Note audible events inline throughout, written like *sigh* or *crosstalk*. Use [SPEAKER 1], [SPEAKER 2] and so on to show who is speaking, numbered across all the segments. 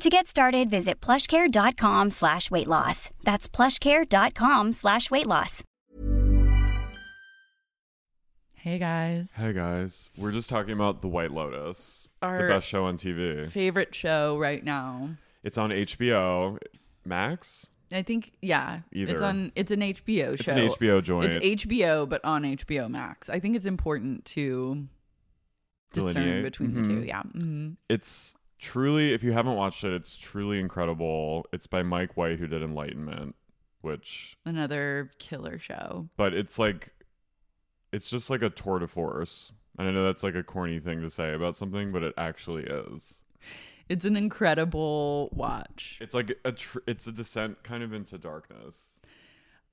[SPEAKER 1] To get started, visit plushcare.com slash weight loss. That's plushcare.com slash weight loss.
[SPEAKER 2] Hey guys.
[SPEAKER 3] Hey guys, we're just talking about The White Lotus,
[SPEAKER 2] Our-
[SPEAKER 3] the best show on TV.
[SPEAKER 2] Favorite show right now.
[SPEAKER 3] It's on HBO Max.
[SPEAKER 2] I think yeah. It's
[SPEAKER 3] Either.
[SPEAKER 2] on it's an HBO show.
[SPEAKER 3] It's an HBO joint.
[SPEAKER 2] It's HBO but on HBO Max. I think it's important to discern
[SPEAKER 3] Delineate.
[SPEAKER 2] between the
[SPEAKER 3] Mhm.
[SPEAKER 2] two. Yeah. hmm
[SPEAKER 3] It's truly, if you haven't watched it, it's truly incredible. It's by Mike White, who did Enlightenment, which,
[SPEAKER 2] Another killer show.
[SPEAKER 3] but it's like, it's just like a tour de force. And I know that's like a corny thing to say about something, but it actually is.
[SPEAKER 2] It's an incredible watch.
[SPEAKER 3] It's like a, tr- it's a descent kind of into darkness.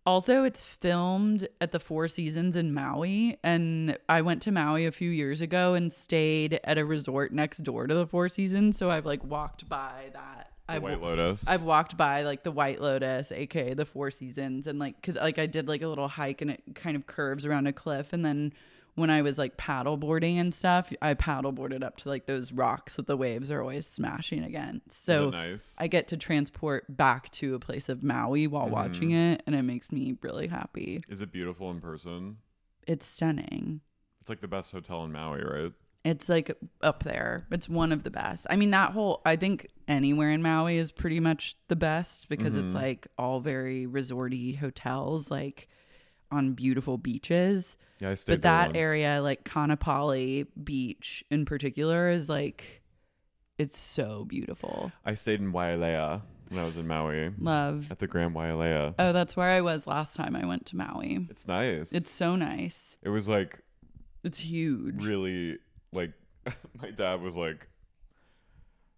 [SPEAKER 2] Also, it's filmed at the Four Seasons in Maui. And I went to Maui a few years ago and stayed at a resort next door to the Four Seasons. So I've like walked by that.
[SPEAKER 3] The
[SPEAKER 2] I've,
[SPEAKER 3] White Lotus.
[SPEAKER 2] I've walked by like the White Lotus, aka the Four Seasons. And like, cause like I did like a little hike and it kind of curves around a cliff. And then when I was like paddleboarding and stuff, I paddleboarded up to like those rocks that the waves are always smashing against.
[SPEAKER 3] Is it
[SPEAKER 2] So
[SPEAKER 3] nice.
[SPEAKER 2] I get to transport back to a place of Maui while
[SPEAKER 3] Mm-hmm.
[SPEAKER 2] watching it, and it makes me really happy.
[SPEAKER 3] Is it beautiful in person?
[SPEAKER 2] It's stunning.
[SPEAKER 3] It's like the best hotel in Maui, right?
[SPEAKER 2] It's like up there. It's one of the best. I mean, that whole, I think anywhere in Maui is pretty much the best because it's like all very resorty hotels, like on beautiful beaches.
[SPEAKER 3] Yeah, I stayed
[SPEAKER 2] But
[SPEAKER 3] there
[SPEAKER 2] that
[SPEAKER 3] once.
[SPEAKER 2] area, like Kanapali Beach in particular, is like, it's so beautiful.
[SPEAKER 3] I stayed in Wailea when I was in Maui.
[SPEAKER 2] Love.
[SPEAKER 3] At the Grand Wailea.
[SPEAKER 2] Oh, that's where I was last time I went to Maui.
[SPEAKER 3] It's nice.
[SPEAKER 2] It's so nice.
[SPEAKER 3] it was like
[SPEAKER 2] It's huge.
[SPEAKER 3] really like *laughs* my dad was like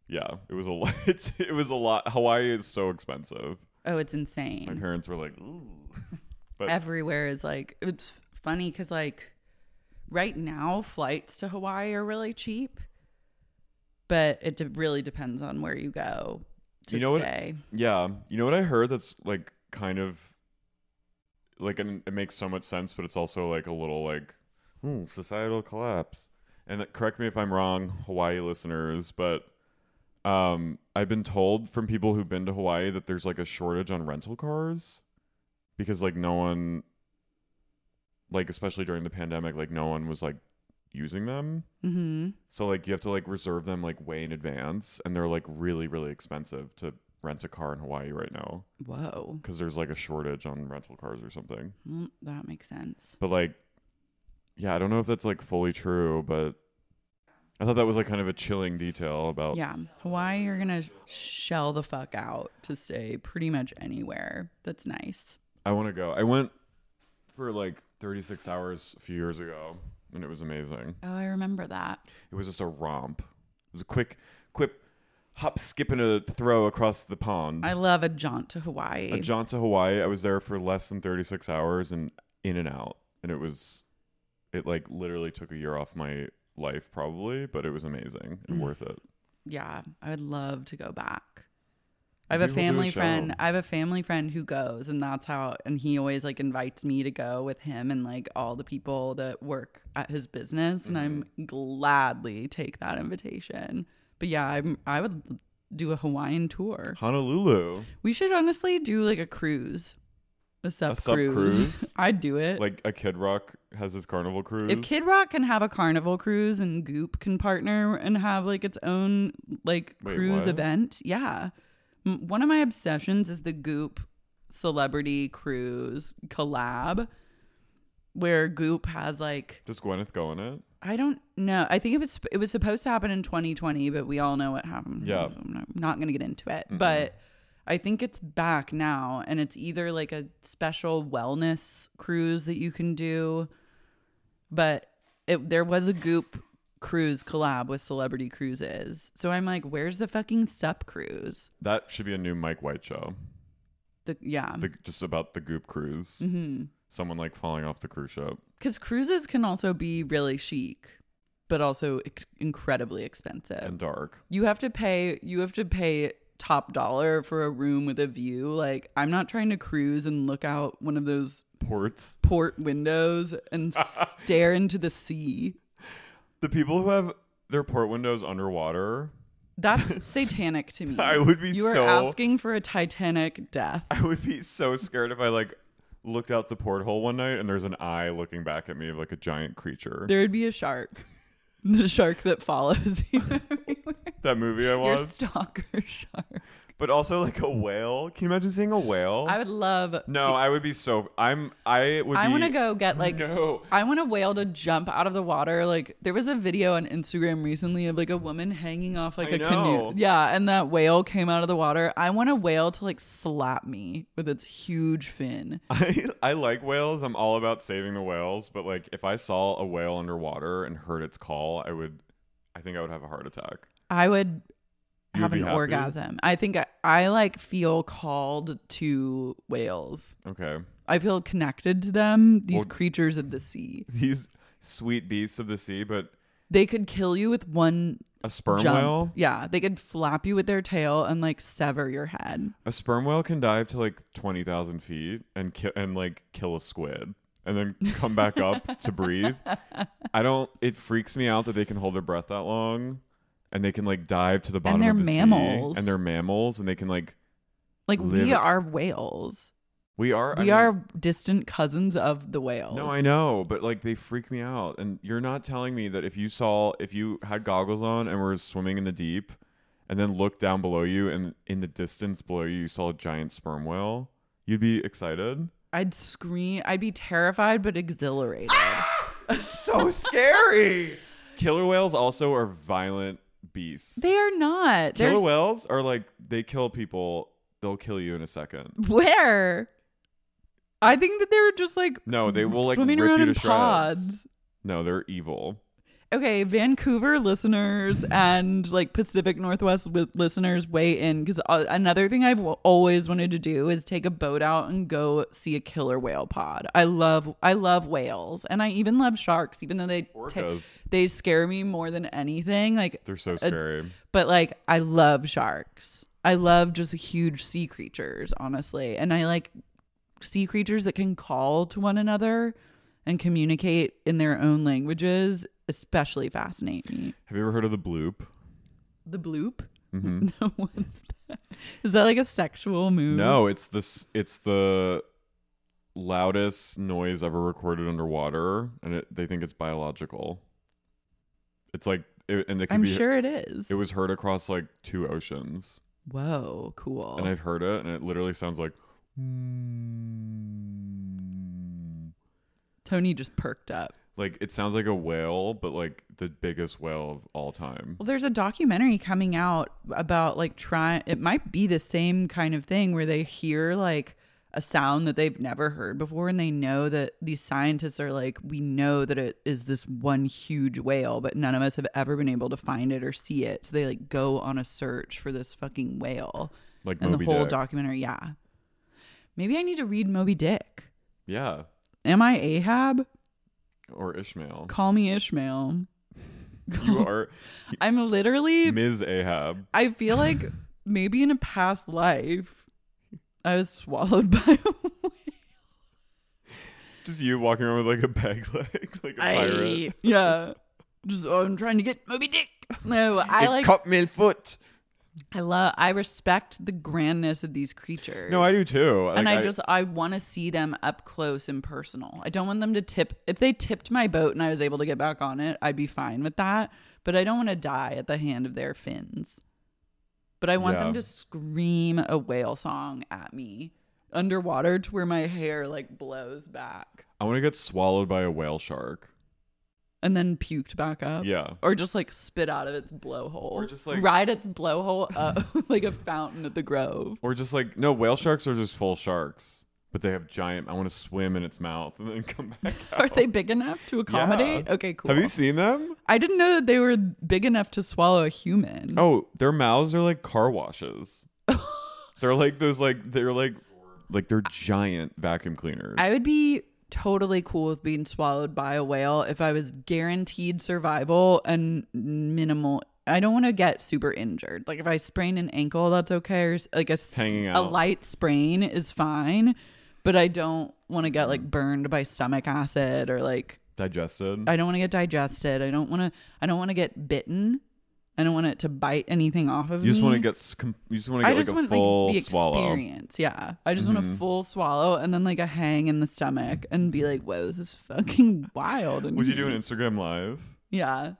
[SPEAKER 3] yeah, it was a lot. *laughs* It's, it was a lot. Hawaii is so expensive.
[SPEAKER 2] Oh, it's
[SPEAKER 3] My
[SPEAKER 2] insane.
[SPEAKER 3] parents were like,
[SPEAKER 2] *laughs*
[SPEAKER 3] "Ooh." But
[SPEAKER 2] Everywhere is like it's funny because like right now flights to Hawaii are really cheap, but it de- really depends on where you go to
[SPEAKER 3] you know
[SPEAKER 2] stay.
[SPEAKER 3] what? Yeah, you know what I heard. That's like kind of like and it makes so much sense, but it's also like a little like "Hmm, societal collapse. And correct me if I'm wrong, Hawaii listeners, but um, I've been told from people who've been to Hawaii that there's like a shortage on rental cars because like no one, like especially during the pandemic, like no one was like using them.
[SPEAKER 2] hmm
[SPEAKER 3] So like you have to like reserve them like way in advance, and they're like really really expensive to rent a car in Hawaii right now
[SPEAKER 2] Whoa,
[SPEAKER 3] because there's like a shortage on rental cars or something.
[SPEAKER 2] well, that makes sense.
[SPEAKER 3] But like, yeah, I don't know if that's like fully true, but I thought that was like kind of a chilling detail about.
[SPEAKER 2] Yeah, Hawaii, you're gonna shell the fuck out to stay pretty much anywhere. That's nice.
[SPEAKER 3] I want to go. I went for like 36 hours a few years ago, and it was amazing.
[SPEAKER 2] Oh, I remember that.
[SPEAKER 3] It was just a romp. It was a quick, quick hop, skip, and a throw across the pond.
[SPEAKER 2] I love a jaunt to Hawaii.
[SPEAKER 3] a jaunt to Hawaii. I was there for less than 36 hours and in and out. And it was, it like literally took a year off my life probably, but it was amazing and worth it.
[SPEAKER 2] Mm. yeah, I would love to go back. I have a
[SPEAKER 3] Maybe we'll do a
[SPEAKER 2] family
[SPEAKER 3] show.
[SPEAKER 2] friend. I have a family friend who goes, and that's how. And he always like invites me to go with him and like all the people that work at his business. And
[SPEAKER 3] Mm-hmm.
[SPEAKER 2] I'm gladly take that invitation. But yeah, I'm. I would do a Hawaiian tour.
[SPEAKER 3] Honolulu,
[SPEAKER 2] We should honestly do like a cruise, a sub cruise. *laughs*
[SPEAKER 3] sub-cruise?
[SPEAKER 2] I'd do it.
[SPEAKER 3] like a Kid Rock has his carnival cruise.
[SPEAKER 2] If Kid Rock can have a carnival cruise and Goop can partner and have like its own like
[SPEAKER 3] Wait,
[SPEAKER 2] cruise
[SPEAKER 3] what?
[SPEAKER 2] event, yeah. M- One of my obsessions is the Goop celebrity cruise collab where Goop has like
[SPEAKER 3] does Gwyneth go on it?
[SPEAKER 2] I don't know. I think it was it was supposed to happen in 2020, but we all know what happened.
[SPEAKER 3] Yeah.
[SPEAKER 2] I'm not, not going to get into it, but I think it's back now, and it's either like a special wellness cruise that you can do, but it, there was a Goop cruise collab with Celebrity Cruises, so I'm like, where's the fucking sup cruise?
[SPEAKER 3] That should be a new Mike White show.
[SPEAKER 2] The yeah,
[SPEAKER 3] The, just about the Goop cruise.
[SPEAKER 2] mm-hmm.
[SPEAKER 3] Someone like falling off the cruise ship.
[SPEAKER 2] because cruises can also be really chic, but also ex- incredibly expensive
[SPEAKER 3] and dark.
[SPEAKER 2] Oh. you have to pay you have to pay top dollar for a room with a view like i'm not trying to cruise and look out one of those
[SPEAKER 3] Ports.
[SPEAKER 2] port windows
[SPEAKER 3] *laughs*
[SPEAKER 2] and stare into the sea
[SPEAKER 3] The people who have their port windows underwater,
[SPEAKER 2] that's *laughs* satanic to me
[SPEAKER 3] I would be
[SPEAKER 2] you are
[SPEAKER 3] so-
[SPEAKER 2] asking for a titanic death
[SPEAKER 3] I would be so scared if I like looked out the porthole one night and there's an eye looking back at me of like a giant creature.
[SPEAKER 2] there would be a
[SPEAKER 3] *laughs*
[SPEAKER 2] shark the shark that follows *laughs* you everywhere.
[SPEAKER 3] that movie I
[SPEAKER 2] your
[SPEAKER 3] watched.
[SPEAKER 2] stalker shark
[SPEAKER 3] but also like a whale. Can you imagine seeing a whale?
[SPEAKER 2] i would love
[SPEAKER 3] no, I would be so I'm I would
[SPEAKER 2] I
[SPEAKER 3] be
[SPEAKER 2] want to go get like
[SPEAKER 3] No.
[SPEAKER 2] I want a whale to jump out of the water. Like there was a video on Instagram recently of like a woman hanging off like
[SPEAKER 3] I
[SPEAKER 2] a
[SPEAKER 3] know.
[SPEAKER 2] canoe. Yeah, and that whale came out of the water. I want a whale to like slap me with its huge fin.
[SPEAKER 3] I, I like whales. I'm all about saving the whales, but like if I saw a whale underwater and heard its call, I would I think I would have a heart attack.
[SPEAKER 2] I would
[SPEAKER 3] You
[SPEAKER 2] have
[SPEAKER 3] would
[SPEAKER 2] an
[SPEAKER 3] be happy?
[SPEAKER 2] orgasm. I think I, I like feel called to whales.
[SPEAKER 3] Okay.
[SPEAKER 2] I feel connected to them, these
[SPEAKER 3] Well-
[SPEAKER 2] creatures of the sea.
[SPEAKER 3] These sweet beasts of the sea, but
[SPEAKER 2] They could kill you with one
[SPEAKER 3] a sperm
[SPEAKER 2] jump.
[SPEAKER 3] whale?
[SPEAKER 2] Yeah, they could flap you with their tail and like sever your head.
[SPEAKER 3] A sperm whale can dive to like twenty thousand feet and ki- and like kill a squid and then come back up to breathe. I don't. It freaks me out that they can hold their breath that long, and they can like dive to the bottom.
[SPEAKER 2] they're
[SPEAKER 3] of the sea,
[SPEAKER 2] mammals.
[SPEAKER 3] and they're mammals, and they can like
[SPEAKER 2] Like we
[SPEAKER 3] Live-
[SPEAKER 2] are whales.
[SPEAKER 3] we are. I
[SPEAKER 2] we
[SPEAKER 3] mean-
[SPEAKER 2] are distant cousins of the whales.
[SPEAKER 3] No, I know, but like they freak me out. And you're not telling me that if you saw if you had goggles on and were swimming in the deep, and then looked down below you, and in the distance below you, you saw a giant sperm whale, you'd be excited.
[SPEAKER 2] I'd scream. I'd be terrified but exhilarated.
[SPEAKER 3] so scary. Killer whales also are violent beasts.
[SPEAKER 2] they are not.
[SPEAKER 3] Killer
[SPEAKER 2] They're s-
[SPEAKER 3] whales are like they kill people. They'll kill you in a second.
[SPEAKER 2] Where? I think that they're just like
[SPEAKER 3] No, they will like
[SPEAKER 2] swimming
[SPEAKER 3] rip
[SPEAKER 2] around
[SPEAKER 3] you
[SPEAKER 2] in
[SPEAKER 3] to
[SPEAKER 2] pods.
[SPEAKER 3] shreds. No, they're evil.
[SPEAKER 2] Okay, Vancouver listeners and like Pacific Northwest wi- listeners, weigh in because uh, another thing I've w- always wanted to do is take a boat out and go see a killer whale pod. I love I love whales and I even love sharks, even though they ta-
[SPEAKER 3] Orcas.
[SPEAKER 2] they scare me more than anything. Like
[SPEAKER 3] They're so
[SPEAKER 2] it's-
[SPEAKER 3] scary.
[SPEAKER 2] but like I love sharks. I love just huge sea creatures, honestly, and I like sea creatures that can call to one another and communicate in their own languages. Especially fascinate me. *laughs*
[SPEAKER 3] Have you ever heard of the bloop?
[SPEAKER 2] The bloop?
[SPEAKER 3] Mm-hmm.
[SPEAKER 2] *laughs* No, what's that? Is that like a sexual move?
[SPEAKER 3] No, it's this. It's the loudest noise ever recorded underwater, and it, they think it's biological. It's like, it, and it can
[SPEAKER 2] I'm
[SPEAKER 3] be.
[SPEAKER 2] sure it is.
[SPEAKER 3] It was heard across like two oceans.
[SPEAKER 2] Whoa, cool.
[SPEAKER 3] and I've heard it, and it literally sounds like.
[SPEAKER 2] Tony just perked up.
[SPEAKER 3] Like it sounds like a whale, but like the biggest whale of all time.
[SPEAKER 2] Well, there's a documentary coming out about like trying. It might be the same kind of thing where they hear like
[SPEAKER 3] a sound that they've never heard before and they know that these scientists are like we know that it is this one huge whale but none of us have ever been able to find it or see it so they like go on a search for this fucking whale
[SPEAKER 4] Like
[SPEAKER 3] and
[SPEAKER 4] Moby
[SPEAKER 3] the whole
[SPEAKER 4] Dick.
[SPEAKER 3] documentary yeah maybe i need to read moby dick
[SPEAKER 4] Yeah.
[SPEAKER 3] am i ahab
[SPEAKER 4] Or Ishmael.
[SPEAKER 3] call me ishmael
[SPEAKER 4] *laughs* You are
[SPEAKER 3] *laughs* i'm literally
[SPEAKER 4] Ms. Ahab.
[SPEAKER 3] i feel like maybe in a past life i was swallowed *laughs* by a whale
[SPEAKER 4] Just you walking around with like a bag *laughs* leg, like a pirate.
[SPEAKER 3] yeah. Just oh, I'm trying to get Moby Dick. No, I like.
[SPEAKER 4] me foot.
[SPEAKER 3] I love. I respect the grandness of these creatures.
[SPEAKER 4] No, I do too.
[SPEAKER 3] and
[SPEAKER 4] Like,
[SPEAKER 3] I, just I want to see them up close and personal. I don't want them to tip. If they tipped my boat and I was able to get back on it, I'd be fine with that. But I don't want to die at the hand of their fins. But I want them
[SPEAKER 4] Yeah.
[SPEAKER 3] to scream a whale song at me underwater to where my hair like blows back
[SPEAKER 4] I want to get swallowed by a whale shark.
[SPEAKER 3] and then puked back up.
[SPEAKER 4] Yeah.
[SPEAKER 3] Or just like spit out of its blowhole. Or
[SPEAKER 4] just, like-
[SPEAKER 3] ride its blowhole up *laughs* like a fountain at the grove.
[SPEAKER 4] Or just like no, whale sharks are just full sharks, but they have giant. I want to swim in its mouth and then come back.
[SPEAKER 3] *laughs* Are they big enough to accommodate?
[SPEAKER 4] Yeah.
[SPEAKER 3] Okay, cool.
[SPEAKER 4] Have you seen them?
[SPEAKER 3] I didn't know that they were big enough to swallow a human.
[SPEAKER 4] Oh, their mouths are like car
[SPEAKER 3] *laughs*
[SPEAKER 4] washes. they're like those like they're like like they're giant vacuum cleaners.
[SPEAKER 3] I would be totally cool with being swallowed by a whale if I was guaranteed survival and minimal. I don't want to get super injured. Like if I sprain an ankle, that's okay. Or s- like a s-
[SPEAKER 4] hanging
[SPEAKER 3] a
[SPEAKER 4] out.
[SPEAKER 3] light sprain is fine, but I don't want to get like burned by stomach acid or like
[SPEAKER 4] digested.
[SPEAKER 3] I don't want to get digested. I don't want to. I don't want to get bitten. I don't want it to bite anything off of
[SPEAKER 4] you
[SPEAKER 3] me.
[SPEAKER 4] just want to get s- com- you just want to
[SPEAKER 3] I
[SPEAKER 4] get
[SPEAKER 3] just
[SPEAKER 4] like a
[SPEAKER 3] want
[SPEAKER 4] full
[SPEAKER 3] like the
[SPEAKER 4] swallow. Mm-hmm.
[SPEAKER 3] experience. Yeah, I just want a full swallow and then like a hang in the stomach and be like, "Whoa, this is fucking wild." in
[SPEAKER 4] Would you
[SPEAKER 3] here."
[SPEAKER 4] do an Instagram live?
[SPEAKER 3] Yeah.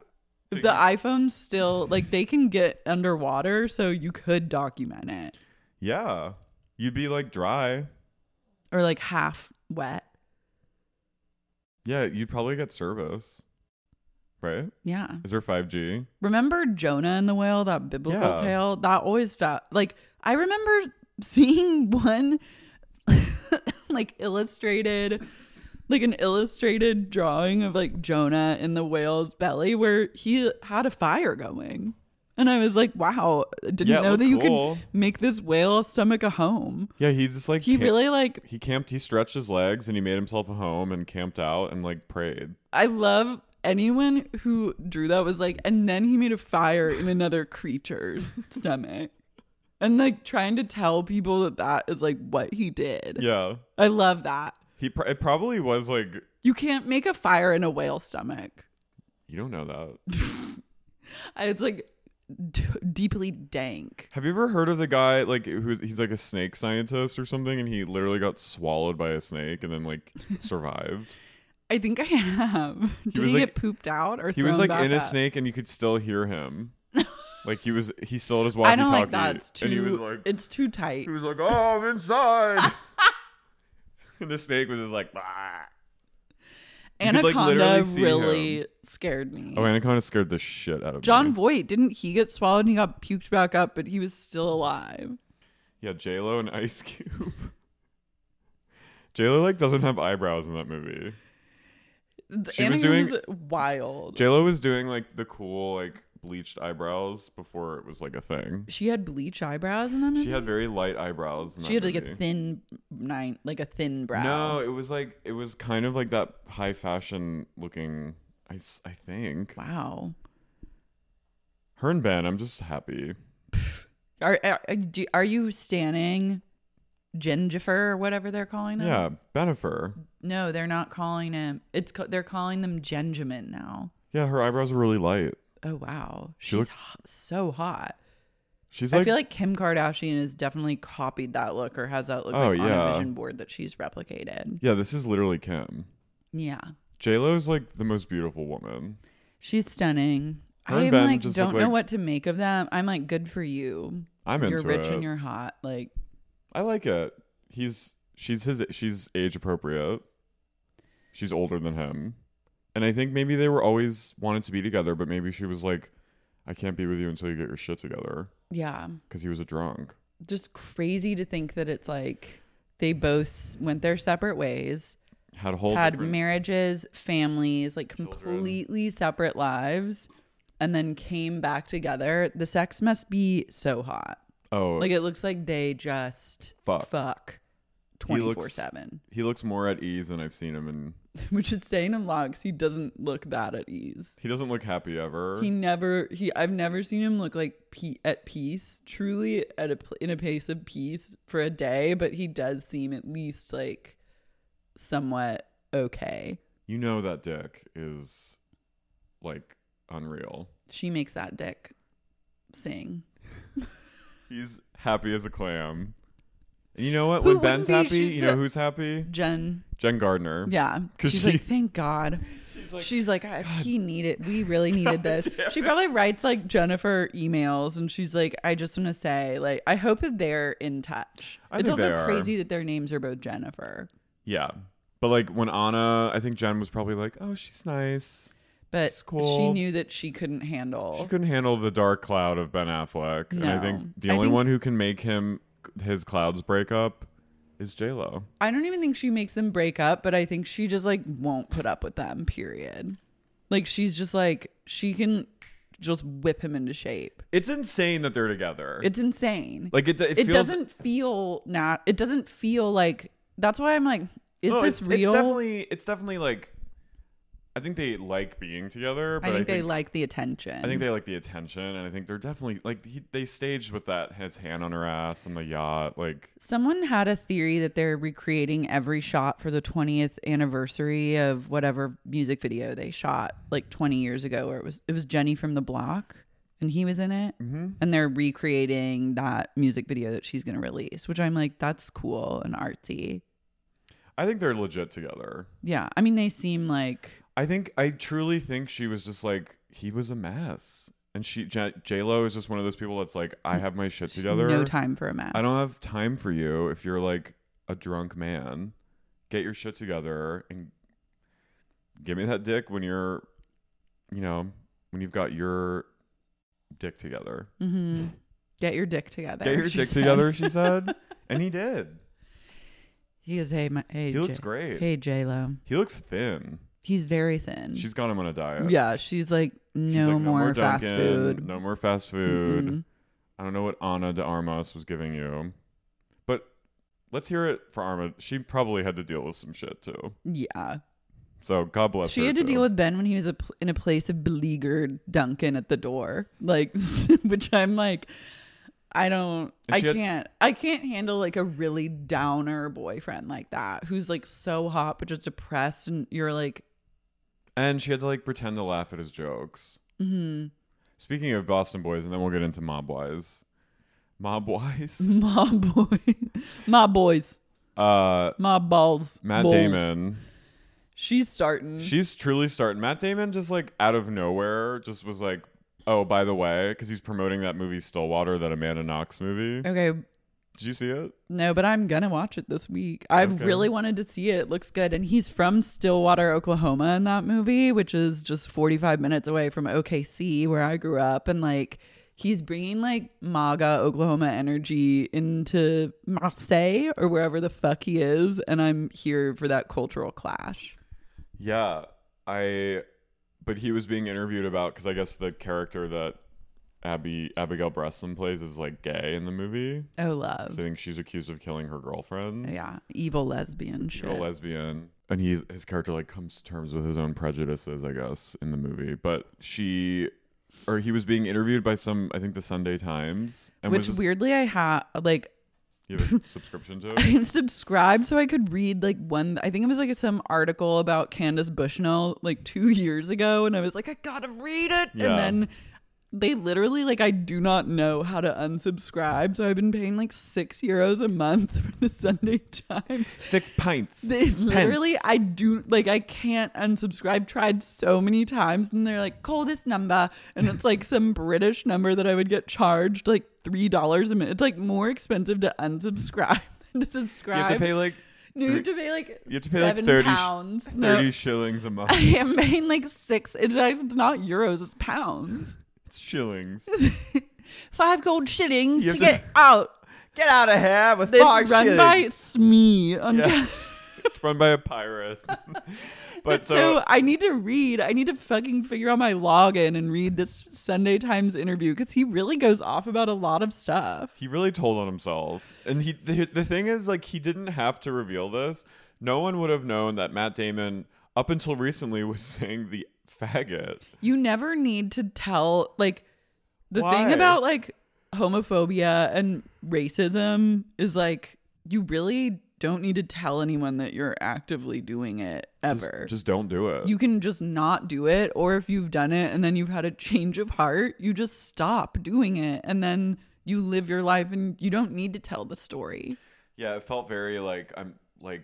[SPEAKER 3] If the iPhone's still like they can get underwater, so you could document it
[SPEAKER 4] Yeah, you'd be like dry.
[SPEAKER 3] or like half wet.
[SPEAKER 4] Yeah, you'd probably get service, right?
[SPEAKER 3] Yeah.
[SPEAKER 4] Is there five G?
[SPEAKER 3] Remember Jonah and the whale, that biblical
[SPEAKER 4] Yeah.
[SPEAKER 3] tale? That always felt like I remember *laughs* seeing one *laughs* like illustrated like an illustrated drawing of like Jonah in the whale's belly where he had a fire going. And I was like, wow, I didn't
[SPEAKER 4] Yeah, it
[SPEAKER 3] know that
[SPEAKER 4] looked
[SPEAKER 3] you
[SPEAKER 4] cool.
[SPEAKER 3] could make this whale stomach a home.
[SPEAKER 4] Yeah, he just like
[SPEAKER 3] He
[SPEAKER 4] ca-
[SPEAKER 3] really like
[SPEAKER 4] he camped. He stretched his legs and he made himself a home and camped out and like prayed.
[SPEAKER 3] I love anyone who drew that was like, and then he made a fire in another
[SPEAKER 4] *laughs*
[SPEAKER 3] creature's stomach. And like trying to tell people that that is like what he did.
[SPEAKER 4] Yeah,
[SPEAKER 3] I love that.
[SPEAKER 4] he pr- it probably was like
[SPEAKER 3] You can't make a fire in a whale stomach.
[SPEAKER 4] you don't know that.
[SPEAKER 3] *laughs* It's like d- deeply dank.
[SPEAKER 4] Have you ever heard of the guy like who he's like a snake scientist or something, and he literally got swallowed by a snake and then
[SPEAKER 3] *laughs*
[SPEAKER 4] like survived?
[SPEAKER 3] I think I have. Did he,
[SPEAKER 4] was, like-
[SPEAKER 3] get pooped out or
[SPEAKER 4] he was
[SPEAKER 3] thrown
[SPEAKER 4] like
[SPEAKER 3] back
[SPEAKER 4] in a
[SPEAKER 3] up?
[SPEAKER 4] snake, and you could still hear
[SPEAKER 3] *laughs*
[SPEAKER 4] him. like he was, he still had his
[SPEAKER 3] I
[SPEAKER 4] walkie-talkie,
[SPEAKER 3] don't like that. It's
[SPEAKER 4] and he was
[SPEAKER 3] too.
[SPEAKER 4] like,
[SPEAKER 3] it's too tight.
[SPEAKER 4] he was like, "Oh, I'm
[SPEAKER 3] *laughs*
[SPEAKER 4] inside." and *laughs* the snake was just like, "Bah." You could, like,
[SPEAKER 3] Anaconda
[SPEAKER 4] literally see
[SPEAKER 3] really
[SPEAKER 4] him.
[SPEAKER 3] scared me.
[SPEAKER 4] "Oh, Anaconda scared the shit out of
[SPEAKER 3] John
[SPEAKER 4] me.
[SPEAKER 3] Voight didn't he get swallowed and he got puked back up, but he was still alive.
[SPEAKER 4] Yeah, J Lo and Ice Cube. *laughs* J Lo like doesn't have eyebrows in that movie. She was
[SPEAKER 3] Anaconda's wild.
[SPEAKER 4] J Lo was doing like the cool like bleached eyebrows before it was like a thing.
[SPEAKER 3] she had bleach eyebrows in that movie.
[SPEAKER 4] She had very light eyebrows. In
[SPEAKER 3] She
[SPEAKER 4] that
[SPEAKER 3] had like a
[SPEAKER 4] movie.
[SPEAKER 3] thin nine, like a thin brow.
[SPEAKER 4] No, it was like it was kind of like that high fashion looking. I, s- I think
[SPEAKER 3] Wow.
[SPEAKER 4] her and Ben. I'm just happy.
[SPEAKER 3] Are are, do- are you standing Gengifer or whatever they're calling them?
[SPEAKER 4] Yeah, Benifer.
[SPEAKER 3] No, they're not calling him. It's ca- they're calling them Genjamin now.
[SPEAKER 4] Yeah, her eyebrows are really light.
[SPEAKER 3] Oh wow,
[SPEAKER 4] She
[SPEAKER 3] she's
[SPEAKER 4] looked-
[SPEAKER 3] ho- so hot.
[SPEAKER 4] She's
[SPEAKER 3] I
[SPEAKER 4] like,
[SPEAKER 3] feel like Kim Kardashian has definitely copied that look or has that look
[SPEAKER 4] Oh,
[SPEAKER 3] like, on a
[SPEAKER 4] yeah.
[SPEAKER 3] vision board that she's replicated.
[SPEAKER 4] yeah, this is literally Kim.
[SPEAKER 3] Yeah.
[SPEAKER 4] J Lo's like the most beautiful woman.
[SPEAKER 3] She's stunning.
[SPEAKER 4] Her
[SPEAKER 3] I
[SPEAKER 4] and
[SPEAKER 3] am
[SPEAKER 4] Ben
[SPEAKER 3] like
[SPEAKER 4] just
[SPEAKER 3] don't
[SPEAKER 4] look
[SPEAKER 3] know
[SPEAKER 4] like-
[SPEAKER 3] what to make of them. I'm like good for you.
[SPEAKER 4] I'm
[SPEAKER 3] You're
[SPEAKER 4] into
[SPEAKER 3] rich
[SPEAKER 4] it.
[SPEAKER 3] and you're hot. Like
[SPEAKER 4] I like it. He's she's his she's age appropriate. She's older than him, and I think maybe they were always wanted to be together, but maybe she was like, I can't be with you until you get your shit together
[SPEAKER 3] yeah,
[SPEAKER 4] because he was a drunk.
[SPEAKER 3] just crazy to think that it's like They both s- went their separate ways,
[SPEAKER 4] Had a whole
[SPEAKER 3] had
[SPEAKER 4] different-
[SPEAKER 3] marriages, families, like completely separate lives, and then came back together. The sex must be so hot.
[SPEAKER 4] Oh,
[SPEAKER 3] Like it looks like they just
[SPEAKER 4] Fuck.
[SPEAKER 3] fuck
[SPEAKER 4] he
[SPEAKER 3] twenty
[SPEAKER 4] looks-
[SPEAKER 3] four seven.
[SPEAKER 4] He looks more at ease than I've seen him, and
[SPEAKER 3] *laughs* Which is saying a lot 'cause he doesn't look that at ease.
[SPEAKER 4] he doesn't look happy ever.
[SPEAKER 3] He never he I've never seen him look like pe- at peace, truly at a pl- in a place of peace for a day, but he does seem at least like somewhat okay.
[SPEAKER 4] you know that dick is like unreal.
[SPEAKER 3] She makes that dick sing. *laughs*
[SPEAKER 4] He's happy as a clam. And you know what?
[SPEAKER 3] Who
[SPEAKER 4] When Ben's
[SPEAKER 3] wouldn't be?
[SPEAKER 4] happy,
[SPEAKER 3] She's
[SPEAKER 4] you know
[SPEAKER 3] the-
[SPEAKER 4] who's happy?
[SPEAKER 3] Jen
[SPEAKER 4] Jen Gardner.
[SPEAKER 3] Yeah.
[SPEAKER 4] 'Cause
[SPEAKER 3] She's like,
[SPEAKER 4] she-
[SPEAKER 3] thank God.
[SPEAKER 4] *laughs*
[SPEAKER 3] She's like, "I- he needed, we really needed this. She probably writes like Jennifer emails and she's like, I just want to say, like, I hope that they're in touch.
[SPEAKER 4] I
[SPEAKER 3] it's
[SPEAKER 4] think they
[SPEAKER 3] also
[SPEAKER 4] are.
[SPEAKER 3] crazy that their names are both Jennifer.
[SPEAKER 4] Yeah. But like when Anna, I think Jen was probably like, oh, she's nice.
[SPEAKER 3] But
[SPEAKER 4] She's
[SPEAKER 3] she
[SPEAKER 4] cool.
[SPEAKER 3] knew that she couldn't handle.
[SPEAKER 4] She couldn't handle the dark cloud of Ben Affleck. And I think
[SPEAKER 3] No.
[SPEAKER 4] the
[SPEAKER 3] I
[SPEAKER 4] only
[SPEAKER 3] think-
[SPEAKER 4] one who can make him his clouds break up is J Lo.
[SPEAKER 3] I don't even think she makes them break up, but I think she just like won't put up with them, period. Like, she's just like, she can just whip him into shape.
[SPEAKER 4] It's insane that they're together.
[SPEAKER 3] It's insane.
[SPEAKER 4] like it, it,
[SPEAKER 3] it,
[SPEAKER 4] feels,
[SPEAKER 3] doesn't feel not it doesn't feel like that's why i'm like is
[SPEAKER 4] No,
[SPEAKER 3] this
[SPEAKER 4] it's,
[SPEAKER 3] real
[SPEAKER 4] It's definitely, it's definitely like, I think they like being together. But
[SPEAKER 3] i think they like the attention
[SPEAKER 4] I think they like the attention, and I think they're definitely like he, they staged with that his hand on her ass on the yacht. Like
[SPEAKER 3] someone had a theory that they're recreating every shot for the 20th anniversary of whatever music video they shot like 20 years ago where it was it was jenny from the block and he was in it
[SPEAKER 4] Mm-hmm.
[SPEAKER 3] and they're recreating that music video that she's going to release which i'm like that's cool and artsy
[SPEAKER 4] I think they're legit together.
[SPEAKER 3] yeah i mean they seem like
[SPEAKER 4] I think I truly think she was just like he was a mess, and she J Lo is just one of those people that's like I have my shit
[SPEAKER 3] just
[SPEAKER 4] together.
[SPEAKER 3] no time for a mess
[SPEAKER 4] I don't have time for you if you're like a drunk man. Get your shit together and give me that dick when you're, you know, when you've got your dick together.
[SPEAKER 3] hmm Get your dick together.
[SPEAKER 4] Get your
[SPEAKER 3] she
[SPEAKER 4] dick
[SPEAKER 3] said.
[SPEAKER 4] together, she
[SPEAKER 3] *laughs*
[SPEAKER 4] said, and he did.
[SPEAKER 3] He goes, hey, my, hey,
[SPEAKER 4] He looks
[SPEAKER 3] J-
[SPEAKER 4] great.
[SPEAKER 3] Hey, J Lo.
[SPEAKER 4] He looks thin.
[SPEAKER 3] He's very thin.
[SPEAKER 4] She's got him on a diet.
[SPEAKER 3] yeah. She's like, no,
[SPEAKER 4] She's like,
[SPEAKER 3] more, fast
[SPEAKER 4] Dunkin',
[SPEAKER 3] food.
[SPEAKER 4] No more fast food.
[SPEAKER 3] Mm-mm.
[SPEAKER 4] I don't know what Ana de Armas was giving you, but let's hear it for Arma. She probably had to deal with some shit too.
[SPEAKER 3] Yeah,
[SPEAKER 4] So God bless
[SPEAKER 3] she
[SPEAKER 4] her.
[SPEAKER 3] had to
[SPEAKER 4] too.
[SPEAKER 3] deal with Ben when he was a pl- in a place of beleaguered Duncan at the door, like, *laughs* which I'm like, I don't,
[SPEAKER 4] And
[SPEAKER 3] I
[SPEAKER 4] she had-
[SPEAKER 3] can't, I can't handle like a really downer boyfriend like that, who's like so hot but just depressed, and you're like,
[SPEAKER 4] and she had to like pretend to laugh at his jokes. Speaking of Boston boys, and then we'll get into mob wise. Mob wise,
[SPEAKER 3] *laughs* my boy, my boys,
[SPEAKER 4] uh,
[SPEAKER 3] my balls,
[SPEAKER 4] Matt
[SPEAKER 3] balls.
[SPEAKER 4] Damon.
[SPEAKER 3] She's starting.
[SPEAKER 4] She's truly starting. Matt Damon just like out of nowhere just was like, oh, by the way, because he's promoting that movie Stillwater, that Amanda Knox movie.
[SPEAKER 3] okay.
[SPEAKER 4] Did you see it?
[SPEAKER 3] No, but I'm gonna watch it this week. I've
[SPEAKER 4] Okay.
[SPEAKER 3] really wanted to see it. It looks good. And he's from Stillwater, Oklahoma in that movie, which is just 45 minutes away from OKC, where I grew up. And like, he's bringing like MAGA Oklahoma energy into Marseille or wherever the fuck he is. And I'm here for that cultural clash.
[SPEAKER 4] Yeah, I. But he was being interviewed about because I guess the character that Abby Abigail Breslin plays is like gay in the movie. So
[SPEAKER 3] Oh,
[SPEAKER 4] I
[SPEAKER 3] love.
[SPEAKER 4] think she's accused of killing her girlfriend.
[SPEAKER 3] Yeah. Evil lesbian
[SPEAKER 4] She's
[SPEAKER 3] shit.
[SPEAKER 4] a lesbian, and he his character like comes to terms with his own prejudices, I guess, in the movie. But she, or he was being interviewed by some, I think, the Sunday Times, and
[SPEAKER 3] which
[SPEAKER 4] was just-
[SPEAKER 3] weirdly, I have like,
[SPEAKER 4] You have
[SPEAKER 3] *laughs*
[SPEAKER 4] a subscription to?
[SPEAKER 3] I
[SPEAKER 4] it?
[SPEAKER 3] had subscribed so I could read like one. I think it was like some article about Candace Bushnell like two years ago, and I was like, I gotta read it.
[SPEAKER 4] Yeah.
[SPEAKER 3] And then they literally like I do not know how to unsubscribe, so I've been paying like six euros a month *laughs* for the Sunday Times.
[SPEAKER 4] Six pints.
[SPEAKER 3] They literally, I do like I can't unsubscribe. Tried so many times, and they're like, "Call this number," and it's like some British number that I would get charged like three dollars a minute. It's like more expensive to unsubscribe *laughs* than to
[SPEAKER 4] you
[SPEAKER 3] subscribe.
[SPEAKER 4] have to pay like
[SPEAKER 3] No, you have
[SPEAKER 4] three-
[SPEAKER 3] to pay like
[SPEAKER 4] you have to pay like
[SPEAKER 3] seven
[SPEAKER 4] thirty sh-
[SPEAKER 3] pounds.
[SPEAKER 4] thirty
[SPEAKER 3] no,
[SPEAKER 4] shillings a month.
[SPEAKER 3] *laughs* I am paying like six. It's, actually- it's not euros. It's pounds.
[SPEAKER 4] It's *laughs* shillings.
[SPEAKER 3] Five gold shillings
[SPEAKER 4] You
[SPEAKER 3] to,
[SPEAKER 4] have to-
[SPEAKER 3] get out.
[SPEAKER 5] Get out of here with
[SPEAKER 3] This
[SPEAKER 5] five
[SPEAKER 3] run
[SPEAKER 5] shillings.
[SPEAKER 3] by Smee
[SPEAKER 5] *laughs*
[SPEAKER 3] on
[SPEAKER 4] Yeah. it's run by a pirate. but
[SPEAKER 3] *laughs* so,
[SPEAKER 4] so,
[SPEAKER 3] I need to read. I need to fucking figure out my login and read this Sunday Times interview because he really goes off about a lot of stuff.
[SPEAKER 4] he really told on himself. And he the, the thing is like he didn't have to reveal this. No one would have known that Matt Damon up until recently was *laughs* saying the faggot.
[SPEAKER 3] You never need to tell like the
[SPEAKER 4] Why?
[SPEAKER 3] thing about like homophobia and racism is like you really don't need to tell anyone that you're actively doing it
[SPEAKER 4] Just-
[SPEAKER 3] ever.
[SPEAKER 4] Just, don't do it.
[SPEAKER 3] you can just not do it or if you've done it and then you've had a change of heart you just stop doing it and then you live your life and you don't need to tell the story
[SPEAKER 4] Yeah, it felt very like I'm like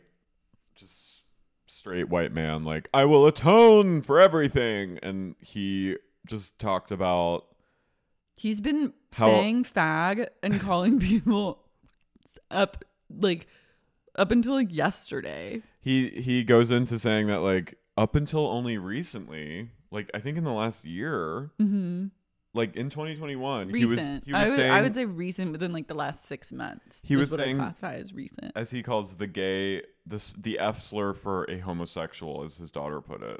[SPEAKER 4] just straight white man like I will atone for everything and he just talked about
[SPEAKER 3] he's been
[SPEAKER 4] How-
[SPEAKER 3] saying fag and calling *laughs* people up like up until like yesterday
[SPEAKER 4] he he goes into saying that like up until only recently, like I think in the last year,
[SPEAKER 3] mm-hmm.
[SPEAKER 4] like in 2021, he was
[SPEAKER 3] recent
[SPEAKER 4] he
[SPEAKER 3] I,
[SPEAKER 4] was
[SPEAKER 3] would,
[SPEAKER 4] saying
[SPEAKER 3] I would say recent within like the last six months
[SPEAKER 4] He
[SPEAKER 3] is
[SPEAKER 4] was
[SPEAKER 3] what
[SPEAKER 4] saying-
[SPEAKER 3] I classify as recent
[SPEAKER 4] as he calls the gay this the F slur for a homosexual, as his daughter put it,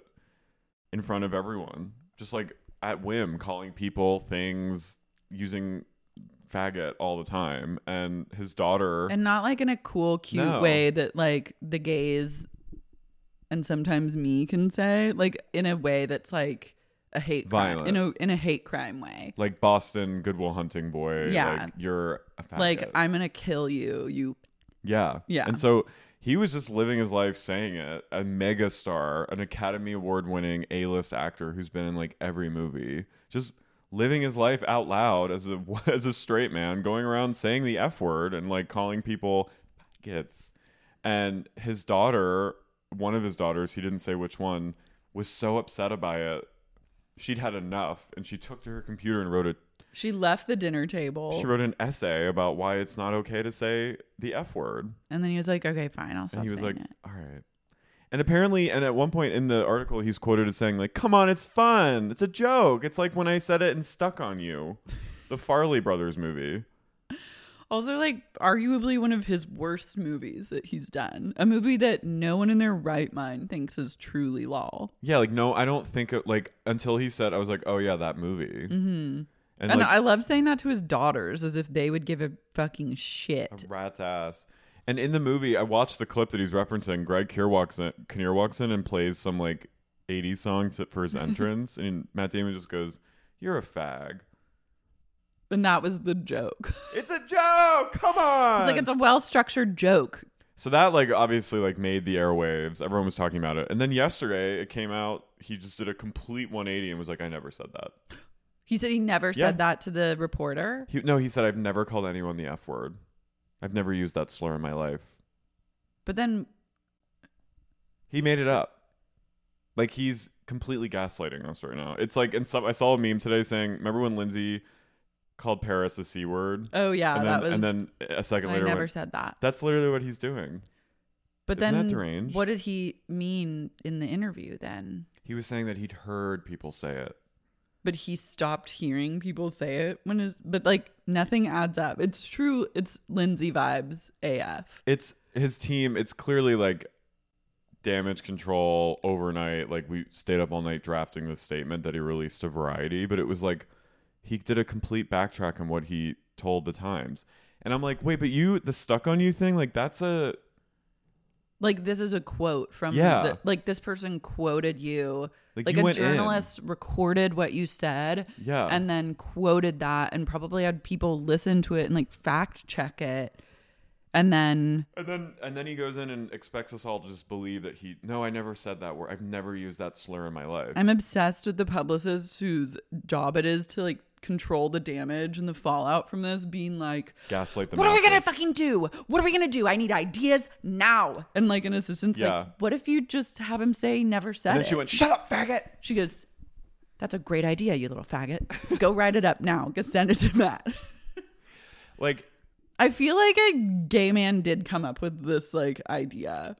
[SPEAKER 4] in front of everyone, just like at whim, calling people things, using faggot all the time, and his *laughs* daughter.
[SPEAKER 3] and not like in a cool cute
[SPEAKER 4] No.
[SPEAKER 3] way that like the gays and sometimes me can say like in a way that's like a hate crime in a
[SPEAKER 4] Violent.
[SPEAKER 3] in a hate crime way
[SPEAKER 4] like Boston Goodwill Hunting boy,
[SPEAKER 3] Yeah.
[SPEAKER 4] like you're a faggot.
[SPEAKER 3] like i'm gonna kill you you
[SPEAKER 4] yeah,
[SPEAKER 3] Yeah.
[SPEAKER 4] And so he was just living his life saying it. A mega star, an Academy Award winning A list actor who's been in like every movie, just living his life out loud as a as a straight man, going around saying the f word and like calling people faggots. And his daughter, one of his daughters, he didn't say which one, was so upset by it. She'd had enough, and she took to her computer and wrote a
[SPEAKER 3] she left the dinner table
[SPEAKER 4] She wrote an essay about why it's not okay to say the F word.
[SPEAKER 3] and then he was like okay fine i'll stop
[SPEAKER 4] And he was
[SPEAKER 3] saying
[SPEAKER 4] like,
[SPEAKER 3] it.
[SPEAKER 4] all right. And apparently, and at one point in the article, he's quoted as saying, like, come on, it's fun. It's a joke. It's like when I said it and stuck on you. The Farley Brothers movie.
[SPEAKER 3] also like arguably one of his worst movies that he's done a movie that no one in their right mind thinks is truly law
[SPEAKER 4] Yeah, like, no, I don't think, it, like, until he said, I was like, oh, yeah, that movie. Mm-hmm. And,
[SPEAKER 3] and,
[SPEAKER 4] like,
[SPEAKER 3] i love saying that to his daughters as if they would give a fucking shit
[SPEAKER 4] A rat's ass. And in the movie, I watched the clip that he's referencing. Greg Kinnear walks in, Kinnear walks in and plays some like 80s song to- for his *laughs* entrance. and Matt Damon just goes, You're a fag.
[SPEAKER 3] and that was the joke *laughs*
[SPEAKER 4] It's a joke. Come on.
[SPEAKER 3] It's like it's a well structured joke.
[SPEAKER 4] so that like obviously like made the airwaves. Everyone was talking about it. And then yesterday it came out. He just did a complete 180 and was like, I never said that.
[SPEAKER 3] He said he never said
[SPEAKER 4] Yeah.
[SPEAKER 3] that to the reporter.
[SPEAKER 4] He, no, he said, I've never called anyone the F word. I've never used that slur in my life.
[SPEAKER 3] But then
[SPEAKER 4] He made it up. Like he's completely gaslighting us right now. It's like and some I saw a meme today saying, remember when Lindsay called Paris a C word?
[SPEAKER 3] oh yeah,
[SPEAKER 4] and then
[SPEAKER 3] that was
[SPEAKER 4] and then a second
[SPEAKER 3] I
[SPEAKER 4] later
[SPEAKER 3] never
[SPEAKER 4] went,
[SPEAKER 3] said that.
[SPEAKER 4] that's literally what he's doing.
[SPEAKER 3] But
[SPEAKER 4] Isn't that
[SPEAKER 3] then
[SPEAKER 4] deranged?
[SPEAKER 3] what did he mean in the interview then?
[SPEAKER 4] He was saying that he'd heard people say it.
[SPEAKER 3] But he stopped hearing people say it when his but like nothing adds up. It's true it's Lindsay vibes AF.
[SPEAKER 4] It's his team, it's clearly like damage control overnight. Like we stayed up all night drafting this statement that he released to Variety, but it was like he did a complete backtrack on what he told the Times. And I'm like, wait, but you the stuck on you thing, like that's a
[SPEAKER 3] Like this is a quote from
[SPEAKER 4] Yeah.
[SPEAKER 3] the, like this person quoted you.
[SPEAKER 4] Like,
[SPEAKER 3] Like,
[SPEAKER 4] you
[SPEAKER 3] a
[SPEAKER 4] went in.
[SPEAKER 3] journalist recorded what you said.
[SPEAKER 4] Yeah.
[SPEAKER 3] and then quoted that and probably had people listen to it and like fact check it and then
[SPEAKER 4] and then and then he goes in and expects us all to just believe that he *laughs* no, I never said that word. I've never used that slur in my life.
[SPEAKER 3] i'm obsessed with the publicist whose job it is to like control the damage and the fallout from this being like
[SPEAKER 4] Gaslight the
[SPEAKER 3] what are we gonna
[SPEAKER 4] masses.
[SPEAKER 3] fucking do what are we gonna do i need ideas now and like an assistant's
[SPEAKER 4] Yeah.
[SPEAKER 3] like what if you just have him say never said
[SPEAKER 4] and then
[SPEAKER 3] it
[SPEAKER 4] she went, Shut up, faggot.
[SPEAKER 3] she goes that's a great idea you little faggot go write it up now go send it to matt
[SPEAKER 4] Like
[SPEAKER 3] I feel like a gay man did come up with this like idea.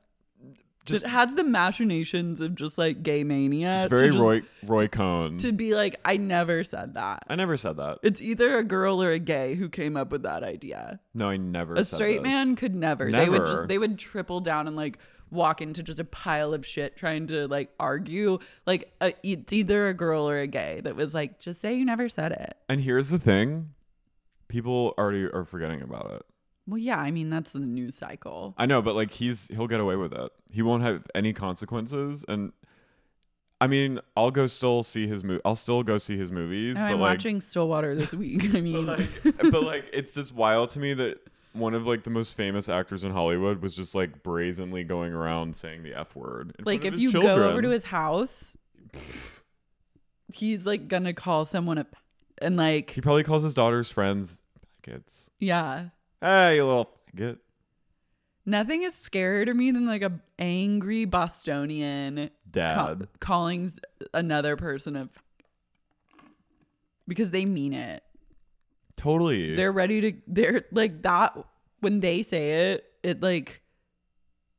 [SPEAKER 3] Just has the machinations of just like gay mania.
[SPEAKER 4] It's very
[SPEAKER 3] to just-
[SPEAKER 4] Roy Roy Cohn.
[SPEAKER 3] to be like, I never said that.
[SPEAKER 4] I never said that.
[SPEAKER 3] It's either a girl or a gay who came up with that idea.
[SPEAKER 4] No, I never.
[SPEAKER 3] A
[SPEAKER 4] said
[SPEAKER 3] straight
[SPEAKER 4] this.
[SPEAKER 3] man could never. They would
[SPEAKER 4] Never.
[SPEAKER 3] just they would triple down and like walk into just a pile of shit trying to like argue like a, it's either a girl or a gay that was like just say you never said it.
[SPEAKER 4] And here's the thing: people already are forgetting about it.
[SPEAKER 3] Well, yeah, I mean that's the news cycle.
[SPEAKER 4] I know, but like he's he'll get away with it. He won't have any consequences. And I mean, I'll go still see his movie. I'll still go see his movies.
[SPEAKER 3] And
[SPEAKER 4] but
[SPEAKER 3] I'm
[SPEAKER 4] like,
[SPEAKER 3] watching Stillwater this week. *laughs* I mean,
[SPEAKER 4] but like, it's just wild to me that one of like the most famous actors in Hollywood was just like brazenly going around saying the f word. in
[SPEAKER 3] like
[SPEAKER 4] front of
[SPEAKER 3] if
[SPEAKER 4] his
[SPEAKER 3] you
[SPEAKER 4] children.
[SPEAKER 3] go over to his house, he's like gonna call someone up and like
[SPEAKER 4] he probably calls his daughter's friends faggots.
[SPEAKER 3] yeah.
[SPEAKER 4] Hey, you little faggot.
[SPEAKER 3] Nothing is scarier to me than like a angry Bostonian
[SPEAKER 4] Dad.
[SPEAKER 3] calling s- another person a f- because they mean it.
[SPEAKER 4] Totally.
[SPEAKER 3] They're ready to. They're like that when they say it. It like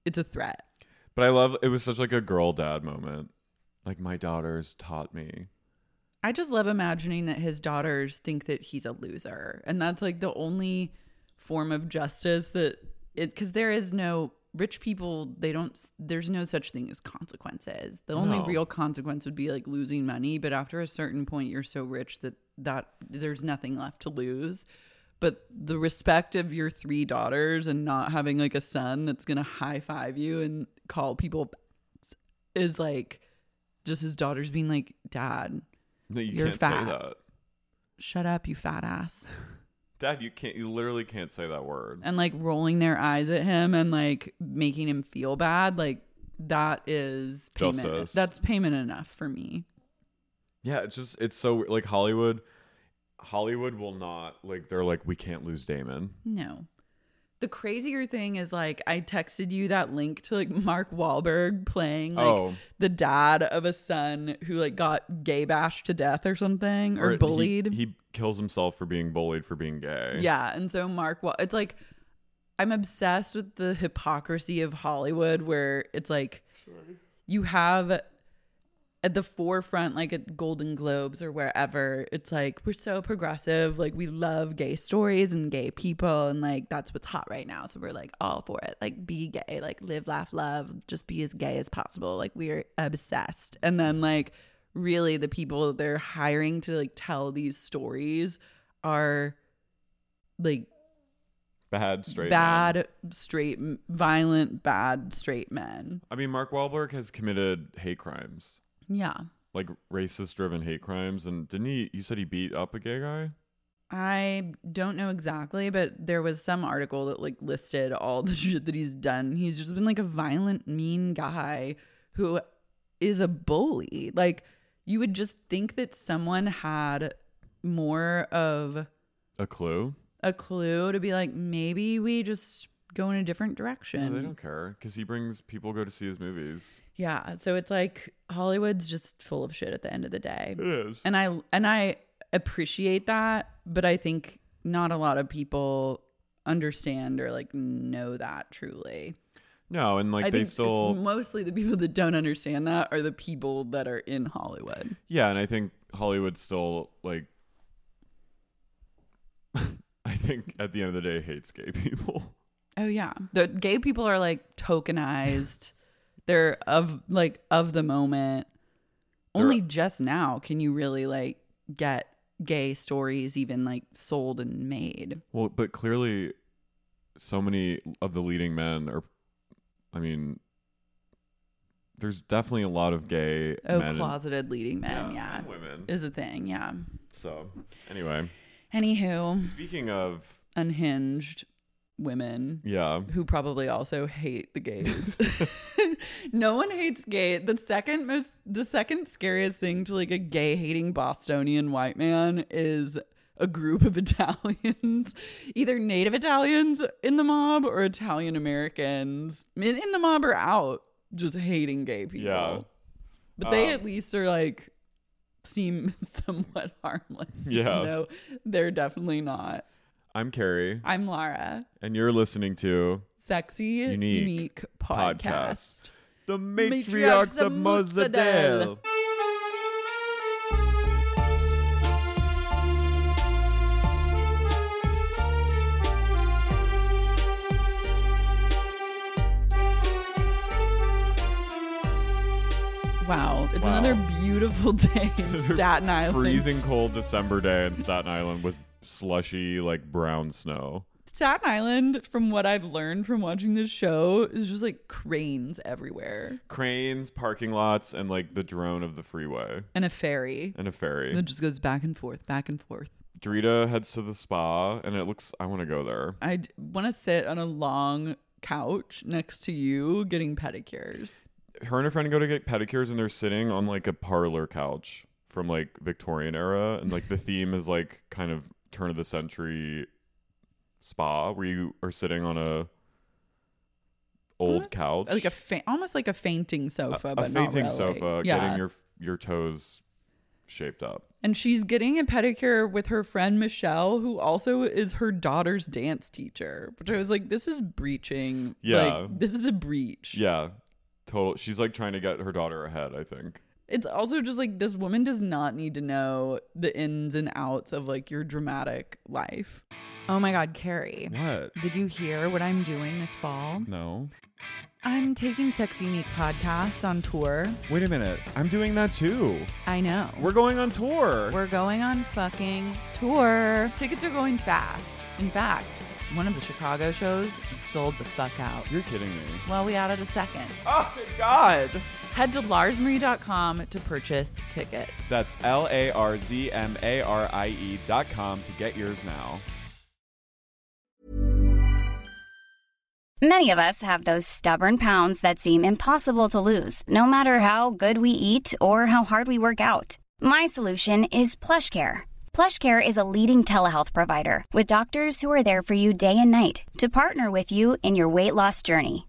[SPEAKER 3] it's a threat.
[SPEAKER 4] But I love it was such like a girl dad moment. Like my daughters taught me.
[SPEAKER 3] I just love imagining that his daughters think that he's a loser, and that's like the only form of justice that it because there is no rich people. They don't. s- There's no such thing as consequences. The only
[SPEAKER 4] No.
[SPEAKER 3] real consequence would be like losing money, but after a certain point, you're so rich that that there's nothing left to lose. But the respect of your three daughters and not having like a son that's gonna high five you and call people is like just his daughters being like, Dad,
[SPEAKER 4] No, you
[SPEAKER 3] You're
[SPEAKER 4] can't
[SPEAKER 3] fat.
[SPEAKER 4] say that.
[SPEAKER 3] shut up, you fat ass.
[SPEAKER 4] Dad, you can't you literally can't say that word.
[SPEAKER 3] And like rolling their eyes at him and like making him feel bad. Like that is payment.
[SPEAKER 4] Justice.
[SPEAKER 3] That's payment enough for me.
[SPEAKER 4] yeah, it's just it's so like Hollywood Hollywood will not like they're like we can't lose Damon.
[SPEAKER 3] No. The crazier thing is like I texted you that link to like Mark Wahlberg playing like
[SPEAKER 4] Oh.
[SPEAKER 3] the dad of a son who like got gay bashed to death or something or,
[SPEAKER 4] he-
[SPEAKER 3] bullied.
[SPEAKER 4] He, kills himself for being bullied for being gay.
[SPEAKER 3] Yeah, and so Mark, Wa- it's like I'm obsessed with the hypocrisy of Hollywood, where it's like you have at the forefront, like at Golden Globes or wherever, it's like we're so progressive, like we love gay stories and gay people, and like that's what's hot right now. So we're like all for it, like be gay, like live, laugh, love, just be as gay as possible. Like we're obsessed, and then like really the people that they're hiring to like tell these stories are like
[SPEAKER 4] Bad straight.
[SPEAKER 3] bad
[SPEAKER 4] man.
[SPEAKER 3] straight m- violent bad straight men
[SPEAKER 4] I mean, Mark Wahlberg has committed hate crimes.
[SPEAKER 3] yeah
[SPEAKER 4] Like racist driven hate crimes and didn't he you said he beat up a gay guy?
[SPEAKER 3] i don't know exactly but there was some article that like listed all the *laughs* shit that he's done he's just been like a violent mean guy who is a bully like you would just think that someone had more of
[SPEAKER 4] A clue?
[SPEAKER 3] a clue to be like maybe we just go in a different
[SPEAKER 4] No,
[SPEAKER 3] direction
[SPEAKER 4] they don't care because he brings people go to see his movies.
[SPEAKER 3] yeah so it's like hollywood's just full of shit at the end of
[SPEAKER 4] *laughs*
[SPEAKER 3] the day
[SPEAKER 4] It is.
[SPEAKER 3] and i and i appreciate that but i think not a lot of people understand or like know that truly
[SPEAKER 4] No, and like
[SPEAKER 3] i
[SPEAKER 4] they
[SPEAKER 3] think
[SPEAKER 4] still
[SPEAKER 3] it's mostly the people that don't understand that are the people that are in hollywood
[SPEAKER 4] Yeah, and I think Hollywood still like I think at the end of the day hates gay *laughs* people.
[SPEAKER 3] oh yeah the gay people are
[SPEAKER 4] *laughs*
[SPEAKER 3] like tokenized they're of like of the moment
[SPEAKER 4] They're-
[SPEAKER 3] only just now can you really like get gay stories even like sold and made
[SPEAKER 4] Well, but clearly so many of the leading men are I mean there's definitely a lot of gay
[SPEAKER 3] oh
[SPEAKER 4] men and-
[SPEAKER 3] closeted leading men yeah,
[SPEAKER 4] and women.
[SPEAKER 3] is a thing yeah
[SPEAKER 4] so, anyway,
[SPEAKER 3] anywho
[SPEAKER 4] speaking of
[SPEAKER 3] unhinged women
[SPEAKER 4] yeah,
[SPEAKER 3] who probably also hate
[SPEAKER 4] *laughs*
[SPEAKER 3] the gays. *laughs* no one hates gay. The second most the second scariest thing to like a gay hating Bostonian white man is a group of *laughs* Italians, either native Italians in the mob or Italian Americans in, in the mob or out just hating gay people.
[SPEAKER 4] Yeah.
[SPEAKER 3] But they
[SPEAKER 4] Um,
[SPEAKER 3] at least are like seem *laughs* somewhat harmless.
[SPEAKER 4] Yeah.
[SPEAKER 3] Even though they're definitely not.
[SPEAKER 4] I'm Carrie
[SPEAKER 3] I'm Lara
[SPEAKER 4] and you're listening to
[SPEAKER 3] sexy
[SPEAKER 4] Unique
[SPEAKER 3] unique, podcast.
[SPEAKER 4] Podcast. the
[SPEAKER 3] Matriarchs
[SPEAKER 4] matriarchs of
[SPEAKER 3] of
[SPEAKER 4] Mozzadel.
[SPEAKER 3] Wow. It's
[SPEAKER 4] Wow.
[SPEAKER 3] another beautiful *laughs* day in Staten Island.
[SPEAKER 4] Freezing cold December day in Staten Island with slushy, like brown snow.
[SPEAKER 3] Staten Island, from what I've learned from watching this show, is just like cranes everywhere
[SPEAKER 4] Cranes, parking lots, and like the drone of the freeway
[SPEAKER 3] and a ferry
[SPEAKER 4] and a ferry.
[SPEAKER 3] that just goes back and forth, back and forth.
[SPEAKER 4] Drita heads to the spa, and it looks. I want to go there.
[SPEAKER 3] I want to sit on a long couch next to you getting pedicures.
[SPEAKER 4] Her and her friend go to get pedicures, and they're sitting on like a parlor couch from like Victorian era, and like the theme is like kind of turn of the century spa where you are sitting on a old couch,
[SPEAKER 3] Like a fa- almost like a fainting sofa,
[SPEAKER 4] a
[SPEAKER 3] but not
[SPEAKER 4] fainting
[SPEAKER 3] really.
[SPEAKER 4] sofa,
[SPEAKER 3] Yeah.
[SPEAKER 4] getting your your toes shaped up.
[SPEAKER 3] and she's getting a pedicure with her friend Michelle, who also is her daughter's dance teacher. Which I was like, this is breaching.
[SPEAKER 4] Yeah.
[SPEAKER 3] like, this is a breach.
[SPEAKER 4] Yeah, total. She's like trying to get her daughter ahead. I think.
[SPEAKER 3] It's also just like this woman does not need to know the ins and outs of like your dramatic life. Oh my God, Carrie.
[SPEAKER 4] What?
[SPEAKER 3] Did you hear what I'm doing this fall?
[SPEAKER 4] No.
[SPEAKER 3] I'm taking Sex Unique podcast on tour.
[SPEAKER 4] Wait a minute. I'm doing that too.
[SPEAKER 3] I know.
[SPEAKER 4] We're going on tour.
[SPEAKER 3] We're going on fucking tour. Tickets are going fast. In fact, one of the Chicago shows sold the fuck out.
[SPEAKER 4] You're kidding me.
[SPEAKER 3] Well, we added a second.
[SPEAKER 4] Oh God.
[SPEAKER 3] Head to larsmarie.com to purchase tickets.
[SPEAKER 4] That's L A R Z M A R I E dot com to get yours now.
[SPEAKER 2] Many of us have those stubborn pounds that seem impossible to lose, no matter how good we eat or how hard we work out. My solution is PlushCare. PlushCare is a leading telehealth provider with doctors who are there for you day and night to partner with you in your weight loss journey.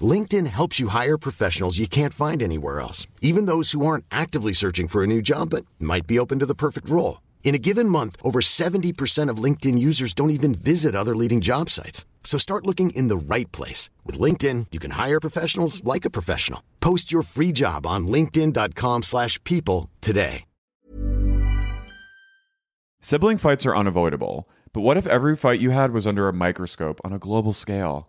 [SPEAKER 6] LinkedIn helps you hire professionals you can't find anywhere else, even those who aren't actively searching for a new job but might be open to the perfect role. In a given month, over 70% of LinkedIn users don't even visit other leading job sites. So start looking in the right place. With LinkedIn, you can hire professionals like a professional. Post your free job on linkedin.com/people slash people today.
[SPEAKER 4] Sibling fights are unavoidable, but what if every fight you had was under a microscope on a global scale?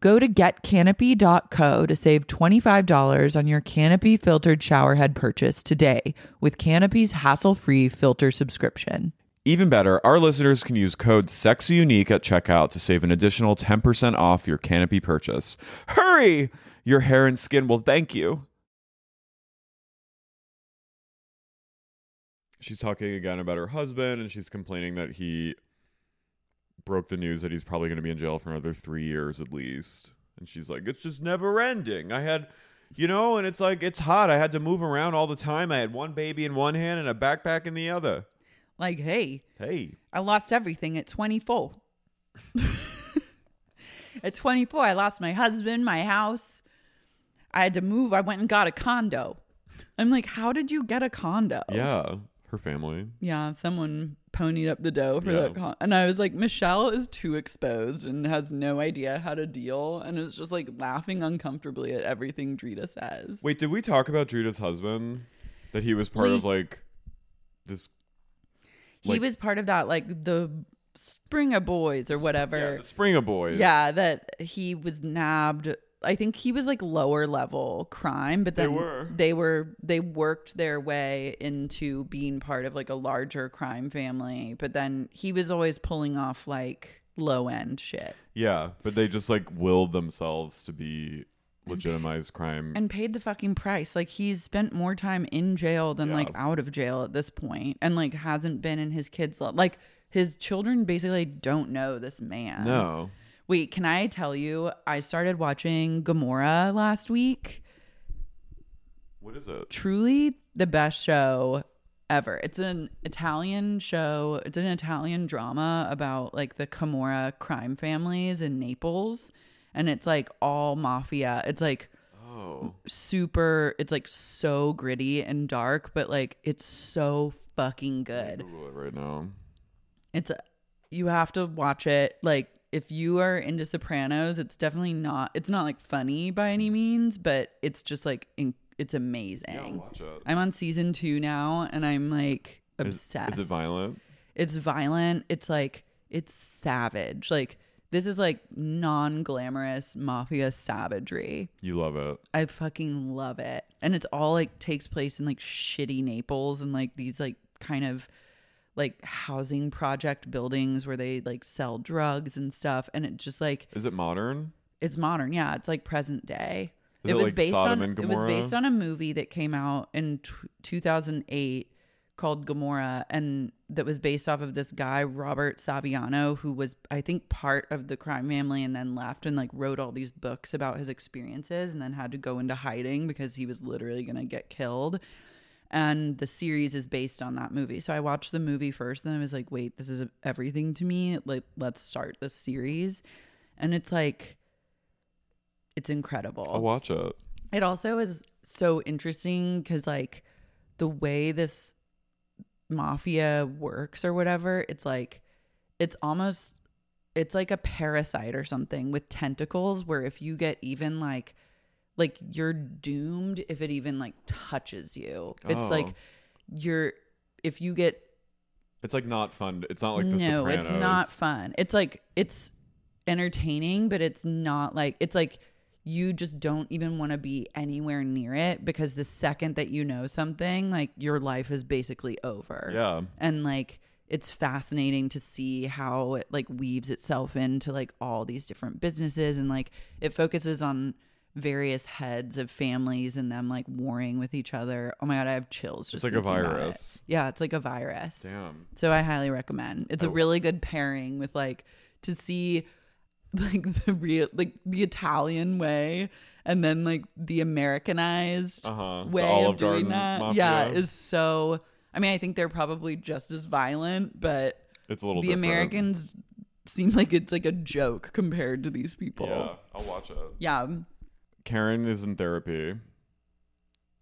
[SPEAKER 3] Go to getcanopy.co to save $25 on your Canopy filtered showerhead purchase today with Canopy's hassle free filter subscription.
[SPEAKER 4] Even better, our listeners can use code SEXYUNIQUE at checkout to save an additional 10% off your Canopy purchase. Hurry! Your hair and skin will thank you. She's talking again about her husband and she's complaining that he broke the news that he's probably going to be in jail for another three years at least. And she's like, it's just never ending. I had, you know, and it's like, it's hot. I had to move around all the time. I had one baby in one hand and a backpack in the other.
[SPEAKER 3] Like, hey,
[SPEAKER 4] Hey,
[SPEAKER 3] I lost everything at 24. *laughs* at 24, I lost my husband, my house. I had to move. I went and got a condo. I'm like, how did you get a condo?
[SPEAKER 4] yeah, her family.
[SPEAKER 3] Yeah, someone ponied up the dough for
[SPEAKER 4] Yeah.
[SPEAKER 3] that. Con- and I was like, Michelle is too exposed and has no idea how to deal and is just like laughing uncomfortably at everything Drita says.
[SPEAKER 4] Wait, did we talk about Drita's husband? That he was part of like this.
[SPEAKER 3] He
[SPEAKER 4] like-
[SPEAKER 3] was part of that, like the Springer Boys or whatever.
[SPEAKER 4] Yeah, the Springer Boys.
[SPEAKER 3] Yeah, that he was nabbed. I think he was like lower level crime, but
[SPEAKER 4] They
[SPEAKER 3] then
[SPEAKER 4] were.
[SPEAKER 3] they were they worked their way into being part of like a larger crime family. But then he was always pulling off like low end shit
[SPEAKER 4] Yeah, but they just like willed themselves to be legitimized crime.
[SPEAKER 3] and paid the fucking price. Like he's spent more time in jail than
[SPEAKER 4] Yeah.
[SPEAKER 3] like out of jail at this point, and like hasn't been in his kids' li- like his children basically don't know this man.
[SPEAKER 4] no.
[SPEAKER 3] Wait, can I tell you? I started watching Gomorrah last week.
[SPEAKER 4] What is it?
[SPEAKER 3] Truly the best show ever. It's an Italian show. It's an Italian drama about like the Camorra crime families in Naples. And it's like all mafia. It's like
[SPEAKER 4] Oh.
[SPEAKER 3] super, it's like so gritty and dark, but like it's so fucking good.
[SPEAKER 4] Google it right now.
[SPEAKER 3] It's a, you have to watch it. Like if you are into Sopranos, it's definitely not. It's not like funny by any means, but it's just like in, it's amazing.
[SPEAKER 4] Watch it.
[SPEAKER 3] I'm on season two now, and I'm like
[SPEAKER 4] Is-
[SPEAKER 3] obsessed.
[SPEAKER 4] Is, it violent?
[SPEAKER 3] It's violent. It's like it's savage. Like this is like non-glamorous mafia savagery.
[SPEAKER 4] You love it.
[SPEAKER 3] I fucking love it. And it's all like takes place in like shitty Naples and like these like kind of like housing project buildings where they like sell drugs and stuff. And it just like
[SPEAKER 4] Is it modern?
[SPEAKER 3] it's modern. Yeah, it's like present day.
[SPEAKER 4] Is it, like, Sodom
[SPEAKER 3] on
[SPEAKER 4] and
[SPEAKER 3] it was
[SPEAKER 4] Gomorrah?
[SPEAKER 3] based on a movie that came out in t- 2008 called Gomorrah and that was based off of this guy Robert Saviano who was I think part of the crime family and then left and like wrote all these books about his experiences and then had to go into hiding because he was literally going to get killed and the series is based on that movie. So I watched the movie first and I was like, "Wait, this is everything to me. Like let's start the series." And it's like it's incredible.
[SPEAKER 4] I'll watch it.
[SPEAKER 3] It also is so interesting because, like, the way this mafia works or whatever, it's like, it's almost, it's like a parasite or something with tentacles where if you get even like, like you're doomed if it even like touches you. It's
[SPEAKER 4] Oh.
[SPEAKER 3] like you're, if you get
[SPEAKER 4] It's like not fun. It's not like the
[SPEAKER 3] no,
[SPEAKER 4] Sopranos.
[SPEAKER 3] it's not fun. It's like it's entertaining, but it's not like it's like you just don't even want to be anywhere near it because the second that you know something, like your life is basically over.
[SPEAKER 4] Yeah.
[SPEAKER 3] And like it's fascinating to see how it like weaves itself into like all these different businesses and like it focuses on various heads of families and them like warring with each other. Oh my god, I have chills just
[SPEAKER 4] like a
[SPEAKER 3] thinking about it.
[SPEAKER 4] virus.
[SPEAKER 3] Yeah, it's like a virus.
[SPEAKER 4] Damn.
[SPEAKER 3] So I highly recommend. It's a really good pairing with like to see *laughs* like the real like the Italian way and then like the Americanized
[SPEAKER 4] Uh-huh. The
[SPEAKER 3] way
[SPEAKER 4] Olive
[SPEAKER 3] of doing
[SPEAKER 4] Garden
[SPEAKER 3] that.
[SPEAKER 4] mafia.
[SPEAKER 3] Yeah, is so I mean, I think they're probably just as violent, but
[SPEAKER 4] It's a little
[SPEAKER 3] the
[SPEAKER 4] different.
[SPEAKER 3] Americans seem like it's like a joke compared to these people.
[SPEAKER 4] Yeah, I'll watch it.
[SPEAKER 3] Yeah.
[SPEAKER 4] Karen is in therapy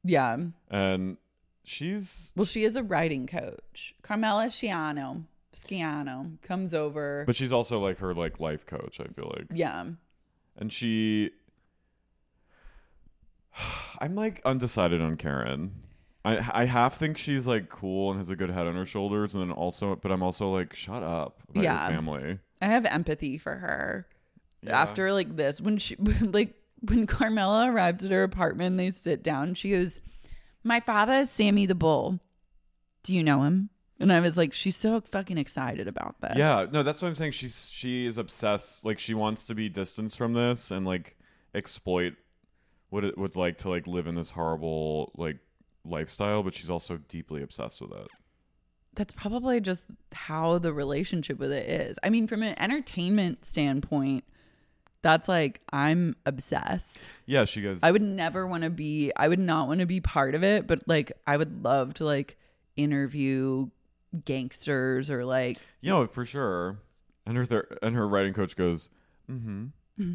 [SPEAKER 3] Yeah.
[SPEAKER 4] and she's
[SPEAKER 3] Well, she is a writing coach. Carmela Schiano, Schiano comes over.
[SPEAKER 4] but she's also like her like life coach, I feel like.
[SPEAKER 3] yeah.
[SPEAKER 4] and she *sighs* i'm like undecided on karen i i half think she's like cool and has a good head on her shoulders and then also but i'm also like shut up about
[SPEAKER 3] Yeah.
[SPEAKER 4] your family
[SPEAKER 3] I have empathy for her
[SPEAKER 4] Yeah.
[SPEAKER 3] after like this when she *laughs* when, like when Carmela arrives at her apartment they sit down she goes my father is Sammy the bull do you know him and I was like she's so fucking excited about that
[SPEAKER 4] yeah no that's what i'm saying she's she is obsessed like she wants to be distanced from this and like exploit
[SPEAKER 7] what it was like to like live in this horrible like lifestyle, but she's also deeply obsessed with it.
[SPEAKER 3] that's probably just how the relationship with it is. I mean, from an entertainment standpoint, that's like I'm obsessed.
[SPEAKER 7] Yeah, she goes.
[SPEAKER 3] I would never want to be I would not want to be part of it, but like I would love to like interview gangsters or like
[SPEAKER 7] you know, for sure. And her ther- and her writing coach goes, "Mm-hmm.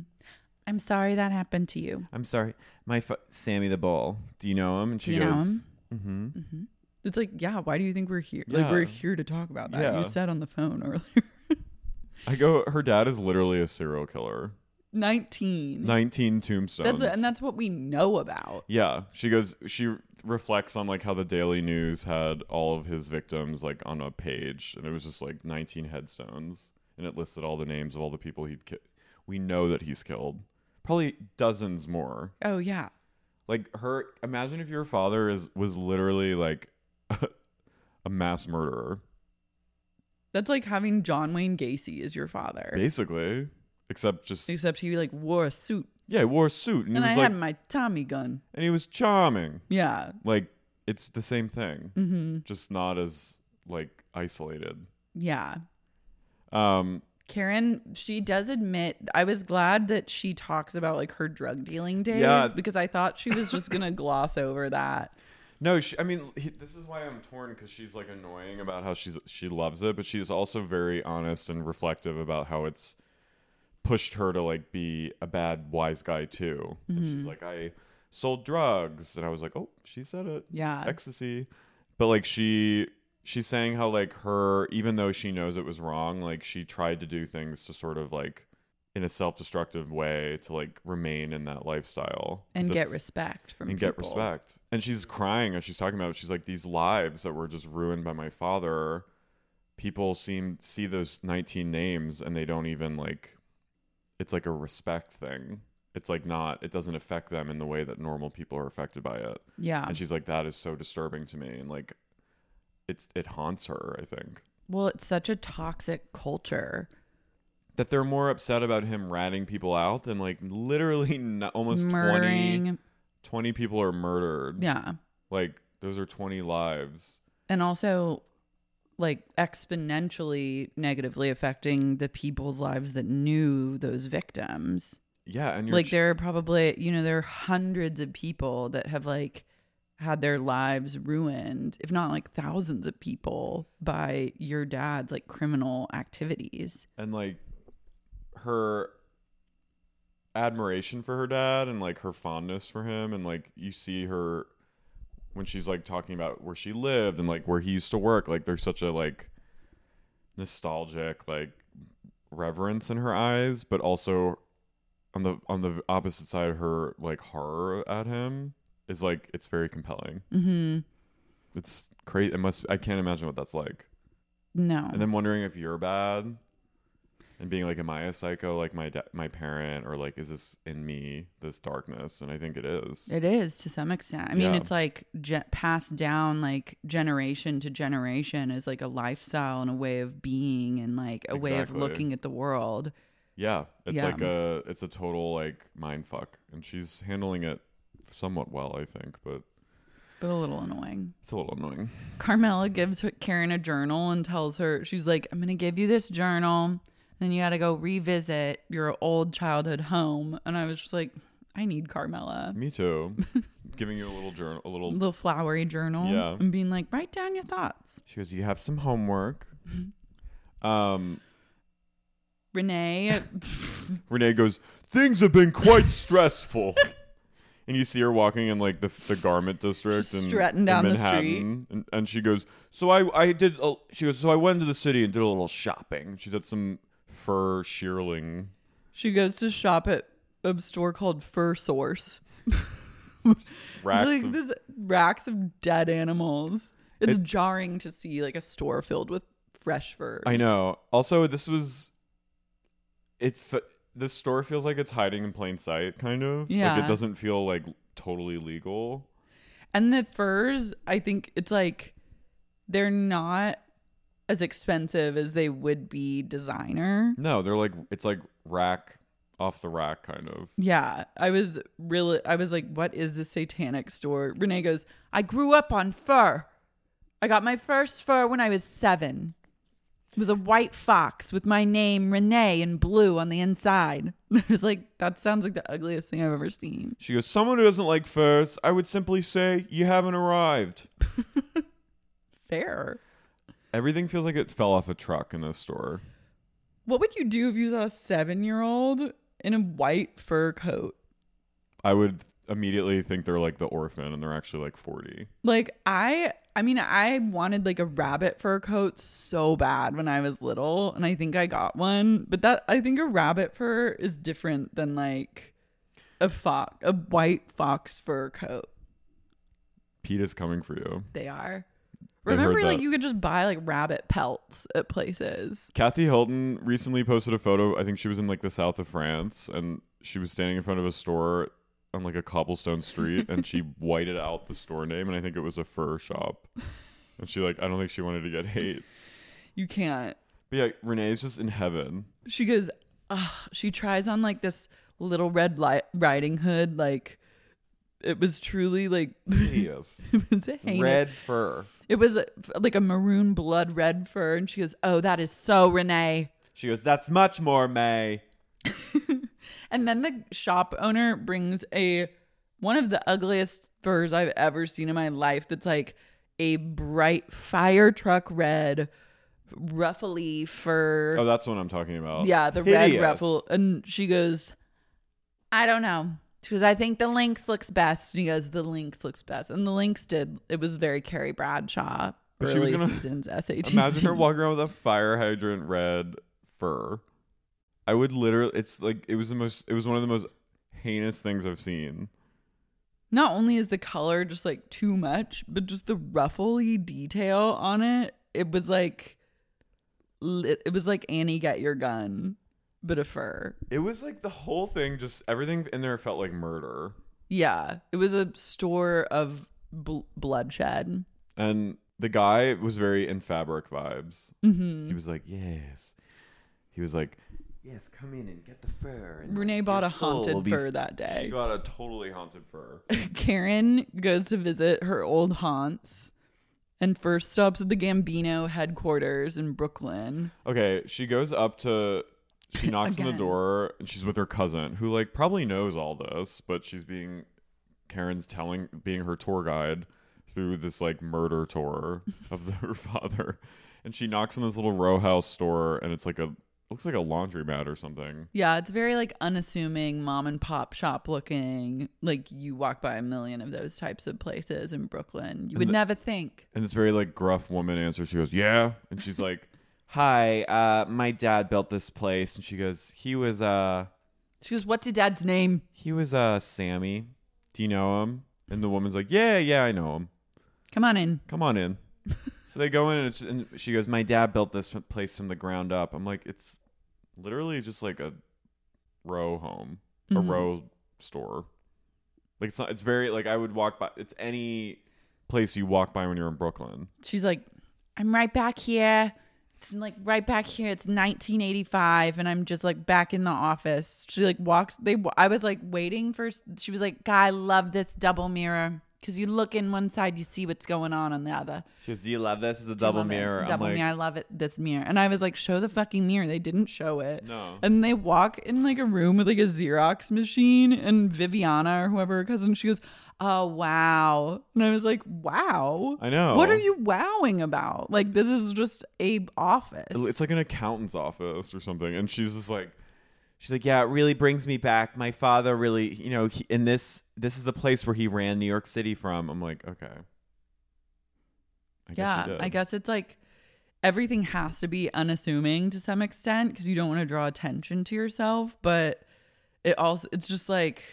[SPEAKER 3] I'm sorry that happened to you.
[SPEAKER 7] I'm sorry, my fu- Sammy the Ball. Do you know him?" And she
[SPEAKER 3] Do you know
[SPEAKER 7] goes,
[SPEAKER 3] him?
[SPEAKER 7] "Mm-hmm."
[SPEAKER 3] It's like, yeah, why do you think we're here?
[SPEAKER 7] Yeah.
[SPEAKER 3] Like we're here to talk about that.
[SPEAKER 7] Yeah.
[SPEAKER 3] You said on the phone earlier. *laughs*
[SPEAKER 7] I go. Her dad is literally a serial killer.
[SPEAKER 3] 19.
[SPEAKER 7] Nineteen tombstones.
[SPEAKER 3] That's and that's what we know about.
[SPEAKER 7] Yeah, she goes. She reflects on like how the Daily News had all of his victims like on a page, and it was just like 19 headstones, and it listed all the names of all the people he'd killed. We know that he's killed probably dozens more.
[SPEAKER 3] Oh yeah.
[SPEAKER 7] Like her. Imagine if your father is was literally like *laughs* a mass murderer,
[SPEAKER 3] That's like having John Wayne Gacy as your father.
[SPEAKER 7] basically. Except just
[SPEAKER 3] Except he like wore a suit
[SPEAKER 7] yeah, he wore a suit and,
[SPEAKER 3] and
[SPEAKER 7] he
[SPEAKER 3] I
[SPEAKER 7] was
[SPEAKER 3] had
[SPEAKER 7] like,
[SPEAKER 3] my Tommy gun.
[SPEAKER 7] and he was charming.
[SPEAKER 3] Yeah.
[SPEAKER 7] Like it's the same thing,
[SPEAKER 3] hmm
[SPEAKER 7] just not as like isolated.
[SPEAKER 3] Yeah.
[SPEAKER 7] Um,
[SPEAKER 3] Karen, she does admit. I was glad that she talks about like her drug dealing days
[SPEAKER 7] Yeah.
[SPEAKER 3] because I thought she was just gonna gloss over that.
[SPEAKER 7] No, she, I mean he, this is why I'm torn because she's like annoying about how she's she loves it, but she's also very honest and reflective about how it's pushed her to like be a bad wise guy too. And she's like, I sold drugs, and I was like, oh, she said it,
[SPEAKER 3] Yeah.
[SPEAKER 7] ecstasy. But like she she's saying how like her even though she knows it was wrong, like she tried to do things to sort of like in a self destructive way to like remain in that lifestyle 'Cause
[SPEAKER 3] And get
[SPEAKER 7] it's-
[SPEAKER 3] respect from
[SPEAKER 7] and get
[SPEAKER 3] people.
[SPEAKER 7] respect. And she's crying as she's talking about it. She's like, these lives that were just ruined by my father. People seem see those 19 names and they don't even like. It's like a respect thing. It's like not. It doesn't affect them in the way that normal people are affected by it.
[SPEAKER 3] Yeah.
[SPEAKER 7] And she's like, that is so disturbing to me. And like, it's it haunts her. I think
[SPEAKER 3] well, it's such a toxic culture.
[SPEAKER 7] that they're more upset about him ratting people out than like literally *laughs* no, almost
[SPEAKER 3] Murdering.
[SPEAKER 7] 20, 20 people are murdered.
[SPEAKER 3] Yeah.
[SPEAKER 7] Like those are 20 lives.
[SPEAKER 3] And also like exponentially negatively affecting the people's lives that knew those victims.
[SPEAKER 7] Yeah, and you're
[SPEAKER 3] like
[SPEAKER 7] ch-
[SPEAKER 3] there are probably you know there are hundreds of people that have like had their lives ruined if not like thousands of people by your dad's like criminal activities
[SPEAKER 7] and like her admiration for her dad and like her fondness for him and like you see her when she's like talking about where she lived and like where he used to work like there's such a like nostalgic like reverence in her eyes but also on the on the opposite side her like horror at him is like it's very compelling
[SPEAKER 3] mm-hmm
[SPEAKER 7] it's crazy it must i can't imagine what that's like
[SPEAKER 3] no
[SPEAKER 7] and then wondering if you're bad and being like am i a psycho like my da- my parent or like is this in me this darkness and i think it is
[SPEAKER 3] it is to some extent i mean
[SPEAKER 7] Yeah.
[SPEAKER 3] it's like ge- passed down like generation to generation is like a lifestyle and a way of being and like a way of
[SPEAKER 7] Exactly.
[SPEAKER 3] looking at the world
[SPEAKER 7] yeah it's
[SPEAKER 3] Yeah.
[SPEAKER 7] like a it's a total like mind fuck and she's handling it somewhat well i think but
[SPEAKER 3] but a little annoying
[SPEAKER 7] it's a little annoying
[SPEAKER 3] Carmela gives her, Karen a journal and tells her, she's like, I'm going to give you this journal. Then you got to go revisit your old childhood home. And I was just like, I need Carmela.
[SPEAKER 7] me too giving you a little journal a little
[SPEAKER 3] Little flowery journal.
[SPEAKER 7] Yeah.
[SPEAKER 3] And being like, write down your thoughts.
[SPEAKER 7] she goes you have some homework um *laughs*
[SPEAKER 3] Renee,
[SPEAKER 7] renee goes things have been quite stressful *laughs* and you see her walking in like the, the garment district
[SPEAKER 3] She's
[SPEAKER 7] and
[SPEAKER 3] strutting down the
[SPEAKER 7] and, and she goes so i i did a, she goes so i went to the city and did a little shopping she did some fur shearling
[SPEAKER 3] she goes to shop at a store called Fur Source. *laughs*
[SPEAKER 7] racks
[SPEAKER 3] It's
[SPEAKER 7] of-
[SPEAKER 3] like this racks of dead animals. It's jarring to see like a store filled with fresh furs.
[SPEAKER 7] i know also this was it f- this store feels like it's hiding in plain sight kind of like
[SPEAKER 3] Yeah.
[SPEAKER 7] it doesn't feel like totally legal
[SPEAKER 3] And the furs, I think it's like they're not as expensive as they would be designer.
[SPEAKER 7] no they're like it's like rack
[SPEAKER 4] off the rack kind of.
[SPEAKER 3] Yeah, I was really, I was like, what is this satanic store? Renee goes, I grew up on fur. I got my first fur when I was seven. It was a white fox with my name Renee in blue on the inside. *laughs* I was like, that sounds like the ugliest thing I've ever seen.
[SPEAKER 4] She goes, Someone who doesn't like furs, I would simply say, You haven't arrived.
[SPEAKER 3] Fair.
[SPEAKER 4] Everything feels like it fell off a truck in this store.
[SPEAKER 3] What would you do if you saw a seven year old in a white fur coat?
[SPEAKER 4] I would immediately think they're like the orphan and they're actually like 40.
[SPEAKER 3] Like I I mean I wanted like a rabbit fur coat so bad when I was little and I think I got one, but that I think a rabbit fur is different than like a fox a white fox fur coat.
[SPEAKER 4] Pete is coming for you. I heard
[SPEAKER 3] Remember like
[SPEAKER 4] that.
[SPEAKER 3] you could just buy like rabbit pelts at places.
[SPEAKER 4] Kathy Hilton recently posted a photo. I think she was in like the south of France and she was standing in front of a store on like a cobblestone street and
[SPEAKER 3] *laughs*
[SPEAKER 4] she whited out the store name and I think it was a fur shop. And she like I don't think she wanted to get hate.
[SPEAKER 3] You can't.
[SPEAKER 4] But yeah, Renee's just in heaven.
[SPEAKER 3] She goes Ugh, she tries on like this little red light riding hood like it was truly like *laughs*
[SPEAKER 4] Yes.
[SPEAKER 3] it was a heinous-
[SPEAKER 4] fur.
[SPEAKER 3] It was a, like a maroon blood red fur, and she goes, "Oh, that is so Renee."
[SPEAKER 4] She goes, That's much more May.
[SPEAKER 3] And then the shop owner brings a one of the ugliest furs I've ever seen in my life. That's like a bright fire truck red, ruffly fur.
[SPEAKER 4] Oh, that's what I'm talking about.
[SPEAKER 3] yeah, the red
[SPEAKER 4] Hideous.
[SPEAKER 3] ruffle. *laughs* And she goes, "I don't know." She goes, "I think the lynx looks best." And he goes, "The lynx looks best." And the lynx did. It was very Carrie Bradshaw.
[SPEAKER 4] But
[SPEAKER 3] Early
[SPEAKER 4] she was gonna-
[SPEAKER 3] seasons, SAT.
[SPEAKER 4] Imagine her walking around with a fire hydrant red fur. I would literally it's like it was the most it was one of the most heinous things I've seen.
[SPEAKER 3] not only is the color just like too much, but just the ruffly detail on it, it was like lit- it was like Annie get your gun, but a fur.
[SPEAKER 4] It was like the whole thing, just everything in there felt like murder.
[SPEAKER 3] Yeah, it was a store of bl- bloodshed.
[SPEAKER 4] And the guy was very in fabric vibes.
[SPEAKER 3] Mm-hmm.
[SPEAKER 4] He was like, Yes. He was like,
[SPEAKER 8] Yes, come in and get the fur.
[SPEAKER 3] Renee bought
[SPEAKER 8] your
[SPEAKER 3] a
[SPEAKER 8] soul will
[SPEAKER 3] haunted
[SPEAKER 8] be-
[SPEAKER 3] fur that
[SPEAKER 4] She
[SPEAKER 3] day.
[SPEAKER 4] got a totally haunted fur.
[SPEAKER 3] *laughs* Karen goes to visit her old haunts and first stops at the Gambino headquarters in Brooklyn.
[SPEAKER 4] Okay, she goes up to
[SPEAKER 3] *laughs*
[SPEAKER 4] she knocks on the
[SPEAKER 3] Again.
[SPEAKER 4] door and she's with her cousin who like probably knows all this, but she's being Karen's telling being her tour guide through this like murder tour of the, her *laughs* father. And she knocks on this little row house store and it's like a looks like a laundromat or something.
[SPEAKER 3] Yeah, it's very like unassuming mom and pop shop looking. Like you walk by a million of those types of places in Brooklyn. You would
[SPEAKER 4] the-
[SPEAKER 3] never think.
[SPEAKER 4] And this very like gruff woman answers. She goes, "Yeah," and she's like,
[SPEAKER 5] Hi, uh, my dad built this place, and she goes, he was uh,
[SPEAKER 3] She goes, What's your dad's name?
[SPEAKER 4] "He was uh Sammy. Do you know him?" And the woman's like, "Yeah, yeah, I know him.
[SPEAKER 3] Come on in.
[SPEAKER 4] Come on in." so they go in, and, it's, and she goes, "My dad built this f- place from the ground up." I'm like, "It's literally just like a row home, a
[SPEAKER 3] Mhm.
[SPEAKER 4] row store. Like it's not. It's very like I would walk by. It's any place you walk by when you're in Brooklyn.
[SPEAKER 3] She's like, I'm right back here. It's like right back here. It's 1985, and I'm just like back in the office. She like walks. They. I was like waiting for. She was like, "Guy, I love this double mirror because you look in one side, you see what's going on on the other."
[SPEAKER 5] she goes, do you love this? It's a double
[SPEAKER 3] love it.
[SPEAKER 5] mirror.
[SPEAKER 3] Double
[SPEAKER 5] I'm like,
[SPEAKER 3] mirror. I love it. This mirror. And I was like, show the fucking mirror. They didn't show it.
[SPEAKER 4] No.
[SPEAKER 3] And they walk in like a room with like a Xerox machine and Viviana or whoever her cousin, she goes, Oh wow. And I was like, Wow.
[SPEAKER 4] I know.
[SPEAKER 3] What are you wowing about? Like this is just a office.
[SPEAKER 4] It's like an accountant's office or something." And she's just like,
[SPEAKER 5] she's like, yeah, it really brings me back. My father really, you know, he, in this, this is the place where he ran New York City from. I'm like, okay.
[SPEAKER 4] I guess
[SPEAKER 3] yeah.
[SPEAKER 4] he did.
[SPEAKER 3] I guess it's like everything has to be unassuming to some extent because you don't want to draw attention to yourself, but it also it's just like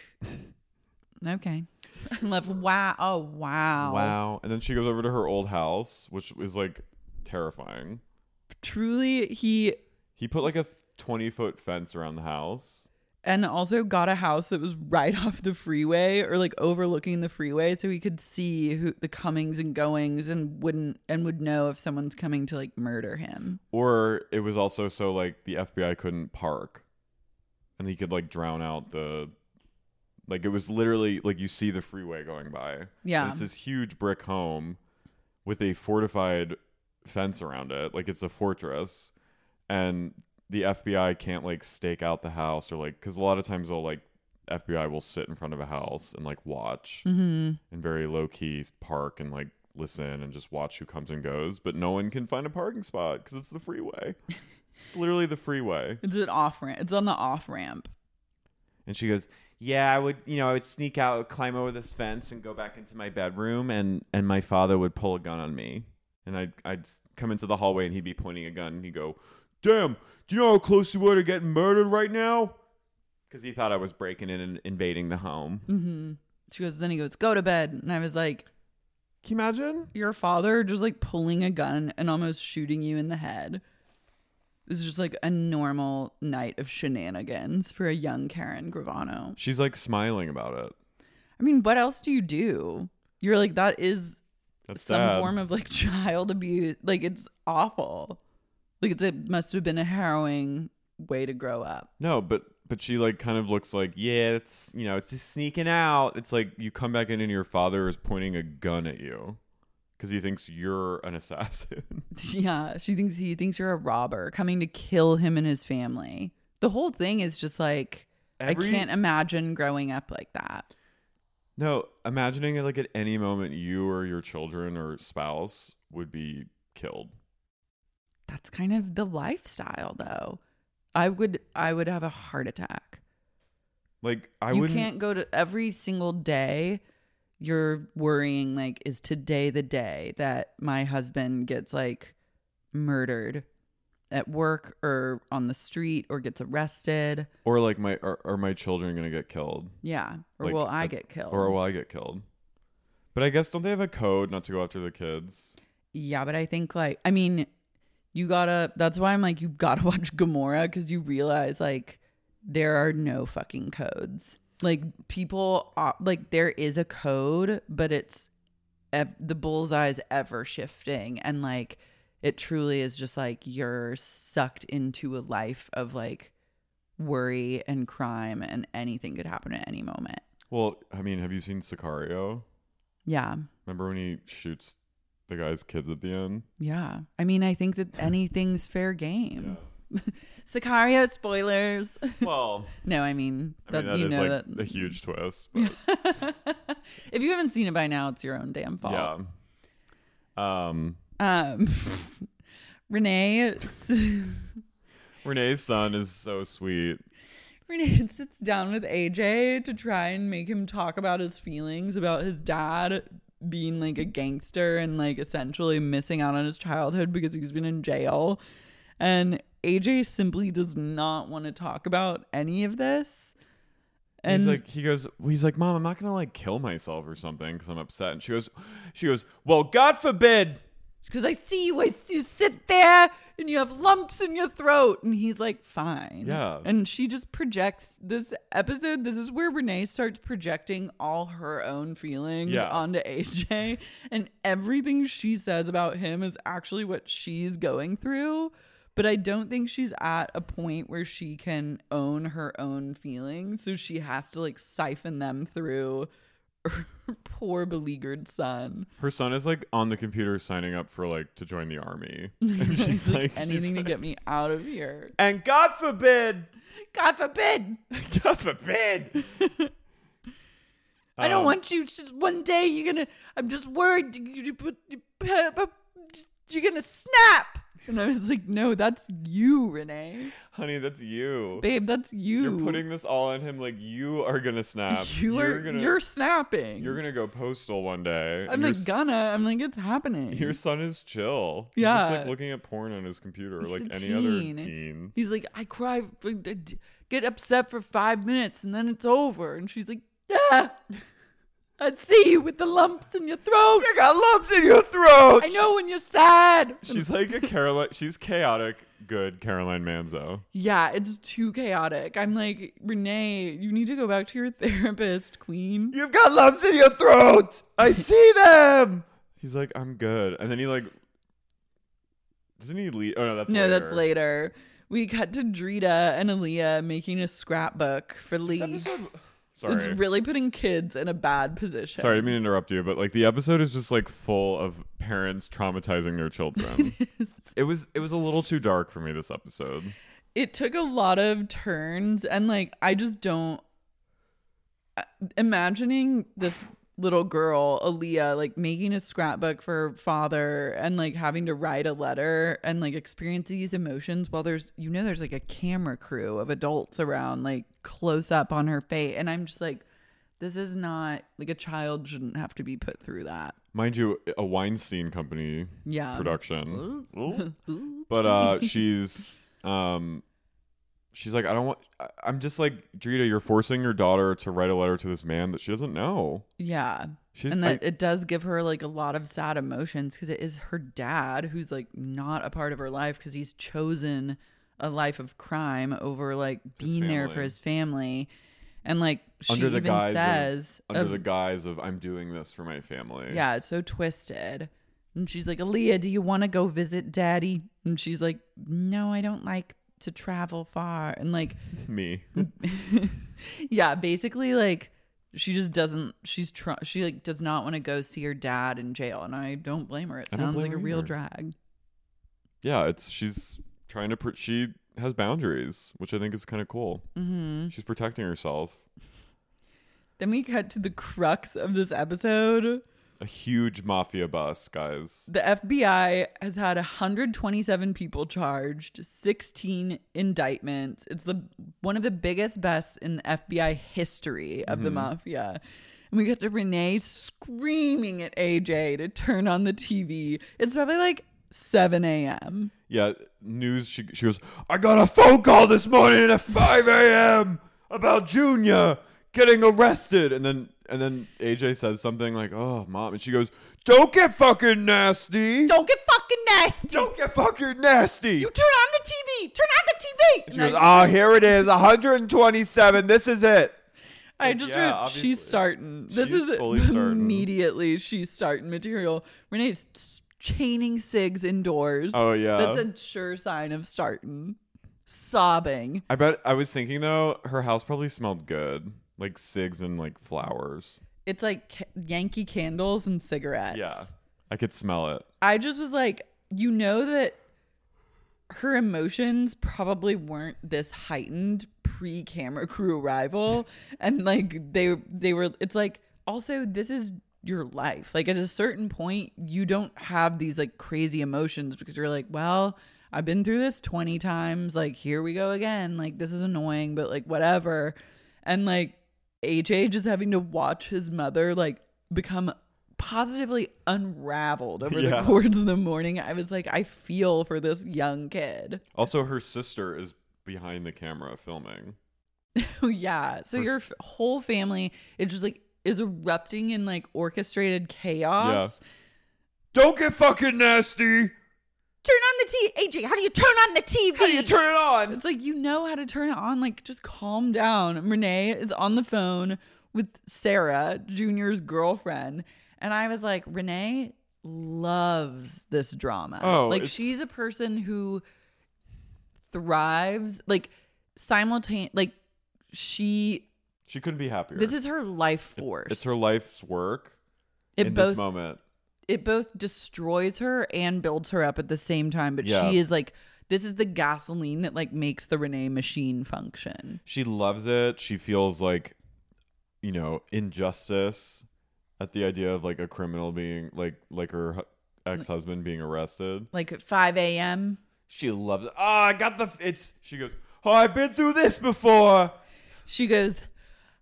[SPEAKER 3] okay. *laughs* I love wow. Oh wow.
[SPEAKER 4] Wow. And then she goes over to her old house, which is like terrifying.
[SPEAKER 3] truly he
[SPEAKER 4] He put like a 20 foot fence around the house.
[SPEAKER 3] and also got a house that was right *laughs* off the freeway or like overlooking the freeway so he could see who the comings and goings and wouldn't and would know if someone's coming to like murder him
[SPEAKER 4] Or it was also so like the FBI couldn't park. and he could like drown out the like it was literally like you see the freeway going by.
[SPEAKER 3] Yeah.
[SPEAKER 4] And it's this huge brick home with a fortified fence around it. Like it's a fortress. And the FBI can't like stake out the house or like cuz a lot of times they'll like FBI will sit in front of a house and like watch
[SPEAKER 3] Mhm.
[SPEAKER 4] and very low key park and like listen and just watch who comes and goes, but no one can find a parking spot cuz it's the freeway. it's literally the freeway.
[SPEAKER 3] It's an off ramp. It's on the off ramp.
[SPEAKER 5] And she goes, "Yeah, I would, you know, I would sneak out, climb over this fence, and go back into my bedroom, and and my father would pull a gun on me, and I'd I'd come into the hallway, and he'd be pointing a gun, and he'd go, "Damn, do you know how close you were to getting murdered right now?" Because he thought I was breaking in and invading the home.
[SPEAKER 4] Mm.
[SPEAKER 3] Mm-hmm. She goes. Then he goes, "Go to bed." And I was like,
[SPEAKER 5] Can you imagine?
[SPEAKER 3] "Your father just like pulling a gun and almost shooting you in the head." This is just like a normal night of shenanigans for a young Karen Gravano.
[SPEAKER 4] She's like smiling about it.
[SPEAKER 3] I mean, what else do you do? You're like that is
[SPEAKER 4] That's
[SPEAKER 3] some
[SPEAKER 4] sad.
[SPEAKER 3] form of like *laughs* child abuse. Like it's awful. Like it's, it must have been a harrowing way to grow up.
[SPEAKER 4] No, but but she like kind of looks like
[SPEAKER 5] Yeah, it's you know, it's just sneaking out.
[SPEAKER 4] it's like you come back in and your father is pointing a gun at you because he thinks you're an assassin. *laughs*
[SPEAKER 3] *laughs* Yeah, she thinks he thinks you're a robber coming to kill him and his family. The whole thing is just like I
[SPEAKER 4] Every-
[SPEAKER 3] can't imagine growing up like that.
[SPEAKER 4] no, imagining like at any moment you or your children or spouse would be killed.
[SPEAKER 3] That's kind of the lifestyle though. I would I would have a heart attack.
[SPEAKER 4] Like I
[SPEAKER 3] you
[SPEAKER 4] wouldn't.
[SPEAKER 3] can't go to every single day you're worrying like is today the day that my husband gets like murdered at work or on the street or gets arrested.
[SPEAKER 4] Or like my are, are my children gonna get killed?
[SPEAKER 3] Yeah. Or
[SPEAKER 4] Like,
[SPEAKER 3] will I
[SPEAKER 4] if-
[SPEAKER 3] get killed?
[SPEAKER 4] Or will I get killed? But I guess don't they have a code not to go after the kids?
[SPEAKER 3] Yeah, but I think like I mean, you gotta. That's why I'm like you gotta *laughs* watch Gamora because you realize like there are no fucking codes. Like people, are, like there is a code, but it's ev- the bullseye's ever shifting, and like it truly is just like you're sucked into a life of like worry and crime, and anything could happen at any moment.
[SPEAKER 4] Well, I mean, have you seen Sicario?
[SPEAKER 3] Yeah.
[SPEAKER 4] Remember when he shoots the guy's kids at the end?
[SPEAKER 3] Yeah. I mean, I think that anything's fair game. *laughs* Sicario spoilers.
[SPEAKER 5] Well,
[SPEAKER 3] *laughs* no, I mean,
[SPEAKER 4] I
[SPEAKER 3] that,
[SPEAKER 4] mean, that
[SPEAKER 3] you
[SPEAKER 4] is
[SPEAKER 3] know
[SPEAKER 4] like
[SPEAKER 3] that.
[SPEAKER 4] a huge
[SPEAKER 3] *laughs*
[SPEAKER 4] twist. But
[SPEAKER 3] if you haven't seen it by now, it's your own damn fault.
[SPEAKER 4] yeah. Um,
[SPEAKER 3] Um, *laughs* Renee,
[SPEAKER 4] Renee's son is so sweet.
[SPEAKER 3] Renee *laughs* sits down with AJ to try and make him talk about his feelings about his dad being like a gangster and like essentially missing out on his childhood because he's been in jail. And AJ simply does not want to talk about any of this. And
[SPEAKER 4] he's like, he goes, he's like, mom, I'm not gonna like kill myself or something because I'm upset. And she goes, she goes, well, God forbid.
[SPEAKER 3] because I see you, I see you sit there and you have lumps in your throat. And he's like, fine.
[SPEAKER 4] Yeah.
[SPEAKER 3] And she just projects this episode. This is where Renee starts projecting all her own feelings
[SPEAKER 4] Yeah.
[SPEAKER 3] onto AJ. And everything she says about him is actually what she's going through. But I don't think she's at a point where she can own her own feelings. So she has to like siphon them through *laughs* her poor beleaguered son.
[SPEAKER 4] Her son is like on the computer signing up for like to join
[SPEAKER 9] *laughs*
[SPEAKER 4] the army. And *laughs* she's like, she's
[SPEAKER 3] anything to
[SPEAKER 4] like,
[SPEAKER 3] get me out of here.
[SPEAKER 5] and God forbid,
[SPEAKER 3] God
[SPEAKER 4] *laughs*
[SPEAKER 3] forbid.
[SPEAKER 5] God forbid.
[SPEAKER 3] *laughs* I don't
[SPEAKER 5] Um,
[SPEAKER 3] want you. Just one day you're gonna. I'm just worried. you- you- you put- you- You're gonna snap. And I was like, no, that's you, Renee.
[SPEAKER 4] honey, that's you.
[SPEAKER 3] Babe, that's you.
[SPEAKER 4] You're putting this all on him. Like you are gonna snap.
[SPEAKER 3] *laughs* You are.
[SPEAKER 4] Um, You're gonna.
[SPEAKER 3] you're snapping.
[SPEAKER 4] you're gonna go postal one day.
[SPEAKER 3] I'm
[SPEAKER 4] and your
[SPEAKER 3] like
[SPEAKER 4] s-
[SPEAKER 3] gonna. I'm like it's happening.
[SPEAKER 4] Your son is chill. He's just like
[SPEAKER 3] Yeah.
[SPEAKER 4] looking at porn on his computer
[SPEAKER 3] He's
[SPEAKER 4] like
[SPEAKER 3] a
[SPEAKER 4] any other
[SPEAKER 3] teen.
[SPEAKER 4] teen.
[SPEAKER 3] He's like, I cry, for, get upset for five minutes, and then it's over. And she's like, Yeah, I see you with the lumps in your throat.
[SPEAKER 5] You got lumps in your throat.
[SPEAKER 3] I know when you're sad.
[SPEAKER 4] She's like a Caroline. She's chaotic, good Caroline Manzo.
[SPEAKER 3] *laughs* Yeah, it's too chaotic. I'm like, Renee, you need to go back to your *laughs* therapist, queen.
[SPEAKER 5] You've got lumps in your throat.
[SPEAKER 4] *laughs*
[SPEAKER 5] I see them.
[SPEAKER 4] He's like, I'm good, and then he like, doesn't he leave? Oh no, that's
[SPEAKER 3] no,
[SPEAKER 4] later.
[SPEAKER 3] that's later. we cut to Drita and Aaliyah making a scrapbook for Lee.
[SPEAKER 4] episode- Sorry.
[SPEAKER 3] It's really putting kids in a bad position.
[SPEAKER 4] Sorry, I didn't mean to interrupt you, but like the episode is just like full of parents traumatizing their children.
[SPEAKER 3] *laughs*
[SPEAKER 4] it was it was a little too dark for me this episode.
[SPEAKER 3] it took a lot of turns and like i just don't uh, imagining this little girl Aaliyah like making a scrapbook for her father and like having to write a letter and like experience these emotions while there's you know there's like a camera crew of adults around like close up on her fate and i'm just like this is not like a child shouldn't have to be put through that
[SPEAKER 4] Mind you, a Weinstein company
[SPEAKER 3] Yeah.
[SPEAKER 4] production. but
[SPEAKER 3] *laughs*
[SPEAKER 4] uh she's um she's like, I don't want I, I'm just like, Drita, you're forcing your daughter to write a letter to this man that she doesn't know.
[SPEAKER 3] Yeah.
[SPEAKER 4] She's-
[SPEAKER 3] and
[SPEAKER 4] I-
[SPEAKER 3] that it does give her like a lot of sad emotions because it is her dad who's like not a part of her life because he's chosen a life of crime over like being there for
[SPEAKER 4] family.
[SPEAKER 3] his family. And like she
[SPEAKER 4] under the
[SPEAKER 3] even
[SPEAKER 4] guise
[SPEAKER 3] says,
[SPEAKER 4] of, under
[SPEAKER 3] of-
[SPEAKER 4] the guise of I'm doing this for my family.
[SPEAKER 3] yeah, it's so twisted. And she's like, Aaliyah, do you want to go visit daddy? And she's like, no, I don't like to travel far. And like,
[SPEAKER 4] *laughs* Me.
[SPEAKER 3] yeah, basically like she just doesn't she's tr- she like does not want to go see her dad in jail and I don't blame her. It
[SPEAKER 4] I don't
[SPEAKER 3] sounds like
[SPEAKER 4] blame
[SPEAKER 3] a
[SPEAKER 4] her
[SPEAKER 3] real
[SPEAKER 4] either.
[SPEAKER 3] drag.
[SPEAKER 4] yeah, it's she's trying to pr- she has boundaries, which I think is kind of cool. Mm-hmm. She's protecting herself.
[SPEAKER 3] Then we cut to the crux of this episode.
[SPEAKER 4] A huge mafia bus, guys.
[SPEAKER 3] The FBI has had 127 people charged, 16 indictments. It's the one of the biggest busts in FBI history
[SPEAKER 4] Mm-hmm.
[SPEAKER 3] of the mafia. And we got to Renee screaming at AJ to turn on the TV. It's probably like 7 a.m.
[SPEAKER 4] Yeah, news. She she goes. I got a phone call this morning at 5 a.m. about Junior getting arrested, and then and then AJ says something like, "Oh, mom," and she goes, "Don't get fucking nasty.
[SPEAKER 3] Don't get fucking nasty.
[SPEAKER 4] Don't get fucking nasty."
[SPEAKER 3] You turn on the TV. Turn on the TV.
[SPEAKER 4] And
[SPEAKER 3] And
[SPEAKER 4] she goes,
[SPEAKER 3] I,
[SPEAKER 4] "Oh, here it is, 127. This is it."
[SPEAKER 3] I just
[SPEAKER 4] Yeah,
[SPEAKER 3] heard
[SPEAKER 4] obviously.
[SPEAKER 3] she's starting. This
[SPEAKER 4] She's
[SPEAKER 3] is
[SPEAKER 4] fully starting.
[SPEAKER 3] immediately she's starting material. Renee's chaining cigs indoors.
[SPEAKER 4] Oh, yeah.
[SPEAKER 3] that's a sure sign of starting. Sobbing.
[SPEAKER 4] I bet I was thinking though, her house probably smelled good, like cigs and like flowers.
[SPEAKER 3] It's like ca- Yankee candles and cigarettes.
[SPEAKER 4] Yeah, I could smell it.
[SPEAKER 3] I just was like, you know that her emotions probably weren't this heightened pre-camera *laughs* crew arrival and like they they were it's like also this is your life. Like at a certain point you don't have these like crazy emotions because you're like, well, I've been through this 20 times, like here we go again. Like this is annoying, but like whatever. And like AJ just having to watch his mother like become positively unraveled over the
[SPEAKER 4] Yeah.
[SPEAKER 3] course of the morning. I was like, I feel for this young kid. *laughs*
[SPEAKER 4] Also, her sister is behind the camera filming.
[SPEAKER 3] Oh yeah. So your f- whole family is just like is erupting in like orchestrated chaos.
[SPEAKER 4] Don't get fucking nasty.
[SPEAKER 3] Turn on the TV, AJ. How do you turn on the TV?
[SPEAKER 5] How do you turn it on?
[SPEAKER 3] It's like you know how to turn it on. Like just calm down. Renee is on the phone with Sarah, Junior's girlfriend, and I was like, Renee loves this drama.
[SPEAKER 4] Oh,
[SPEAKER 3] like
[SPEAKER 4] it's-
[SPEAKER 3] she's a person who thrives like simultaneously. Like she,
[SPEAKER 4] She couldn't be happier.
[SPEAKER 3] this is her life force.
[SPEAKER 4] It's her life's work
[SPEAKER 3] It
[SPEAKER 4] in
[SPEAKER 3] both
[SPEAKER 4] this moment.
[SPEAKER 3] it both destroys her and builds her up at the same time. But
[SPEAKER 4] Yeah.
[SPEAKER 3] she is like. This is the gasoline that like makes the Renee machine function.
[SPEAKER 4] She loves it. She feels like, you know, injustice at the idea of like a criminal being like like her ex husband being arrested.
[SPEAKER 3] Like at 5 a.m.,
[SPEAKER 4] She loves it. Oh, I got the. It's. She goes. Oh, I've been through this before.
[SPEAKER 3] She goes,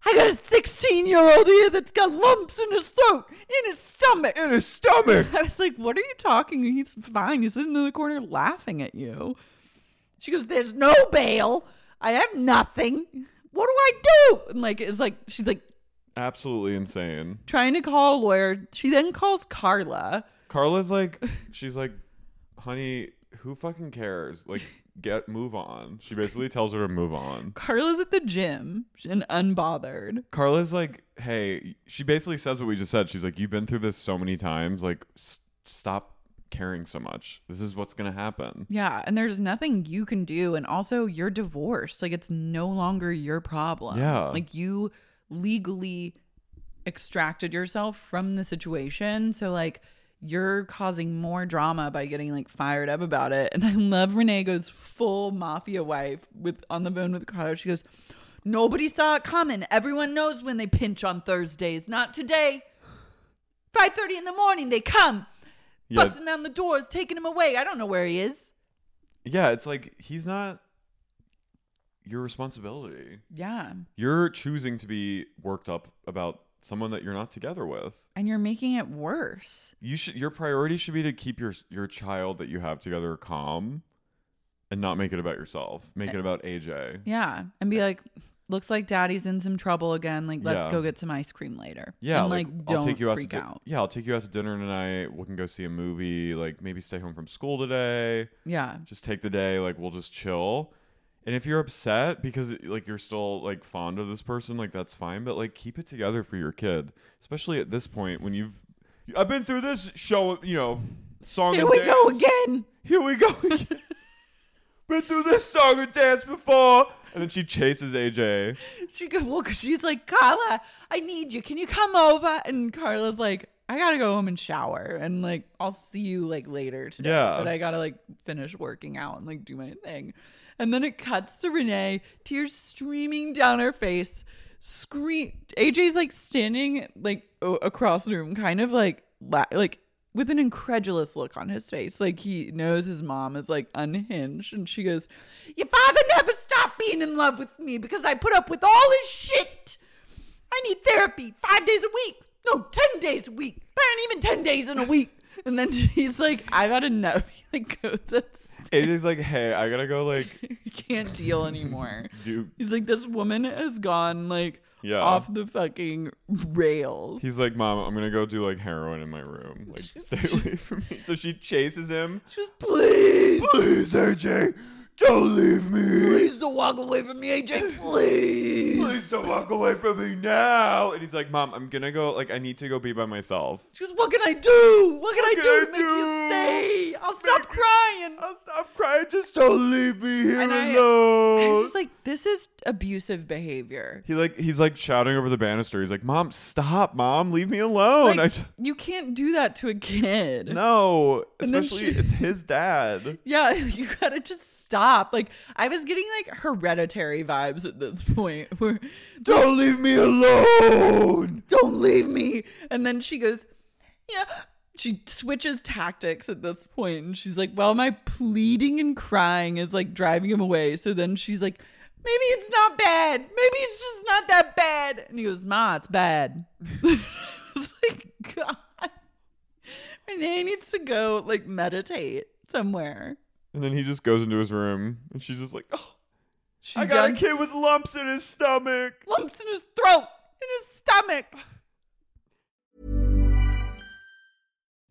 [SPEAKER 3] I got a 16 year old here that's got lumps in his throat, in his stomach.
[SPEAKER 4] In his stomach.
[SPEAKER 3] *laughs* I was like, What are you talking? He's fine. He's sitting in the corner laughing at you. She goes, There's no bail. I have nothing. What do I do? And like, it's like, she's like
[SPEAKER 4] Absolutely insane.
[SPEAKER 3] trying to call a lawyer. She then calls Carla.
[SPEAKER 4] Carla's like, she's like, honey, who fucking cares? Like, get move on. She basically tells her to move on.
[SPEAKER 3] *laughs* Carla's at the gym and unbothered.
[SPEAKER 4] Carla's like, hey, she basically says what we just said. She's like, you've been through this so many times. Like, s- stop caring so much. This is what's going to happen.
[SPEAKER 3] Yeah, and there's nothing you can do. And also, you're divorced. Like, it's no longer your problem.
[SPEAKER 4] Yeah.
[SPEAKER 3] Like, you legally extracted yourself from the situation. So, like, you're causing more drama by getting like fired up about it. And *laughs* I love Renee goes full mafia wife with on the phone with Carlos. She goes, Nobody saw it coming. Everyone knows when they pinch on Thursdays. Not today. 5.30 in the morning, they come.
[SPEAKER 4] Yeah.
[SPEAKER 3] Busting down the doors, taking him away. I don't know where he is.
[SPEAKER 4] Yeah, it's like he's not your responsibility.
[SPEAKER 3] Yeah.
[SPEAKER 4] You're choosing to be worked up about someone that you're not together with.
[SPEAKER 3] And you're making it worse.
[SPEAKER 4] You should your priority should be to keep your your child that you have together calm and not make it about yourself. Make it about AJ.
[SPEAKER 3] Yeah. And be like, looks like daddy's in some trouble again. Like, let's
[SPEAKER 4] Eh. Yeah.
[SPEAKER 3] go get some ice cream later.
[SPEAKER 4] Yeah,
[SPEAKER 3] And like, don't
[SPEAKER 4] I'll take you out
[SPEAKER 3] freak
[SPEAKER 4] to di-
[SPEAKER 3] out.
[SPEAKER 4] Yeah, I'll take you out to dinner tonight. We can go see a movie. Like maybe stay home from school today.
[SPEAKER 3] Yeah.
[SPEAKER 4] Just take the day. Like we'll just chill. And if you're upset because like you're still like fond of this person, like that's fine. But like keep it together for your kid, especially at this point when you've I've been through this show. You know, song.
[SPEAKER 3] Here
[SPEAKER 4] and
[SPEAKER 3] we
[SPEAKER 4] dance.
[SPEAKER 3] go again.
[SPEAKER 4] Here we go.
[SPEAKER 3] *laughs*
[SPEAKER 4] again. been through this song and dance before. And then she chases AJ.
[SPEAKER 3] She goes, well, 'cause she's like, Carla, I need you. Can you come over? And Carla's like, I gotta go home and shower, and like, I'll see you like later today.
[SPEAKER 4] Yeah.
[SPEAKER 3] But I gotta like finish working out and like do my thing. And then it cuts to Renee, tears streaming down her face. Scream. AJ's like standing like o- across the room, kind of like la- like with an incredulous look on his face, like he knows his mom is like unhinged, and she goes, "Your father never stopped being in love with me because I put up with all his shit. I need therapy five days a week, no, ten days a week, but not even ten days in a week." *laughs* And then he's like, "I've had enough." *laughs* He like goes upstairs.
[SPEAKER 4] AJ's like, hey, I gotta go like
[SPEAKER 3] He can't
[SPEAKER 4] *laughs*
[SPEAKER 3] deal anymore.
[SPEAKER 4] do
[SPEAKER 3] He's like, "This woman has gone like
[SPEAKER 4] Yeah.
[SPEAKER 3] off the fucking rails."
[SPEAKER 4] He's like, Mom, I'm gonna go do like heroin in my room. Like, stay away from me. So she chases him.
[SPEAKER 3] Just please.
[SPEAKER 4] Please, AJ, don't leave me.
[SPEAKER 3] Please don't walk away from me, AJ. Please.
[SPEAKER 4] Please don't walk away from me now. And he's like, Mom, I'm gonna go. Like, I need to go be by myself.
[SPEAKER 3] She goes, What can I do? What can I
[SPEAKER 4] What
[SPEAKER 3] do
[SPEAKER 4] can
[SPEAKER 3] to
[SPEAKER 4] I
[SPEAKER 3] make you
[SPEAKER 4] do?
[SPEAKER 3] stay? I'll stop crying.
[SPEAKER 4] I'll stop crying. Just don't leave me here
[SPEAKER 3] And I- I
[SPEAKER 4] alone.
[SPEAKER 3] was just like, This is abusive behavior.
[SPEAKER 4] he like he's like shouting over the banister. He's like, Mom, stop, Mom, leave me alone.
[SPEAKER 3] Like,
[SPEAKER 4] I just,
[SPEAKER 3] you can't do that to a kid.
[SPEAKER 4] no,
[SPEAKER 3] And then
[SPEAKER 4] especially
[SPEAKER 3] she-
[SPEAKER 4] it's his dad.
[SPEAKER 3] Yeah, *laughs* you gotta just stop. Like, I was getting like hereditary vibes at this point *laughs* where
[SPEAKER 4] Don't leave me alone.
[SPEAKER 3] don't leave me. And then she goes, yeah. She switches tactics at this point and she's like, well, my pleading and crying is like driving him away. So then she's like, maybe it's not bad. Maybe it's just not that bad. And he goes, ma, it's bad. *laughs* I was like, God. Renee needs to go like meditate somewhere.
[SPEAKER 4] And then he just goes into his room, and she's just like, oh,
[SPEAKER 3] She's
[SPEAKER 4] I got
[SPEAKER 3] done
[SPEAKER 4] a kid with lumps in his stomach.
[SPEAKER 3] lumps in his throat, in his stomach.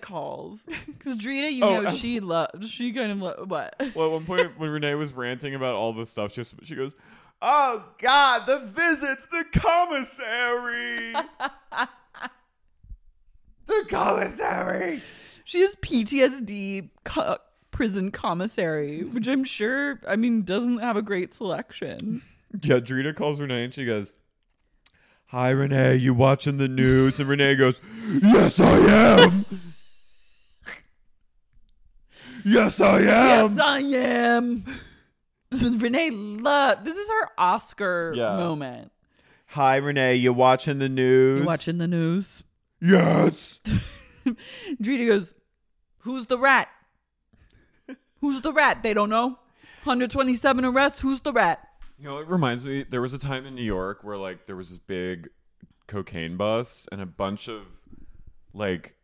[SPEAKER 4] *laughs*
[SPEAKER 3] calls because Drita, you
[SPEAKER 4] Oh,
[SPEAKER 3] know,
[SPEAKER 4] um,
[SPEAKER 3] she loves. She kind of lo- what?
[SPEAKER 4] Well, at one point when Renee was ranting about all this stuff, she, she goes, "Oh God, the visits, the commissary, the commissary."
[SPEAKER 3] She has PTSD co- uh, prison commissary, which I'm sure, I mean, doesn't have a great selection.
[SPEAKER 4] Yeah, Drita calls Renee, and she goes, "Hi, Renee, you watching the news?" And Renee goes, "Yes, I am." Yes, I am.
[SPEAKER 3] yes, I am. This is Renee Love. This is her Oscar
[SPEAKER 4] Yeah.
[SPEAKER 3] moment.
[SPEAKER 4] Hi, Renee. You watching the news?
[SPEAKER 3] You watching the news?
[SPEAKER 4] Yes.
[SPEAKER 3] Drita goes, Who's the rat?
[SPEAKER 4] *laughs*
[SPEAKER 3] Who's the rat? They don't know. 127 arrests. Who's the rat?
[SPEAKER 4] You know, it reminds me there was a time in New York where like there was this big cocaine bust and a bunch of like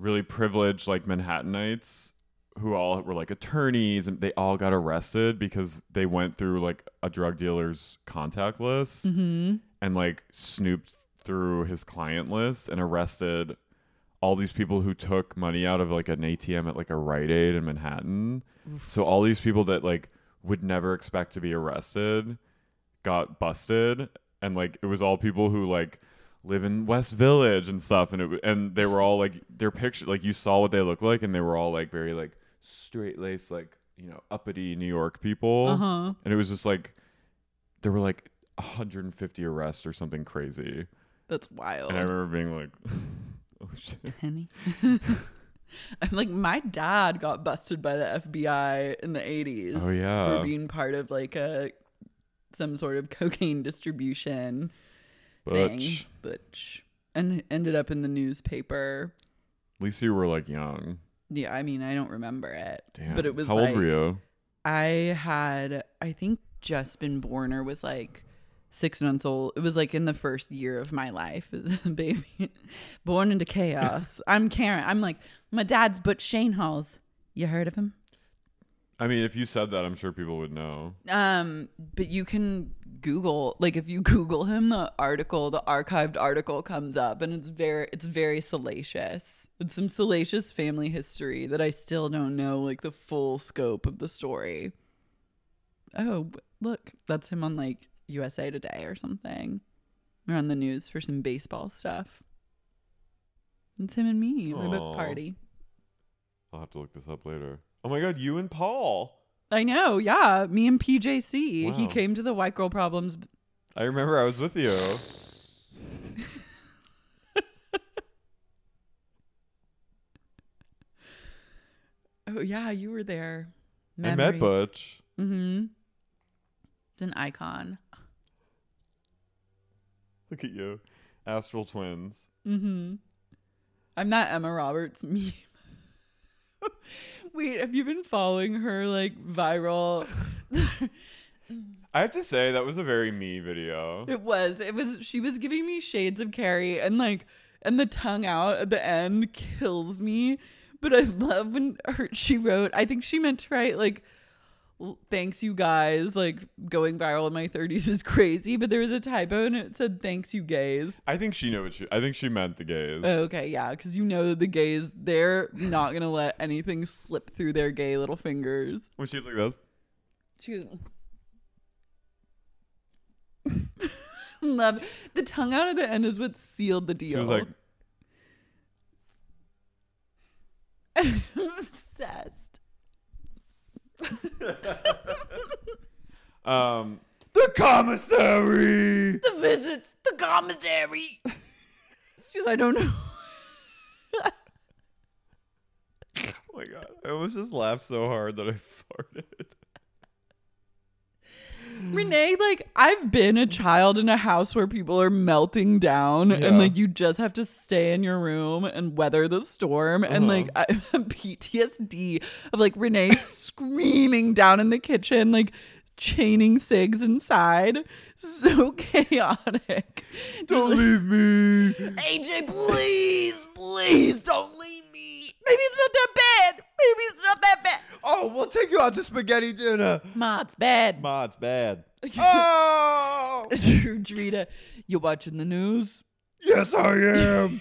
[SPEAKER 4] really privileged like Manhattanites who all were like attorneys and they all got arrested because they went through like a drug dealer's contact list
[SPEAKER 3] Mhm.
[SPEAKER 4] and like snooped through his client list and arrested all these people who took money out of like an ATM at like a Rite Aid in Manhattan. So all these people that like would never expect to be arrested got busted and like it was all people who like live in West Village and stuff and it w- and they were all like their picture like you saw what they looked like and they were all like very like straight laced like you know uppity New York people
[SPEAKER 3] Uh-huh.
[SPEAKER 4] and it was just like there were like 150 arrests or something crazy
[SPEAKER 3] That's wild.
[SPEAKER 4] and I remember being like *laughs* oh shit
[SPEAKER 3] *laughs* Penny. I'm like, my dad got busted by the FBI in the 80s.
[SPEAKER 4] Oh, yeah.
[SPEAKER 3] For being part of like a some sort of cocaine distribution
[SPEAKER 4] Butch.
[SPEAKER 3] thing. Butch. And ended up in the newspaper.
[SPEAKER 4] at least you were like young
[SPEAKER 3] Yeah, I mean, I don't remember it.
[SPEAKER 4] damn
[SPEAKER 3] But it was
[SPEAKER 4] how
[SPEAKER 3] like,
[SPEAKER 4] old were you
[SPEAKER 3] I had, I think, just been born or was like six months old. It was like in the first year of my life as a baby, *laughs* born into chaos. I'm Karen. I'm like, my dad's Butch Shane Halls. You heard of him?
[SPEAKER 4] I mean if you said that I'm sure people would know
[SPEAKER 3] Um, but you can Google, like, if you Google him, the article, the archived article comes up, and it's very, it's very salacious. It's some salacious family history that I still don't know, like, the full scope of the story. Oh, b- look, that's him on like USA Today or something, or on the news for some baseball stuff. It's him and me. We're
[SPEAKER 4] Aw.
[SPEAKER 3] both party.
[SPEAKER 4] I'll have to look this up later oh my god you and Paul
[SPEAKER 3] I know, yeah. Me and PJC. He
[SPEAKER 4] Wow.
[SPEAKER 3] came to the White Girl Problems
[SPEAKER 4] I remember I was with you.
[SPEAKER 3] Oh yeah, you were there.
[SPEAKER 4] I met Butch.
[SPEAKER 3] Mm-hmm. It's an icon.
[SPEAKER 4] Look at you. Astral twins.
[SPEAKER 3] Mm-hmm. I'm not Emma Roberts *laughs* meme. Wait, have you been following her like viral? *laughs*
[SPEAKER 4] I have to say that was a very me video.
[SPEAKER 3] It was. It was. She was giving me shades of Carrie, and like, and the tongue out at the end kills me. But I love when her. She wrote. I think she meant to write like, l- "Thanks you guys." Like going viral in my 30s is crazy, but there was a typo and it said "Thanks you gays."
[SPEAKER 4] I think she knew what she I think she meant the gays.
[SPEAKER 3] Oh, okay, yeah, because you know the gays. They're not gonna let anything slip through their gay little fingers.
[SPEAKER 4] When she's like this.
[SPEAKER 3] Excuse me. *laughs* Love the tongue out at the end is what sealed the deal.
[SPEAKER 4] She was like,
[SPEAKER 3] I'm obsessed.
[SPEAKER 4] um The commissary
[SPEAKER 3] The visits, the commissary. She's I don't know.
[SPEAKER 4] Oh my god. I almost just laughed so hard that I farted. Mm.
[SPEAKER 3] Renee, like I've been a child in a house where people are melting down
[SPEAKER 4] Yeah.
[SPEAKER 3] and like you just have to stay in your room and weather the storm and
[SPEAKER 4] Uh-huh.
[SPEAKER 3] like I have *laughs* PTSD of like
[SPEAKER 4] *laughs*
[SPEAKER 3] Renee screaming down in the kitchen like chaining cigs inside. So *laughs* chaotic.
[SPEAKER 4] Don't leave me.
[SPEAKER 3] AJ, please, please don't leave me. Maybe it's not that bad. Maybe it's not that bad.
[SPEAKER 5] Oh, we'll take you out to spaghetti dinner.
[SPEAKER 3] Ma, it's
[SPEAKER 4] *laughs*
[SPEAKER 3] bad. *laughs*
[SPEAKER 5] Ma, it's bad.
[SPEAKER 4] Oh
[SPEAKER 3] Drita, you watching the news?
[SPEAKER 4] Yes I am.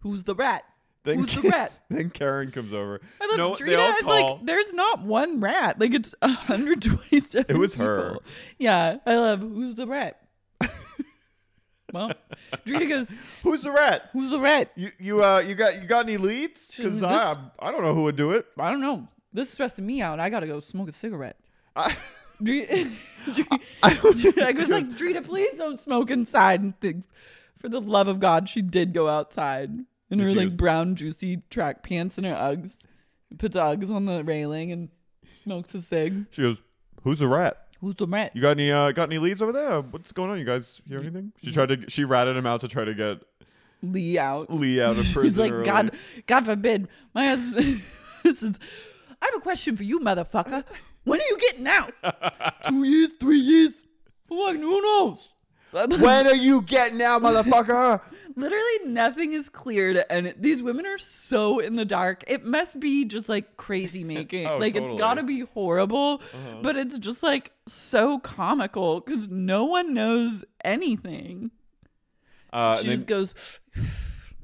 [SPEAKER 3] Who's the rat?
[SPEAKER 4] Then
[SPEAKER 3] *laughs* Who's the
[SPEAKER 4] Ka-
[SPEAKER 3] rat?
[SPEAKER 4] *laughs* Then Karen comes over.
[SPEAKER 3] I love
[SPEAKER 4] no,
[SPEAKER 3] Drita.
[SPEAKER 4] they all
[SPEAKER 3] it's
[SPEAKER 4] call.
[SPEAKER 3] like there's not one rat. Like it's 127.
[SPEAKER 4] It was her.
[SPEAKER 3] people. Yeah, I love who's the rat.
[SPEAKER 4] *laughs*
[SPEAKER 3] well, Drita goes,
[SPEAKER 5] Who's the rat?
[SPEAKER 3] "Who's the rat?"
[SPEAKER 5] You you uh you got you got any leads? Because
[SPEAKER 3] This-
[SPEAKER 5] I I don't know who would do it.
[SPEAKER 3] I don't know. This is stressing me out. I gotta go smoke a cigarette.
[SPEAKER 5] I,
[SPEAKER 3] *laughs* Drita, Drita,
[SPEAKER 5] I don't
[SPEAKER 3] I was like, Drita, please don't smoke inside. And think, for the love of God, she did go outside in
[SPEAKER 4] Did
[SPEAKER 3] her
[SPEAKER 4] she?
[SPEAKER 3] like brown juicy track pants and her Uggs. Puts Uggs on the railing and smokes a cig.
[SPEAKER 4] She goes, Who's the rat?
[SPEAKER 3] Who's the rat?
[SPEAKER 4] You got any uh, got any leads over there? What's going on? You guys hear anything? She tried to she ratted him out to try to get
[SPEAKER 3] Lee out.
[SPEAKER 4] Lee *laughs* out of prison.
[SPEAKER 3] *laughs* He's like,
[SPEAKER 4] early.
[SPEAKER 3] *laughs* God, God forbid, my husband. this is- I have a question for you, motherfucker. When are you getting *laughs* out?
[SPEAKER 9] Two years, three years.
[SPEAKER 3] Like, who knows?
[SPEAKER 9] when are you getting out, motherfucker?
[SPEAKER 3] Literally nothing is cleared, and these women are so in the dark. It must be just like *laughs* crazy making.
[SPEAKER 10] Oh,
[SPEAKER 3] like
[SPEAKER 10] totally.
[SPEAKER 3] it's got to be horrible,
[SPEAKER 10] Uh-huh.
[SPEAKER 3] but it's just like so comical because no one knows anything.
[SPEAKER 4] Uh,
[SPEAKER 3] she
[SPEAKER 4] and
[SPEAKER 3] just goes,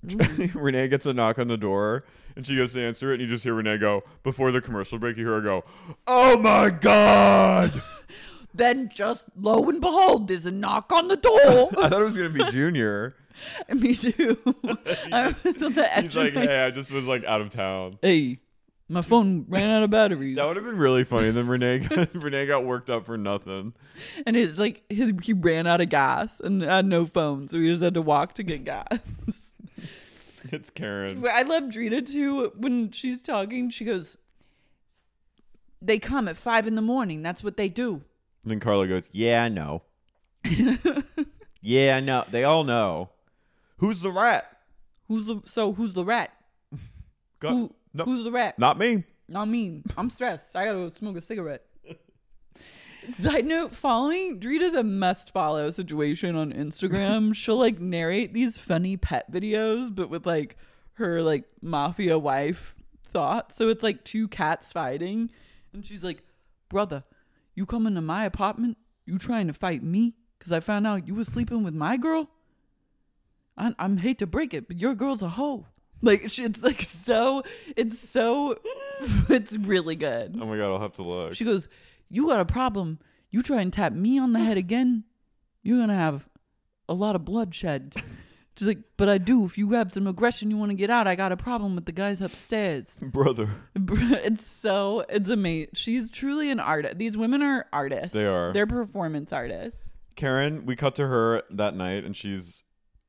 [SPEAKER 4] then *laughs* Renee gets a knock on the door, and she goes to answer it, and you just hear Renee go before the commercial break. You hear her go,
[SPEAKER 9] "Oh my god!"
[SPEAKER 3] then just lo and behold, there's a knock on the *laughs* door.
[SPEAKER 4] *laughs* I thought it was gonna be Junior.
[SPEAKER 3] *laughs*
[SPEAKER 4] *laughs*
[SPEAKER 3] Me too. I was on the edge.
[SPEAKER 4] He's
[SPEAKER 3] of
[SPEAKER 4] like,
[SPEAKER 3] my
[SPEAKER 4] hey, I just was like out of town.
[SPEAKER 3] Hey, my phone ran out of batteries.
[SPEAKER 4] That would have been really funny. Then Renee, got, *laughs* Renee got worked up for nothing.
[SPEAKER 3] And it's like his, he ran out of gas and had no phone, so we just had to walk to get gas. *laughs*
[SPEAKER 4] It's Karen.
[SPEAKER 3] But I love Drita too. When she's talking, she goes, "They come at five in the morning. That's what they do."
[SPEAKER 5] then Carla goes, "Yeah, no. yeah, no. They all know. Who's the rat?
[SPEAKER 3] Who's the so? Who's the rat?
[SPEAKER 5] Got-
[SPEAKER 3] Who,
[SPEAKER 5] no,
[SPEAKER 3] who's the rat?
[SPEAKER 5] Not me.
[SPEAKER 3] Not me. I'm stressed. I gotta go smoke a cigarette. Side note: Following Drita's a must-follow situation on Instagram. She'll like narrate these funny pet videos, but with like her like mafia wife thought. So it's like two cats fighting, and she's like, "Brother, you come into my apartment. You trying to fight me? Cause I found out you was sleeping with my girl. I I'm hate to break it, but your girl's a hoe." Like she, it's like so, it's so, *laughs* it's really good.
[SPEAKER 4] Oh my god, I'll have to look.
[SPEAKER 3] She goes, "You got a problem. You try and tap me on the head again, you're gonna have a lot of *laughs* bloodshed." She's like, "But I do. If you have some aggression, you want to get out. I got a problem with the guys upstairs."
[SPEAKER 4] brother.
[SPEAKER 3] *laughs* it's so it's amazing. She's truly an artist. These women are artists.
[SPEAKER 4] They are.
[SPEAKER 3] They're performance artists.
[SPEAKER 4] Karen, we cut to her that night and she's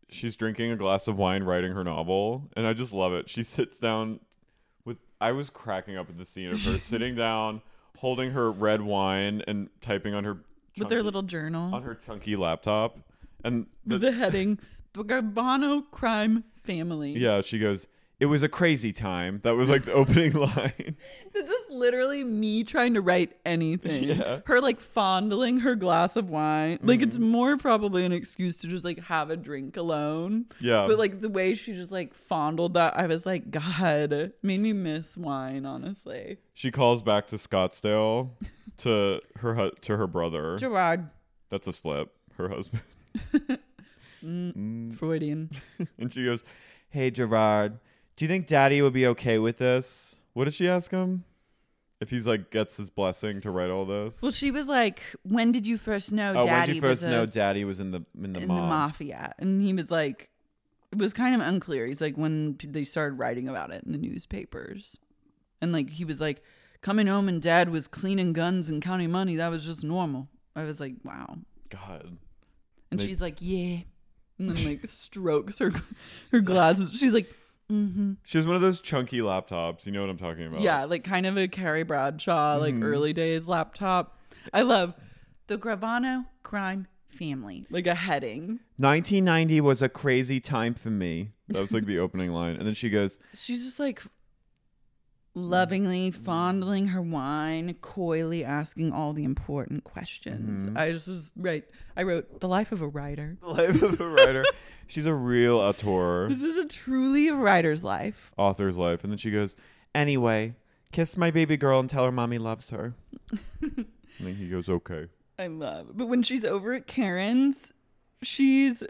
[SPEAKER 4] she's drinking a glass of wine writing her novel and I just love it. She sits down with I was cracking up at the scene of her sitting down holding her red wine and typing on her
[SPEAKER 3] With their
[SPEAKER 4] chunky-
[SPEAKER 3] little journal.
[SPEAKER 4] on her chunky laptop and the,
[SPEAKER 3] The heading: The Garbano Crime Family.
[SPEAKER 4] yeah, she goes it was a crazy time. That was like the
[SPEAKER 3] *laughs*
[SPEAKER 4] opening line.
[SPEAKER 3] This is literally me trying to write anything.
[SPEAKER 4] Yeah. Mm-hmm.
[SPEAKER 3] Her like fondling her glass of wine. Like it's more probably an excuse to just like have a drink alone.
[SPEAKER 4] Yeah.
[SPEAKER 3] But like the way she just like fondled that, I was like, God, made me miss wine, honestly.
[SPEAKER 4] She calls back to
[SPEAKER 3] *laughs*
[SPEAKER 4] Scottsdale to her hu- to her brother.
[SPEAKER 3] Gerard.
[SPEAKER 4] That's a slip. Her husband. *laughs*
[SPEAKER 3] Mm, Freudian.
[SPEAKER 4] and she goes,
[SPEAKER 5] Hey, Gerard, do you think Daddy would be okay with this?
[SPEAKER 4] What did she ask him? If he's like gets his blessing to write all this.
[SPEAKER 3] Well, she was like, When did you first know
[SPEAKER 5] oh,
[SPEAKER 3] daddy
[SPEAKER 5] when you first
[SPEAKER 3] was a-
[SPEAKER 5] know Daddy was in the in the
[SPEAKER 3] in the
[SPEAKER 5] mom?
[SPEAKER 3] mafia? And he was like, It was kind of unclear. He's like, When p- they started writing about it in the newspapers. And like, he was like, Coming home and dad was cleaning guns and counting money. That was just normal. I was like, Wow.
[SPEAKER 4] God.
[SPEAKER 3] And
[SPEAKER 4] They-
[SPEAKER 3] she's like, Yeah. And then
[SPEAKER 5] *laughs*
[SPEAKER 3] like strokes her her glasses. She's like, Mm hmm.
[SPEAKER 4] She has one of those chunky laptops. You know what I'm talking
[SPEAKER 5] Oh.
[SPEAKER 4] about.
[SPEAKER 3] Yeah, like kind of a Carrie Bradshaw, like
[SPEAKER 5] Mm-hmm.
[SPEAKER 4] Mhm.
[SPEAKER 3] early days laptop. I love the Gravano crime family, like a heading.
[SPEAKER 5] 1990 was a crazy time for me.
[SPEAKER 4] That was like the opening line. And then she goes,
[SPEAKER 3] She's just like
[SPEAKER 5] Mm-hmm.
[SPEAKER 3] lovingly fondling her wine, coyly asking all the important questions.
[SPEAKER 5] Mhm.
[SPEAKER 3] I just was right. I wrote The Life of a Writer.
[SPEAKER 5] The life of a writer.
[SPEAKER 4] She's a real auteur,
[SPEAKER 3] *laughs* This is a truly a writer's life.
[SPEAKER 4] author's life. And then she goes,
[SPEAKER 5] Anyway, kiss my baby girl and tell her mommy loves her.
[SPEAKER 4] and then he goes, okay.
[SPEAKER 3] I love. But when she's over at Karen's, she's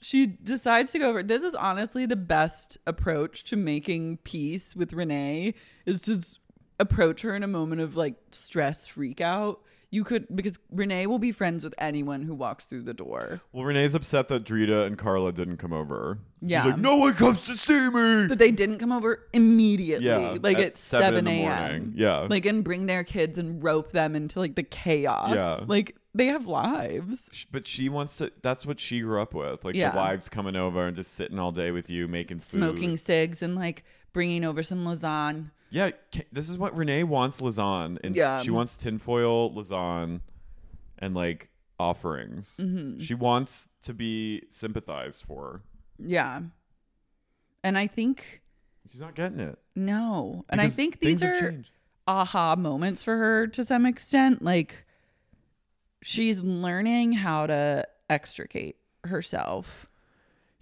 [SPEAKER 3] she decides to go over. This is honestly the best approach to making peace with Renee is to s- approach her in a moment of like stress freak out. You could because Renee will be friends with anyone who walks through the door.
[SPEAKER 4] Well, Renee's upset that Drita and Carla didn't come over.
[SPEAKER 3] Yeah.
[SPEAKER 4] She's like, no one comes to see me.
[SPEAKER 3] That they didn't come over immediately,
[SPEAKER 4] Yeah,
[SPEAKER 3] like
[SPEAKER 4] at
[SPEAKER 3] at, 7,
[SPEAKER 4] 7 in the
[SPEAKER 3] a.m.
[SPEAKER 4] morning. Yeah.
[SPEAKER 3] Like, and bring their kids and rope them into like the chaos.
[SPEAKER 4] Yeah.
[SPEAKER 3] Like, they have lives.
[SPEAKER 4] Sh- But she wants to, that's what she grew up with. Like
[SPEAKER 3] Yeah.
[SPEAKER 4] the wives coming over and just sitting all day with you, making food.
[SPEAKER 3] smoking cigs and like bringing over some lasagne.
[SPEAKER 4] Yeah, ca- this is what Renee wants Lazan. And
[SPEAKER 3] Yeah.
[SPEAKER 4] She wants tinfoil, Lazan, and like offerings.
[SPEAKER 3] Mhm.
[SPEAKER 4] She wants to be sympathized for.
[SPEAKER 3] Yeah. And I think
[SPEAKER 4] She's not getting it.
[SPEAKER 3] no. And I
[SPEAKER 4] Because
[SPEAKER 3] think these
[SPEAKER 4] things have
[SPEAKER 3] are
[SPEAKER 4] changed.
[SPEAKER 3] aha moments for her to some extent. Like she's learning how to extricate herself.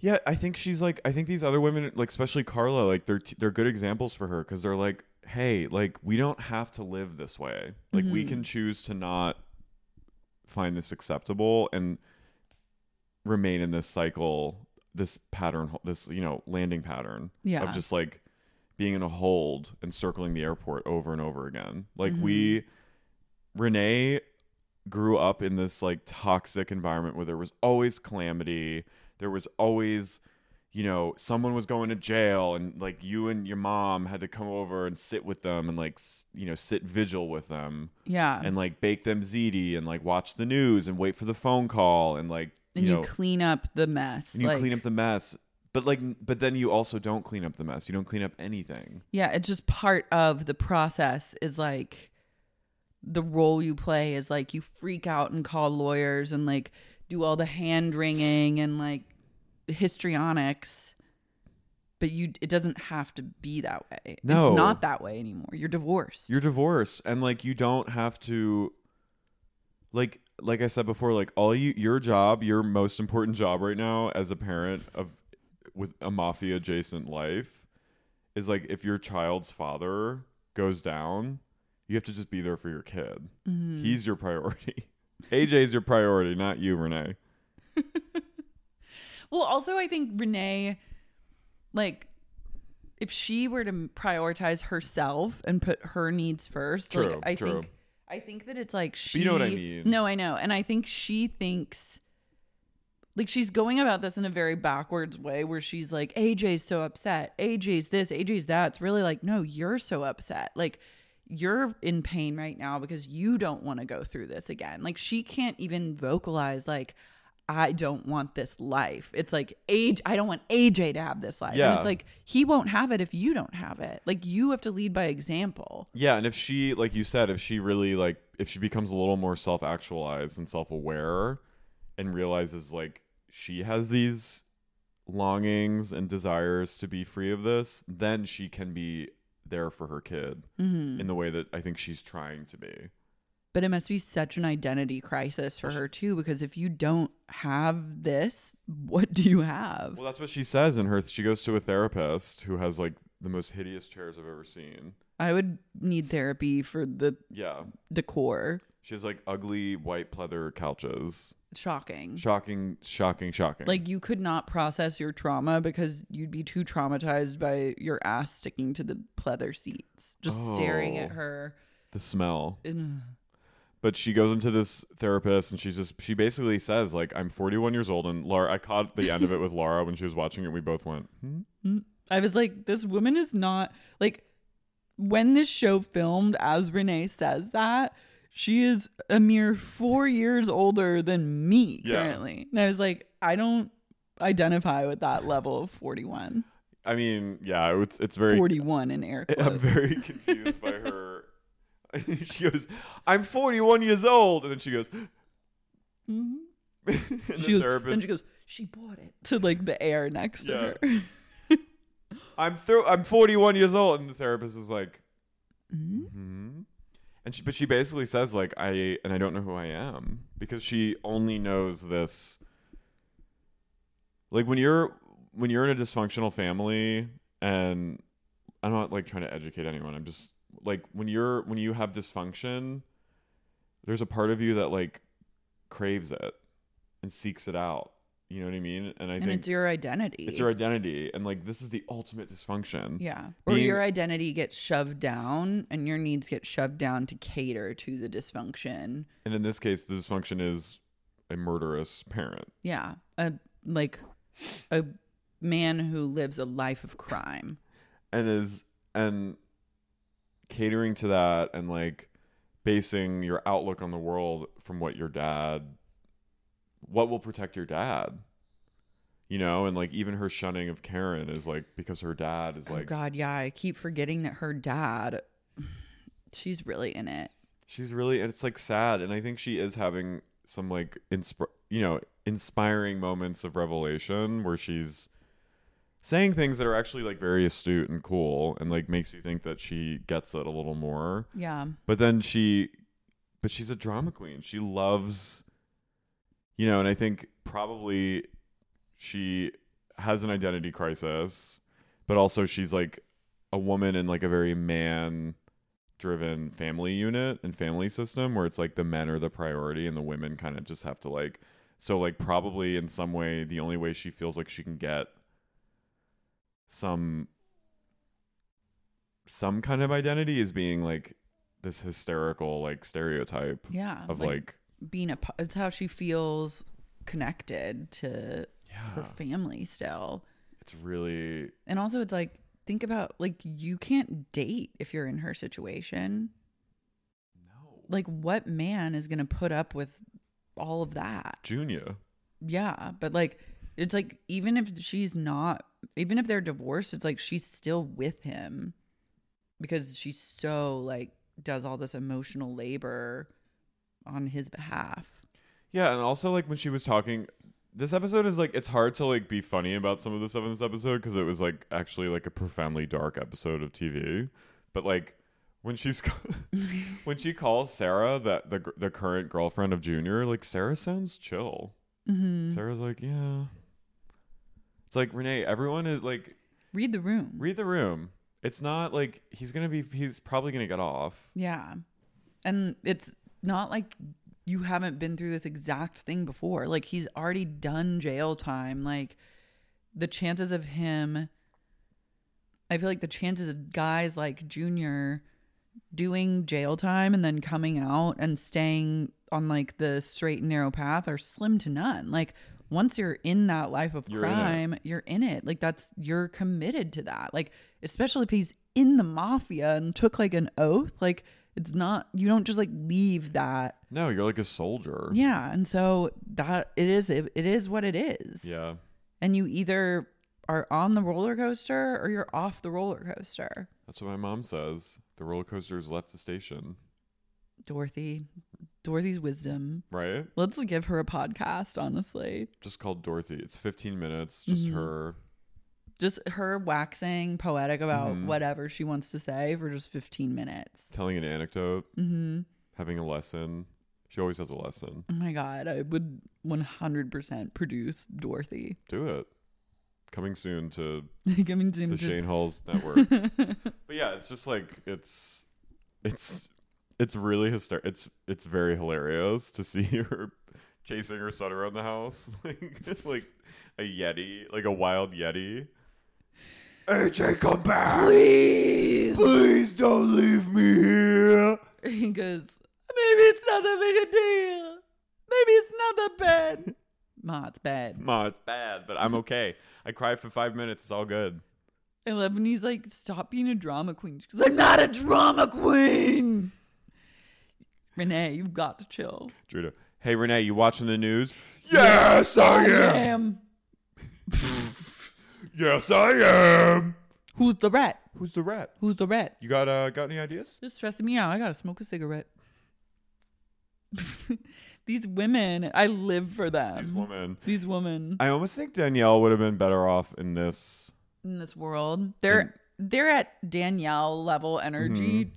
[SPEAKER 4] Yeah, I think she's like I think these other women, like especially Carla, like they're t- they're good examples for her because they're like, hey, like we don't have to live this way. Like we
[SPEAKER 5] Mhm.
[SPEAKER 4] can choose to not find this acceptable and remain in this cycle, this pattern, this you know landing pattern
[SPEAKER 5] Yeah.
[SPEAKER 4] of just like being in a hold and circling the airport over and over again. Like
[SPEAKER 5] Mhm.
[SPEAKER 4] we, Renee grew up in this like toxic environment where there was always calamity. There was always, you know, someone was going to jail and like you and your mom had to come over and sit with them and like, s- you know, sit vigil with them.
[SPEAKER 3] Yeah.
[SPEAKER 4] And like bake them ziti and like watch the news and wait for the phone call and like,
[SPEAKER 3] And
[SPEAKER 4] you
[SPEAKER 3] you,
[SPEAKER 4] know,
[SPEAKER 3] clean up the mess.
[SPEAKER 4] and you
[SPEAKER 3] like,
[SPEAKER 4] clean up the mess. But like, but then you also don't clean up the mess. You don't clean up anything.
[SPEAKER 3] Yeah, it's just part of the process is like the role you play is like you freak out and call lawyers and like do all the hand wringing and like histrionics. But you it doesn't have to be that way.
[SPEAKER 4] No.
[SPEAKER 3] It's not that way anymore. You're divorced.
[SPEAKER 4] You're divorced, and like you don't have to. Like like I said before, like all you your job, your most important job right now as a parent of with a mafia adjacent life, is like if your child's father goes down, you have to just be there for your kid.
[SPEAKER 3] Mhm.
[SPEAKER 4] He's your priority. *laughs* AJ's your priority, not you, Renee.
[SPEAKER 3] Well, also I think Renee like if she were to prioritize herself and put her needs first, like
[SPEAKER 4] True,
[SPEAKER 3] I
[SPEAKER 4] true.
[SPEAKER 3] think I think that it's like
[SPEAKER 4] But
[SPEAKER 3] she
[SPEAKER 4] you know what I mean.
[SPEAKER 3] No, I know. And I think she thinks like she's going about this in a very backwards way where she's like AJ's so upset. AJ's this, AJ's that. It's really like no, you're so upset. Like you're in pain right now because you don't want to go through this again. Like she can't even vocalize like I don't want this life. It's like age I don't want AJ to have this life. And
[SPEAKER 4] Yeah.
[SPEAKER 3] it's like he won't have it if you don't have it. Like you have to lead by example.
[SPEAKER 4] Yeah, and if she, like you said, if she really like, if she becomes a little more self-actualized and self-aware, and realizes like she has these longings and desires to be free of this, then she can be there for her kid
[SPEAKER 3] Mhm.
[SPEAKER 4] in the way that I think she's trying to be.
[SPEAKER 3] But it must be such an identity crisis for her too because if you don't have this, what do you have?
[SPEAKER 4] Well, that's what she says in her. She goes to a therapist who has like the most hideous chairs I've ever seen.
[SPEAKER 3] I would need therapy for the
[SPEAKER 4] Yeah,
[SPEAKER 3] decor.
[SPEAKER 4] she has like ugly white pleather couches.
[SPEAKER 3] Shocking.
[SPEAKER 4] Shocking, shocking, shocking.
[SPEAKER 3] Like you could not process your trauma because you'd be too traumatized by your ass sticking to the pleather seats, just staring at
[SPEAKER 4] Oh.
[SPEAKER 3] her.
[SPEAKER 4] the smell.
[SPEAKER 3] Ugh.
[SPEAKER 4] but she goes into this therapist and she's just she basically says like i'm 41 years old and laura i caught the end of it with laura when she was watching it we both went hmm?
[SPEAKER 3] I was like, this woman is not like when this show filmed, as Renee says that, she is a mere four years older than me
[SPEAKER 4] Yeah.
[SPEAKER 3] currently. And I was like, I don't identify with that level of 41.
[SPEAKER 4] i mean yeah it's it's very *laughs*
[SPEAKER 3] 41 in air
[SPEAKER 4] i'm
[SPEAKER 3] quotes.
[SPEAKER 4] very confused by
[SPEAKER 3] *laughs*
[SPEAKER 4] her she goes i'm 41 years old and then she goes
[SPEAKER 3] Mhm.
[SPEAKER 4] *laughs* and the
[SPEAKER 3] She goes,
[SPEAKER 4] therapist-
[SPEAKER 3] then she goes, she bought it to like the air next to
[SPEAKER 4] Yeah.
[SPEAKER 3] her.
[SPEAKER 4] i'm through i'm 41 years old and the therapist is like hmm and she but she basically says like i and i don't know who i am because she only knows this like when you're when you're in a dysfunctional family and i'm not like trying to educate anyone i'm just like when you're when you have dysfunction there's a part of you that like craves it and seeks it out you know what i mean
[SPEAKER 3] *laughs*
[SPEAKER 4] and i
[SPEAKER 3] and
[SPEAKER 4] think
[SPEAKER 3] it's your identity.
[SPEAKER 4] it's your identity and like this is the ultimate dysfunction
[SPEAKER 3] Yeah. Or
[SPEAKER 4] Being-
[SPEAKER 3] your identity gets shoved down and your needs get shoved down to cater to the dysfunction.
[SPEAKER 4] And in this case, the dysfunction is a murderous parent.
[SPEAKER 3] Yeah. A like a man who lives a life of crime.
[SPEAKER 4] And is and catering to that and like basing your outlook on the world from what your dad what will protect your dad. You know, and like even her shunning of Karen is like because her dad is
[SPEAKER 3] oh
[SPEAKER 4] like
[SPEAKER 3] god, yeah. I keep forgetting that her dad *sighs* she's really in it.
[SPEAKER 4] she's really and it's like sad and I think she is having some like insp- you know, inspiring moments of revelation where she's saying things that are actually like very astute and cool and like makes you think that she gets it a little more.
[SPEAKER 3] Yeah.
[SPEAKER 4] But then she but she's a drama queen. She loves you know, and I think probably she has an identity crisis, but also she's like a woman in like a very man driven family unit and family system where it's like the men are the priority and the women kind of just have to like so like probably in some way the only way she feels like she can get some some kind of identity is being like this hysterical like stereotype
[SPEAKER 3] Yeah.
[SPEAKER 4] of like,
[SPEAKER 3] being a, p- it's how she feels connected to her family still.
[SPEAKER 4] it's really
[SPEAKER 3] And also, it's like, think about like, you can't date if you're in her situation. No. Like, what man is going to put up with all of that?
[SPEAKER 4] junior
[SPEAKER 3] Yeah, but like it's like even if she's not even if they're divorced, it's like she's still with him because she's so like does all this emotional labor on his behalf.
[SPEAKER 4] Yeah, and also like when she was talking, this episode is like it's hard to like be funny about some of the stuff in this episode because it was like actually like a profoundly dark episode of TV. But like when she's when she calls Sarah that the gr- the current girlfriend of Junior, like Sarah sounds chill.
[SPEAKER 3] Mhm.
[SPEAKER 4] Sarah's like, yeah. It's like Renee. Everyone is like,
[SPEAKER 3] Read the room.
[SPEAKER 4] read the room. It's not like he's gonna be. He's probably gonna get off.
[SPEAKER 3] Yeah. And it's not like you haven't been through this exact thing before. Like he's already done jail time. Like the chances of him I feel like the chances of guys like Junior doing jail time and then coming out and staying on like the straight and narrow path are slim to none. Like once you're in that life of
[SPEAKER 4] You're in it.
[SPEAKER 3] crime, you're in it. Like that's you're committed to that. Like especially if he's in the mafia and took like an oath, like it's not you don't just like leave that.
[SPEAKER 4] No, oh, you're like a soldier.
[SPEAKER 3] Yeah, and so that it is it is what it is.
[SPEAKER 4] Yeah.
[SPEAKER 3] And you either are on the roller coaster or you're off the roller coaster.
[SPEAKER 4] That's what my mom says. The roller coaster's left the station,
[SPEAKER 3] Dorothy, Dorothy's wisdom.
[SPEAKER 4] right?
[SPEAKER 3] Let's give her a podcast, honestly.
[SPEAKER 4] Just called Dorothy. It's 15 minutes, just
[SPEAKER 3] Mhm.
[SPEAKER 4] her.
[SPEAKER 3] Just her waxing poetic about
[SPEAKER 4] Mhm.
[SPEAKER 3] whatever she wants to say for just 15 minutes.
[SPEAKER 4] telling an anecdote,
[SPEAKER 3] Mhm.
[SPEAKER 4] having a lesson. She always has a lesson.
[SPEAKER 3] Oh my God, I would 100% produce Dorothy. *laughs*
[SPEAKER 4] Do it. Coming soon to
[SPEAKER 3] Coming soon
[SPEAKER 4] the
[SPEAKER 3] to-
[SPEAKER 4] Shane Halls network. but yeah, it's just like it's it's it's really hysterical. It's it's very hilarious to see *laughs* her chasing her son around the house *laughs* like like a yeti, like a wild yeti.
[SPEAKER 9] AJ, come back. Please. Please don't leave me here.
[SPEAKER 3] *laughs* He goes, Maybe it's not that big a deal. Maybe it's not that
[SPEAKER 9] *laughs*
[SPEAKER 3] bad. Ma, it's bad.
[SPEAKER 4] Ma, it's bad, but I'm okay. I cried for five minutes. It's all good.
[SPEAKER 3] And Lebanese like, stop being a drama queen. She's like, I'm not a drama queen. Renee, you've got to chill.
[SPEAKER 4] Judah. Hey, Renee, you watching the news?
[SPEAKER 9] Yes, I am.
[SPEAKER 3] Damn.
[SPEAKER 4] Yes, I am.
[SPEAKER 3] Who's the rat?
[SPEAKER 4] Who's the rat?
[SPEAKER 3] Who's the rat?
[SPEAKER 4] You got uh, got any ideas?
[SPEAKER 3] Just stressing me out. I gotta smoke a cigarette. *laughs* These women, I live for them.
[SPEAKER 4] These women.
[SPEAKER 3] These women
[SPEAKER 4] I almost think Danielle would have been better off in this.
[SPEAKER 3] in this world. They're they're at Danielle level energy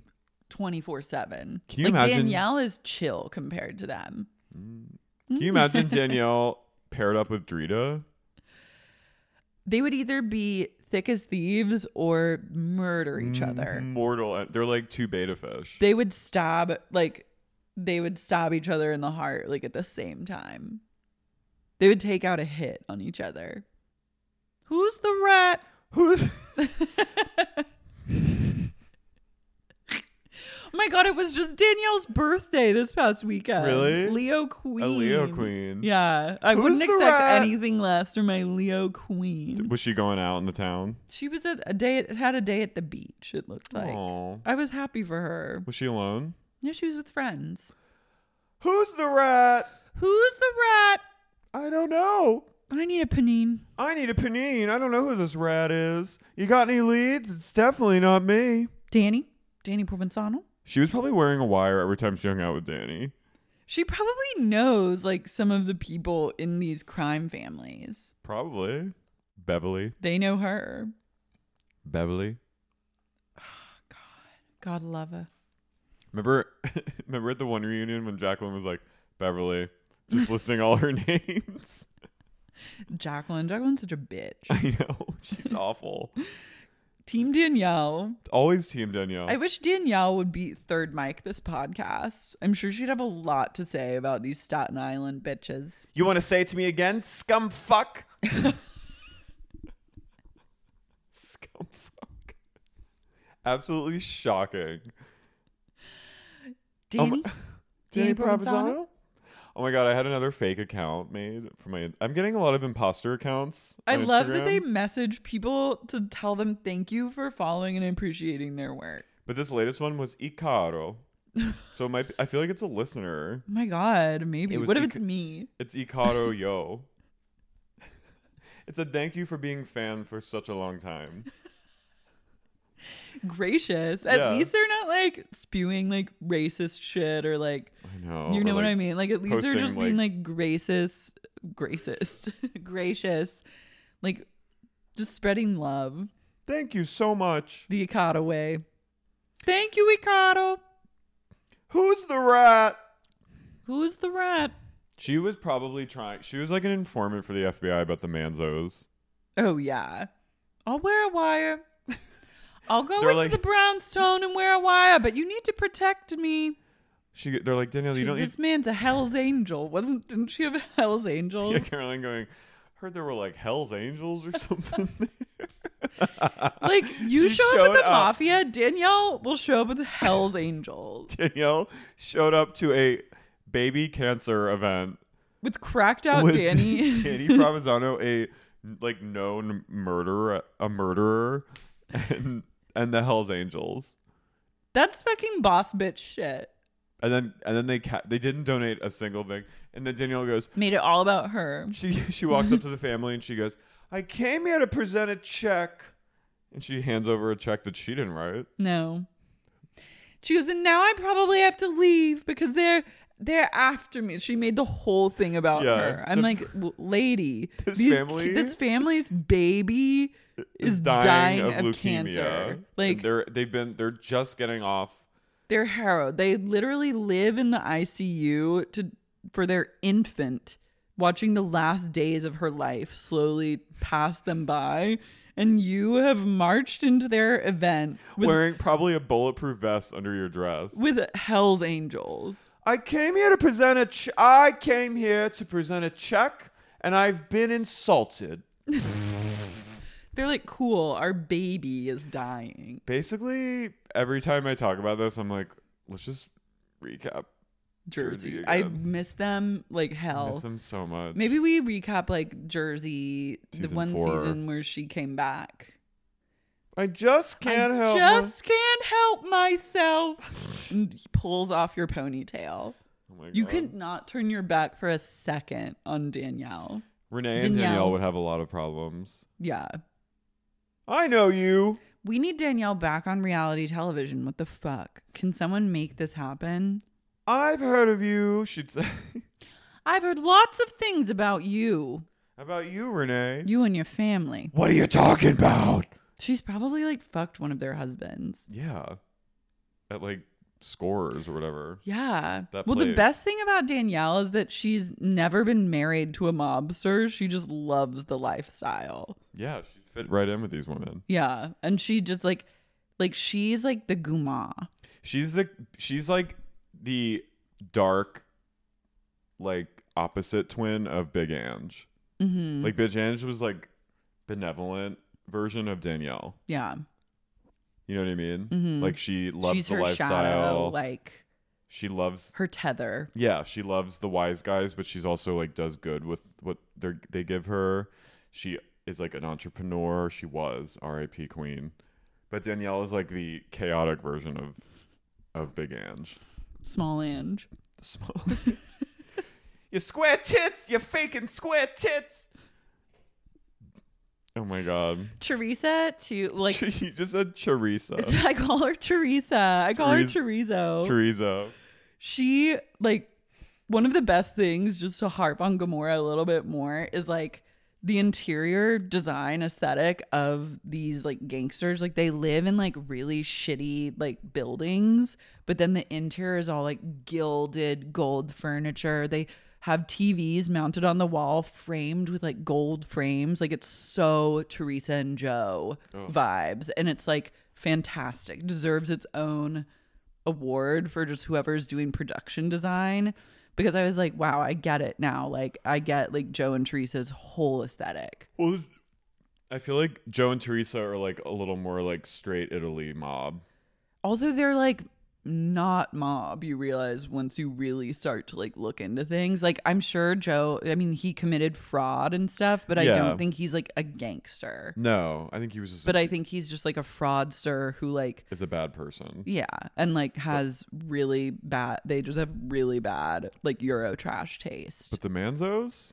[SPEAKER 3] twenty four seven.
[SPEAKER 4] Mm-hmm. Can you
[SPEAKER 3] Like
[SPEAKER 4] imagine-
[SPEAKER 3] Danielle is chill compared to them.
[SPEAKER 4] Can you imagine Danielle paired up with Drita?
[SPEAKER 3] They would either be thick as thieves or murder each other.
[SPEAKER 4] Mm-hmm. Mortal. They're like two beta fish.
[SPEAKER 3] They would stab like they would stab each other in the heart like at the same time. They would take out a hit on each other. Who's the rat?
[SPEAKER 4] Who's
[SPEAKER 3] *laughs* Oh my god, it was just Danielle's birthday this past weekend.
[SPEAKER 4] Really?
[SPEAKER 3] Leo Queen.
[SPEAKER 4] a Leo queen?
[SPEAKER 3] Yeah. I
[SPEAKER 4] Who's
[SPEAKER 3] wouldn't
[SPEAKER 4] the
[SPEAKER 3] expect
[SPEAKER 4] rat?
[SPEAKER 3] anything less from my Leo Queen.
[SPEAKER 4] Was she going out in the town?
[SPEAKER 3] She was at a day had a day at the beach, it looked like.
[SPEAKER 4] Aw.
[SPEAKER 3] I was happy for her.
[SPEAKER 4] Was she alone?
[SPEAKER 3] No, she was with friends.
[SPEAKER 4] Who's the rat?
[SPEAKER 3] Who's the rat?
[SPEAKER 4] I don't know.
[SPEAKER 3] I need a panine.
[SPEAKER 4] I need a panine. I don't know who this rat is. You got any leads? It's definitely not me.
[SPEAKER 3] Danny? Danny Provenzano?
[SPEAKER 4] She was probably wearing a wire every time she hung out with Danny.
[SPEAKER 3] She probably knows like some of the people in these crime families.
[SPEAKER 4] Probably. Beverly.
[SPEAKER 3] They know her.
[SPEAKER 4] Beverly.
[SPEAKER 3] God love her.
[SPEAKER 4] Remember, *laughs* remember at the one reunion when Jacqueline was like Beverly, just listing all her *laughs* names.
[SPEAKER 3] Jacqueline. Jacqueline's such a bitch.
[SPEAKER 4] I know she's awful.
[SPEAKER 3] Team Danielle.
[SPEAKER 4] Always Team Danielle.
[SPEAKER 3] I wish Danielle would be third mic this podcast. I'm sure she'd have a lot to say about these Staten Island bitches.
[SPEAKER 4] Oh,
[SPEAKER 5] You want to say it to me again, scum fuck?
[SPEAKER 4] scum fuck. Absolutely shocking. Oh my-
[SPEAKER 3] Danny. Danny Provenzano?
[SPEAKER 4] Oh my god, I had another fake account made for my. I'm getting a lot of imposter accounts.
[SPEAKER 3] I
[SPEAKER 4] on
[SPEAKER 3] love that they
[SPEAKER 4] Instagram.
[SPEAKER 3] message people to tell them thank you for following and appreciating their work.
[SPEAKER 4] But this latest one was Icaro. so my, I feel like it's a listener.
[SPEAKER 3] Oh my god, maybe.
[SPEAKER 4] It was
[SPEAKER 3] What if
[SPEAKER 4] Ica-
[SPEAKER 3] it's me?
[SPEAKER 4] It's Ikaro
[SPEAKER 5] *laughs*
[SPEAKER 4] Yo. It said, thank you for being fan for such a long time.
[SPEAKER 3] Gracious. At
[SPEAKER 4] Yeah.
[SPEAKER 3] least they're not like spewing like racist shit or like
[SPEAKER 4] I know,
[SPEAKER 3] You
[SPEAKER 4] or,
[SPEAKER 3] know what
[SPEAKER 4] like,
[SPEAKER 3] I mean? Like at least they're
[SPEAKER 4] posting,
[SPEAKER 3] just being like gracist gracist. *laughs* gracious. Like just spreading love.
[SPEAKER 4] Thank you so much.
[SPEAKER 3] The Ikata way. Thank you, Ikata.
[SPEAKER 4] Who's the rat?
[SPEAKER 3] Who's the rat?
[SPEAKER 4] She was probably trying. She was like an informant for the FBI about the Manzos.
[SPEAKER 3] Oh yeah. I'll wear a wire. *laughs* I'll go
[SPEAKER 4] They're
[SPEAKER 3] into
[SPEAKER 4] like-
[SPEAKER 3] the brownstone and wear a wire, but you need to protect me.
[SPEAKER 4] She, they're like Danielle, you
[SPEAKER 3] She-
[SPEAKER 4] don't. You,
[SPEAKER 3] this man's a Hell's Angel, wasn't? Didn't she have Hell's Angels?
[SPEAKER 4] yeah, Caroline going. Heard there were like Hell's Angels or something.
[SPEAKER 3] *laughs* Like you
[SPEAKER 4] She
[SPEAKER 3] show up
[SPEAKER 4] showed
[SPEAKER 3] with the
[SPEAKER 4] up.
[SPEAKER 3] mafia, Danielle will show up with the Hell's Angels
[SPEAKER 4] *laughs* Danielle showed up to a baby cancer event
[SPEAKER 3] with cracked out
[SPEAKER 4] with
[SPEAKER 3] Oh,
[SPEAKER 4] *laughs*
[SPEAKER 3] Danny.
[SPEAKER 4] Danny Provenzano, a like known murderer, a murderer, and and the Hell's Angels,
[SPEAKER 3] *laughs* That's fucking boss bitch shit.
[SPEAKER 4] and then and then they ca- they didn't donate a single thing, and then Danielle goes.
[SPEAKER 3] Made it all about her.
[SPEAKER 4] She she walks up to the family and she goes, "I came here to present a check," and she hands over a check that she didn't write.
[SPEAKER 3] No. She goes, and now I probably have to leave because they're they're after me. She made the whole thing about
[SPEAKER 4] Yeah,
[SPEAKER 3] her. I'm
[SPEAKER 4] the-
[SPEAKER 3] like, "W- lady,
[SPEAKER 4] This
[SPEAKER 3] these ki-
[SPEAKER 4] family-
[SPEAKER 3] this family's baby is dying, of, cancer.
[SPEAKER 4] Like
[SPEAKER 3] Like
[SPEAKER 4] they're they've been they're just getting off.
[SPEAKER 3] They're harrowed. They literally live in the ICU to for their infant, watching the last days of her life slowly pass them by. And you have marched into their event with,
[SPEAKER 4] wearing probably a bulletproof vest under your dress.
[SPEAKER 3] with Hell's Angels.
[SPEAKER 5] I came here to present a. Ch- I came here to present a check, and I've been insulted.
[SPEAKER 3] They're like, cool, our baby is dying.
[SPEAKER 4] Basically, every time I talk about this, I'm like, let's just recap.
[SPEAKER 3] Jersey.
[SPEAKER 4] Jersey
[SPEAKER 3] I
[SPEAKER 4] again.
[SPEAKER 3] miss them like
[SPEAKER 4] I
[SPEAKER 3] hell.
[SPEAKER 4] miss them so much.
[SPEAKER 3] Maybe we recap like Jersey,
[SPEAKER 4] Season
[SPEAKER 3] the one
[SPEAKER 4] four.
[SPEAKER 3] season where she came back.
[SPEAKER 5] I just can't
[SPEAKER 3] I
[SPEAKER 5] help.
[SPEAKER 3] Just can't help myself. *laughs* and he pulls off your ponytail.
[SPEAKER 4] Oh my
[SPEAKER 3] you
[SPEAKER 4] God.
[SPEAKER 3] could not turn your back for a second on Danielle.
[SPEAKER 4] Renee and
[SPEAKER 3] Danielle.
[SPEAKER 4] Danielle would have a lot of problems.
[SPEAKER 3] Yeah.
[SPEAKER 5] I know you.
[SPEAKER 3] We need Danielle back on reality television. What the fuck? Can someone make this happen?
[SPEAKER 5] I've heard of you. She'd
[SPEAKER 4] *laughs*
[SPEAKER 5] say
[SPEAKER 3] I've heard lots of things about you,
[SPEAKER 5] about you, Renee.
[SPEAKER 3] you and your family.
[SPEAKER 5] What are you talking about?
[SPEAKER 3] She's probably like fucked one of their husbands.
[SPEAKER 4] Yeah. At like scores or whatever.
[SPEAKER 3] Yeah.
[SPEAKER 4] That
[SPEAKER 3] well, the
[SPEAKER 4] place.
[SPEAKER 3] best thing about Danielle is that she's never been married to a mobster. She just loves the lifestyle.
[SPEAKER 4] Yeah, she fit right in with these women.
[SPEAKER 3] Yeah, and she just like, like she's like the guma.
[SPEAKER 4] She's the she's like the dark like opposite twin of Big Ange.
[SPEAKER 3] Mhm.
[SPEAKER 4] Like Big Ange was like benevolent version of Danielle.
[SPEAKER 3] Yeah,
[SPEAKER 4] You know what I mean?
[SPEAKER 3] Mhm.
[SPEAKER 4] Like she loves
[SPEAKER 3] she's
[SPEAKER 4] the
[SPEAKER 3] her
[SPEAKER 4] lifestyle.
[SPEAKER 3] shadow, like
[SPEAKER 4] she loves
[SPEAKER 3] her tether.
[SPEAKER 4] Yeah, she loves the wise guys, but she's also like does good with what they are they give her. She is like an entrepreneur. She was R.I.P. Queen, but Danielle is like the chaotic version of of Big Ange.
[SPEAKER 3] Small Ange.
[SPEAKER 4] Small.
[SPEAKER 5] You square tits. You faking square tits.
[SPEAKER 4] oh my god!
[SPEAKER 3] Teresa to like,
[SPEAKER 4] *laughs* you just said Charissa.
[SPEAKER 3] *laughs* I call her Teresa. I call
[SPEAKER 4] Therese-
[SPEAKER 3] her Chorizo.
[SPEAKER 4] Chorizo.
[SPEAKER 3] she like one of the best things just to harp on Gamora a little bit more is like the interior design aesthetic of these like gangsters like they live in like really shitty like buildings but then the interior is all like gilded gold furniture they have TVs mounted on the wall framed with like gold frames like it's so Teresa and Joe
[SPEAKER 10] Oh.
[SPEAKER 3] vibes and it's like fantastic deserves its own award for just whoever's doing production design because I was like, wow, I get it now. Like, I get like Joe and Teresa's whole aesthetic.
[SPEAKER 4] Well, I feel like Joe and Teresa are like a little more like straight Italy mob.
[SPEAKER 3] Also, they're like not mob, you realize once you really start to like look into things. Like, I'm sure Joe, I mean, he committed fraud and stuff, but I
[SPEAKER 4] Yeah.
[SPEAKER 3] don't think he's like a gangster.
[SPEAKER 4] No, I think he was just.
[SPEAKER 3] But I think he's just like a fraudster who like
[SPEAKER 4] is a bad person.
[SPEAKER 3] Yeah, and like has really bad. They just have really bad like Euro trash taste.
[SPEAKER 4] But the Manzos,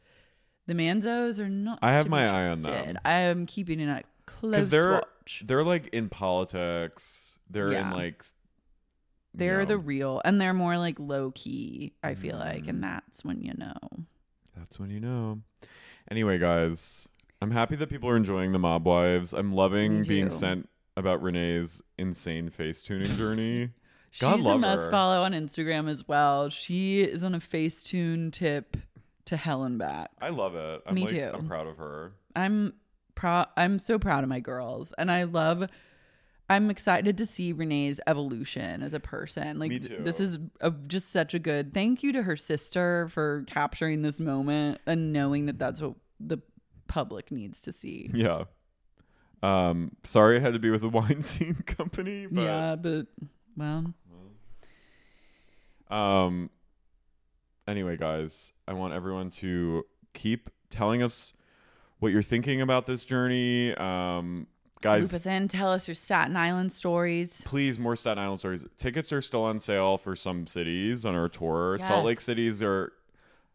[SPEAKER 3] The Manzos are not.
[SPEAKER 4] I have
[SPEAKER 3] to be
[SPEAKER 4] my eye on
[SPEAKER 3] trusted.
[SPEAKER 4] them.
[SPEAKER 3] I am keeping it at close.
[SPEAKER 4] because they're
[SPEAKER 3] watch.
[SPEAKER 4] they're like in politics. They're in
[SPEAKER 3] Yeah.
[SPEAKER 4] like you
[SPEAKER 3] they're
[SPEAKER 4] know,
[SPEAKER 3] the real, and they're more like low key. I feel like,
[SPEAKER 4] Mm.
[SPEAKER 3] and that's when you know.
[SPEAKER 4] That's when you know. Anyway, guys, I'm happy that people are enjoying the Mob Wives. I'm loving
[SPEAKER 3] Me
[SPEAKER 4] being
[SPEAKER 3] too.
[SPEAKER 4] sent about Renee's insane face tuning journey. God
[SPEAKER 3] She's
[SPEAKER 4] love
[SPEAKER 3] a must
[SPEAKER 4] her.
[SPEAKER 3] follow on Instagram as well. She is on a Facetune tip to hell and back.
[SPEAKER 4] I love it. I'm
[SPEAKER 3] Me
[SPEAKER 4] like,
[SPEAKER 3] too.
[SPEAKER 4] I'm proud of her.
[SPEAKER 3] I'm proud. I'm so proud of my girls, and I love. I'm excited to see Renee's evolution as a person. Like
[SPEAKER 4] Me
[SPEAKER 3] th-
[SPEAKER 4] too.
[SPEAKER 3] this is a, just such a good thank you to her sister for capturing this moment and knowing that that's what the public needs to see.
[SPEAKER 4] Yeah. Um, sorry I had to be with the wine scene *laughs* company, but
[SPEAKER 3] yeah, but well,
[SPEAKER 4] Um. Anyway, guys, I want everyone to keep telling us what you're thinking about this journey. Um, guys,
[SPEAKER 3] loop us in. Tell us your Staten Island stories.
[SPEAKER 4] please more Staten Island stories. Tickets are still on sale for some cities on our tour. Salt
[SPEAKER 3] Yes.
[SPEAKER 4] Lake City's our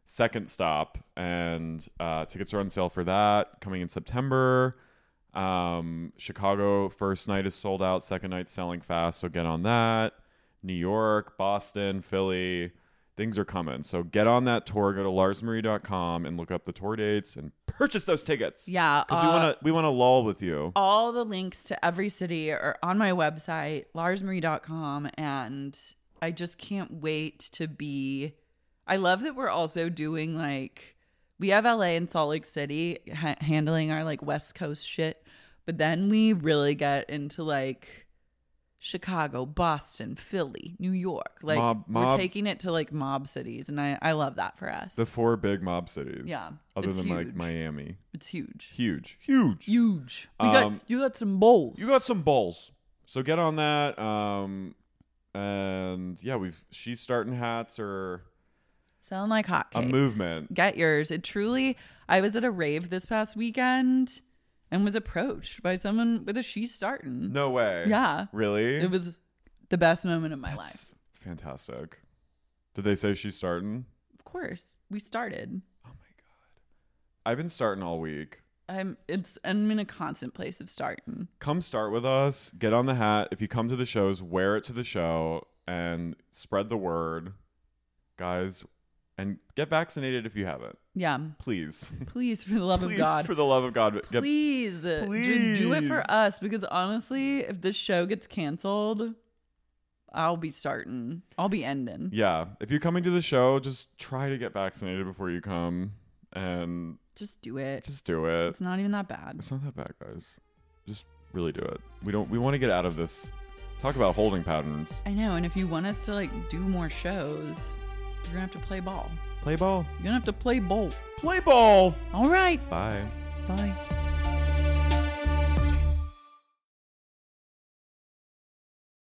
[SPEAKER 4] second stop, and uh, tickets are on sale for that coming in September. Um, Chicago first night is sold out. Second night selling fast, so get on that. New York, Boston, Philly, things are coming. So get on that tour. Go to larsmarie.com and look up the tour dates and purchase those tickets.
[SPEAKER 3] Yeah,
[SPEAKER 4] because we
[SPEAKER 3] uh,
[SPEAKER 4] want to we want to lull with you.
[SPEAKER 3] All the links to every city are on my website, larsmarie.com. And I just can't wait to be. I love that we're also doing like, we have LA and Salt Lake City ha- handling our like West Coast shit. But then we really get into like Chicago, Boston, Philly, New York. Like,
[SPEAKER 4] Mob-
[SPEAKER 3] we're
[SPEAKER 4] mob-
[SPEAKER 3] taking it to like mob cities. And I, I love that for us.
[SPEAKER 4] The four big mob cities.
[SPEAKER 3] Yeah,
[SPEAKER 4] Other
[SPEAKER 3] it's
[SPEAKER 4] than like
[SPEAKER 3] huge.
[SPEAKER 4] Miami.
[SPEAKER 3] It's huge.
[SPEAKER 4] Huge. Huge.
[SPEAKER 3] Huge. We got- you got some bowls.
[SPEAKER 4] Um, You got some bowls. So get on that. Um and yeah, we've she's starting hats or
[SPEAKER 3] Sound like hot
[SPEAKER 4] A movement.
[SPEAKER 3] Get yours. It truly. I was at a rave this past weekend and was approached by someone with a she's starting.
[SPEAKER 4] no way.
[SPEAKER 3] Yeah.
[SPEAKER 4] Really?
[SPEAKER 3] It was the best moment of my life.
[SPEAKER 4] fantastic. Did they say she's starting?
[SPEAKER 3] Of course, we started.
[SPEAKER 4] I've been starting all week.
[SPEAKER 3] I'm. It's. I'm in a constant place of starting.
[SPEAKER 4] Come start with us. Get on the hat. If you come to the shows, wear it to the show and spread the word. Guys, and get vaccinated if you haven't.
[SPEAKER 3] Yeah.
[SPEAKER 4] Please.
[SPEAKER 3] Please, for the love
[SPEAKER 4] Please,
[SPEAKER 3] of God.
[SPEAKER 4] for the love of God, get-
[SPEAKER 3] please, please do it for us because honestly, if this show gets canceled, I'll be starting. I'll be ending.
[SPEAKER 4] yeah. If you're coming to the show, just try to get vaccinated before you come, and
[SPEAKER 3] Just do it.
[SPEAKER 4] just do it.
[SPEAKER 3] It's not even that bad.
[SPEAKER 4] It's not that bad, guys. Just really do it. We don't. We want to get out of this. Talk about holding patterns.
[SPEAKER 3] I know, and if you want us to like do more shows, you're gonna have to play ball.
[SPEAKER 4] Play ball.
[SPEAKER 3] You're gonna have to play ball.
[SPEAKER 4] Play ball.
[SPEAKER 3] All right.
[SPEAKER 4] Bye.
[SPEAKER 3] Bye.